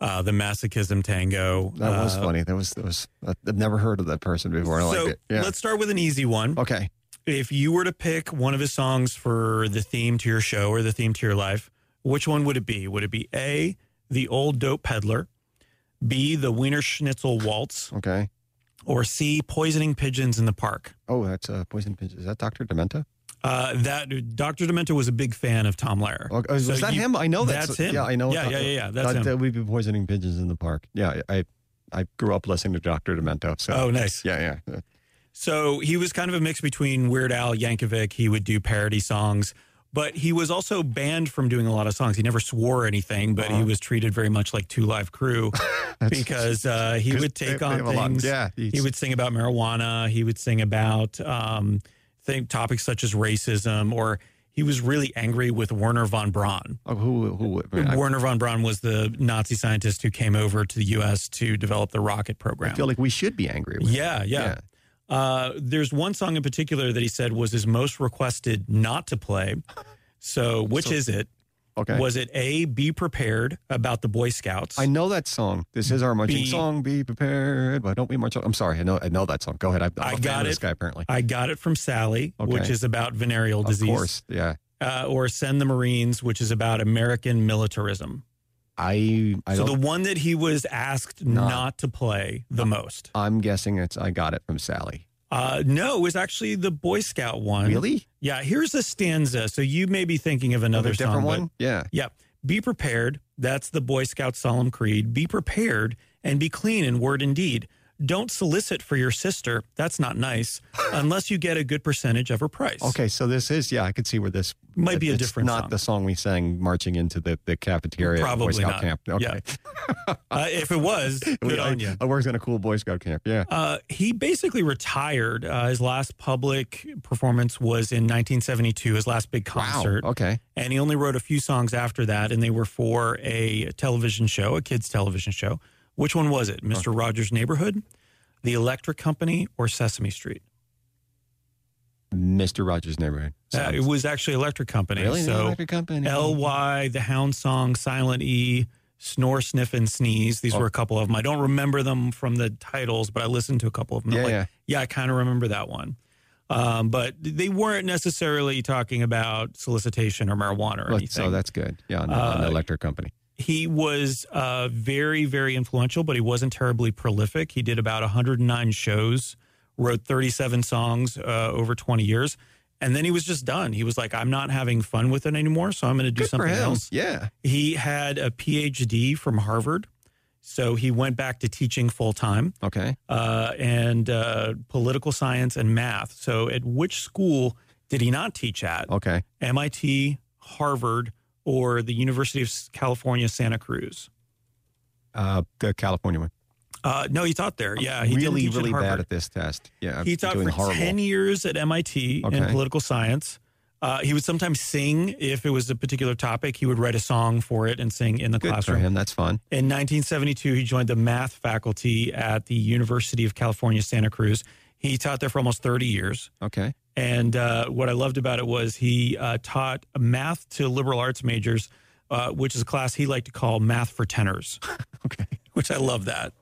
S2: uh, the Masochism Tango.
S3: That was
S2: Uh,
S3: funny. That was that was. I've never heard of that person before. I
S2: so
S3: liked it. Yeah.
S2: let's start with an easy one.
S3: Okay.
S2: If you were to pick one of his songs for the theme to your show or the theme to your life, which one would it be? Would it be A, The Old Dope Peddler, B, The Wiener Schnitzel Waltz,
S3: Okay.
S2: Or C, poisoning pigeons in the park.
S3: Oh, that's uh, poison pigeon. Is that Dr. Demento?
S2: Uh, that Dr. Demento was a big fan of Tom Lehrer.
S3: Oh, is
S2: So
S3: that
S2: you-
S3: him? I know that's,
S2: that's him.
S3: Yeah, I know.
S2: Yeah, yeah, yeah, yeah, that's
S3: that,
S2: him.
S3: that we've been poisoning pigeons in the park. Yeah, I I grew up listening to Dr. Demento. So
S2: Oh, nice.
S3: yeah, yeah.
S2: So he was kind of a mix between Weird Al Yankovic. He would do parody songs, but he was also banned from doing a lot of songs. He never swore anything, but he
S3: Uh-huh.
S2: was treated very much like Two Live Crew
S3: That's-
S2: because uh, he
S3: 'cause
S2: would
S3: they-
S2: take
S3: they
S2: on
S3: have a lot-
S2: things.
S3: Yeah, he's-
S2: He would sing about marijuana. He would sing about um, think topics such as racism, or he was really angry with Werner von Braun.
S3: Oh, who who would? I,
S2: Werner von Braun was the Nazi scientist who came over to the U.S. to develop the rocket program.
S3: I feel like we should be angry. With
S2: Yeah, yeah. Uh, there's one song in particular that he said was his most requested not to play. So, which
S3: So-
S2: is it?
S3: Okay.
S2: Was it A, Be Prepared about the Boy Scouts?
S3: I know that song. This is our marching
S2: Be-
S3: song. Be prepared. Why don't we march? on- I'm sorry. I know. I know that song. Go ahead. I, I'm
S2: I
S3: a fan
S2: got
S3: of This
S2: it.
S3: guy apparently.
S2: I Got It From Sally,
S3: Okay.
S2: which is about venereal
S3: of
S2: disease.
S3: course. Yeah.
S2: Uh, or Send the Marines, which is about American militarism.
S3: I. I
S2: so,
S3: don't.
S2: the one that he was asked
S3: Not-
S2: not to play the most.
S3: I'm guessing it's. I got it from Sally.
S2: Uh, no, it was actually the Boy Scout one.
S3: Really?
S2: Yeah, here's a stanza. So, you may be thinking of another
S3: A different
S2: song, but-
S3: one. Yeah.
S2: Yeah. Be prepared. That's the Boy Scout solemn creed. Be prepared and be clean in word and deed. Don't solicit for your sister. That's not nice unless you get a good percentage of her price.
S3: Okay. So this is. Yeah. I could see where this
S2: Might be a
S3: it's
S2: different
S3: Not
S2: song.
S3: the song we sang marching into the the cafeteria. at
S2: Probably
S3: Boy Scout
S2: not.
S3: camp. Okay.
S2: Uh, if it was,
S3: We-
S2: good
S3: I,
S2: on you.
S3: I worked in a cool Boy Scout camp. Yeah.
S2: Uh, he basically retired. Uh, his last public performance was in 1972, his last big concert.
S3: Wow. Okay.
S2: And he only wrote a few songs after that, and they were for a television show, a kids' television show. Which one was it? Mr. Rogers' Neighborhood, The Electric Company, or Sesame Street?
S3: Mr. Rogers' Neighborhood.
S2: Uh, it was actually Electric Company.
S3: really the
S2: So
S3: electric company.
S2: L-Y, The Hound Song, Silent E, Snore, Sniff, and Sneeze. These
S3: Oh.
S2: were a couple of them. I don't remember them from the titles, but I listened to a couple of them. I'm
S3: Yeah,
S2: like,
S3: yeah.
S2: I kind of remember that one. Um, but they weren't necessarily talking about solicitation or marijuana or
S3: Look,
S2: anything.
S3: so that's good. Yeah. On the, on the
S2: Uh,
S3: electric company.
S2: he was uh, very, very influential, but he wasn't terribly prolific. He did about 109 shows, wrote 37 songs uh, over 20 years, and then he was just done. He was like, "I'm not having fun with it anymore, so I'm going to do
S3: Good for
S2: something
S3: him.
S2: else."
S3: Yeah.
S2: He had a PhD from Harvard, so he went back to teaching full time
S3: Okay.
S2: uh, and uh, political science and math. So, at which school did he not teach at?
S3: Okay.
S2: MIT, Harvard, or the University of California, Santa Cruz?
S3: Uh, the California one.
S2: Uh, no, he taught there. Yeah, he
S3: really,
S2: didn't teach
S3: really
S2: at
S3: bad
S2: Harvard.
S3: at this test. Yeah. I'm
S2: he taught
S3: doing
S2: for
S3: horrible.
S2: ten years at MIT in
S3: Okay.
S2: political science. Uh, he would sometimes sing if it was a particular topic. He would write a song for it and sing in the
S3: Good
S2: classroom.
S3: for him. That's fun.
S2: In 1972, he joined the math faculty at the University of California, Santa Cruz. He taught there for almost 30 years.
S3: Okay.
S2: And uh, what I loved about it was he uh, taught math to liberal arts majors, uh, which is a class he liked to call math for tenors.
S3: Okay.
S2: Which I love that.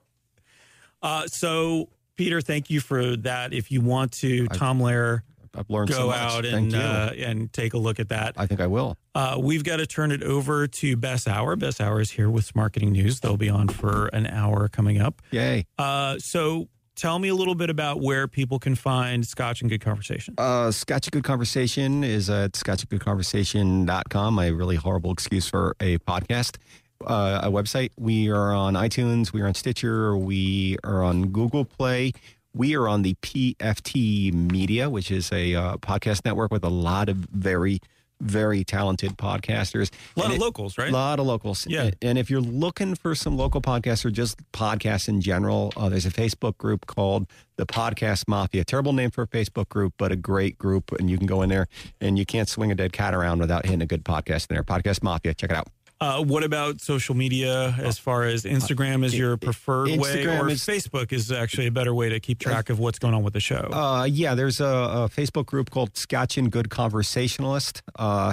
S2: Uh, so, Peter, thank you for that. If you want to,
S3: I-
S2: Tom Lehrer,
S3: I've learned so
S2: go
S3: much.
S2: out
S3: Thank
S2: and
S3: you.
S2: uh, and take a look at that.
S3: I think I will.
S2: Uh, we've got to turn it over to Bess Hour. Bess Hour is here with Marketing News. They'll be on for an hour coming up.
S3: Yay.
S2: Uh, so tell me a little bit about where people can find Scotch and Good Conversation.
S3: Uh, Scotch a Good Conversation is at scotchagoodconversation.com, a really horrible excuse for a podcast, uh, a website. We are on iTunes, we are on Stitcher, we are on Google Play. We are on the PFT Media, which is a uh, podcast network with a lot of very, very talented podcasters.
S2: A lot
S3: And
S2: of
S3: it-
S2: locals, right?
S3: a lot of locals.
S2: Yeah.
S3: And if you're looking for some local podcasts or just podcasts in general, uh, there's a Facebook group called the Podcast Mafia. Terrible name for a Facebook group, but a great group. And you can go in there and you can't swing a dead cat around without hitting a good podcast in there. Podcast Mafia. Check it out.
S2: Uh, what about social media as far as Instagram is your preferred way,
S3: Uh, Instagram
S2: or
S3: is-
S2: Facebook is actually a better way to keep track of what's going on with the show?
S3: Uh, yeah, there's a, a Facebook group called Scotch and Good Conversationalist. Uh,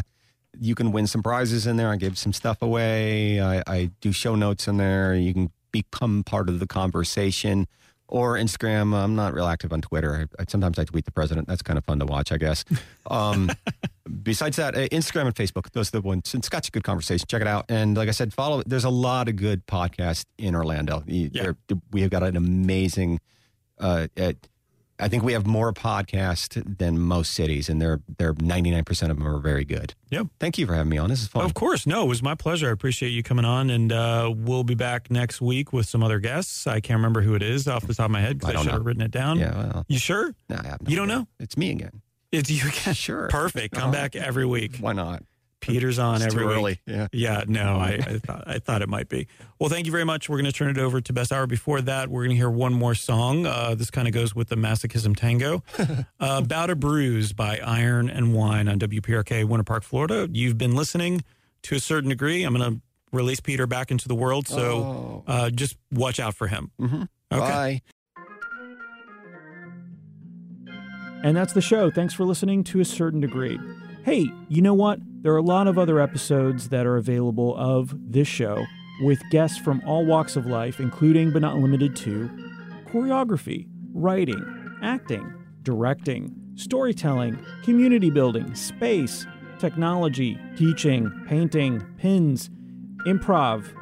S3: you can win some prizes in there. I give some stuff away. I, I do show notes in there. You can become part of the conversation. Or Instagram. I'm not real active on Twitter. I, I, sometimes I tweet the president. That's kind of fun to watch, I guess. Um, besides that, uh, Instagram and Facebook. Those are the ones. It's got a good conversation. Check it out. And like I said, follow. There's a lot of good podcasts in Orlando. You-
S2: Yeah.
S3: there- We have got an amazing uh, at, I think we have more podcasts than most cities, and they're they're ninety nine percent of them are very good.
S2: Yeah.
S3: Thank you for having me on. This is fun.
S2: Of course. No, it was my pleasure. I appreciate you coming on. And uh, we'll be back next week with some other guests. I can't remember who it is off the top of my head
S3: I
S2: because I,
S3: don't
S2: should
S3: know.
S2: have written it down.
S3: Yeah. Well,
S2: You sure?
S3: no, I have no
S2: You don't
S3: idea.
S2: know?
S3: It's me again.
S2: It's you again.
S3: Sure.
S2: Perfect. Come
S3: Uh-huh.
S2: back every week.
S3: Why not?
S2: Peter's on
S3: It's
S2: every
S3: too
S2: week.
S3: early. Yeah.
S2: Yeah, no, I, I thought I thought it might be. Well, thank you very much. We're going to turn it over to best hour. Before that, we're going to hear one more song. Uh, this kind of goes with the masochism tango. uh, Bout a Bruise by Iron and Wine on WPRK Winter Park, Florida. You've been listening to a certain degree. I'm going to release Peter back into the world, so
S3: Oh.
S2: uh, just watch out for him.
S3: Mhm.
S2: Okay.
S3: Bye.
S1: And that's the show. Thanks for listening to a certain degree. Hey, you know what? There are a lot of other episodes that are available of this show with guests from all walks of life, including but not limited to choreography, writing, acting, directing, storytelling, community building, space, technology, teaching, painting, pins, improv,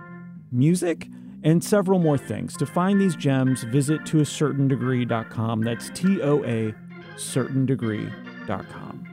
S1: music, and several more things. To find these gems, visit toacertaindegree.com. That's T O A certaindegree.com.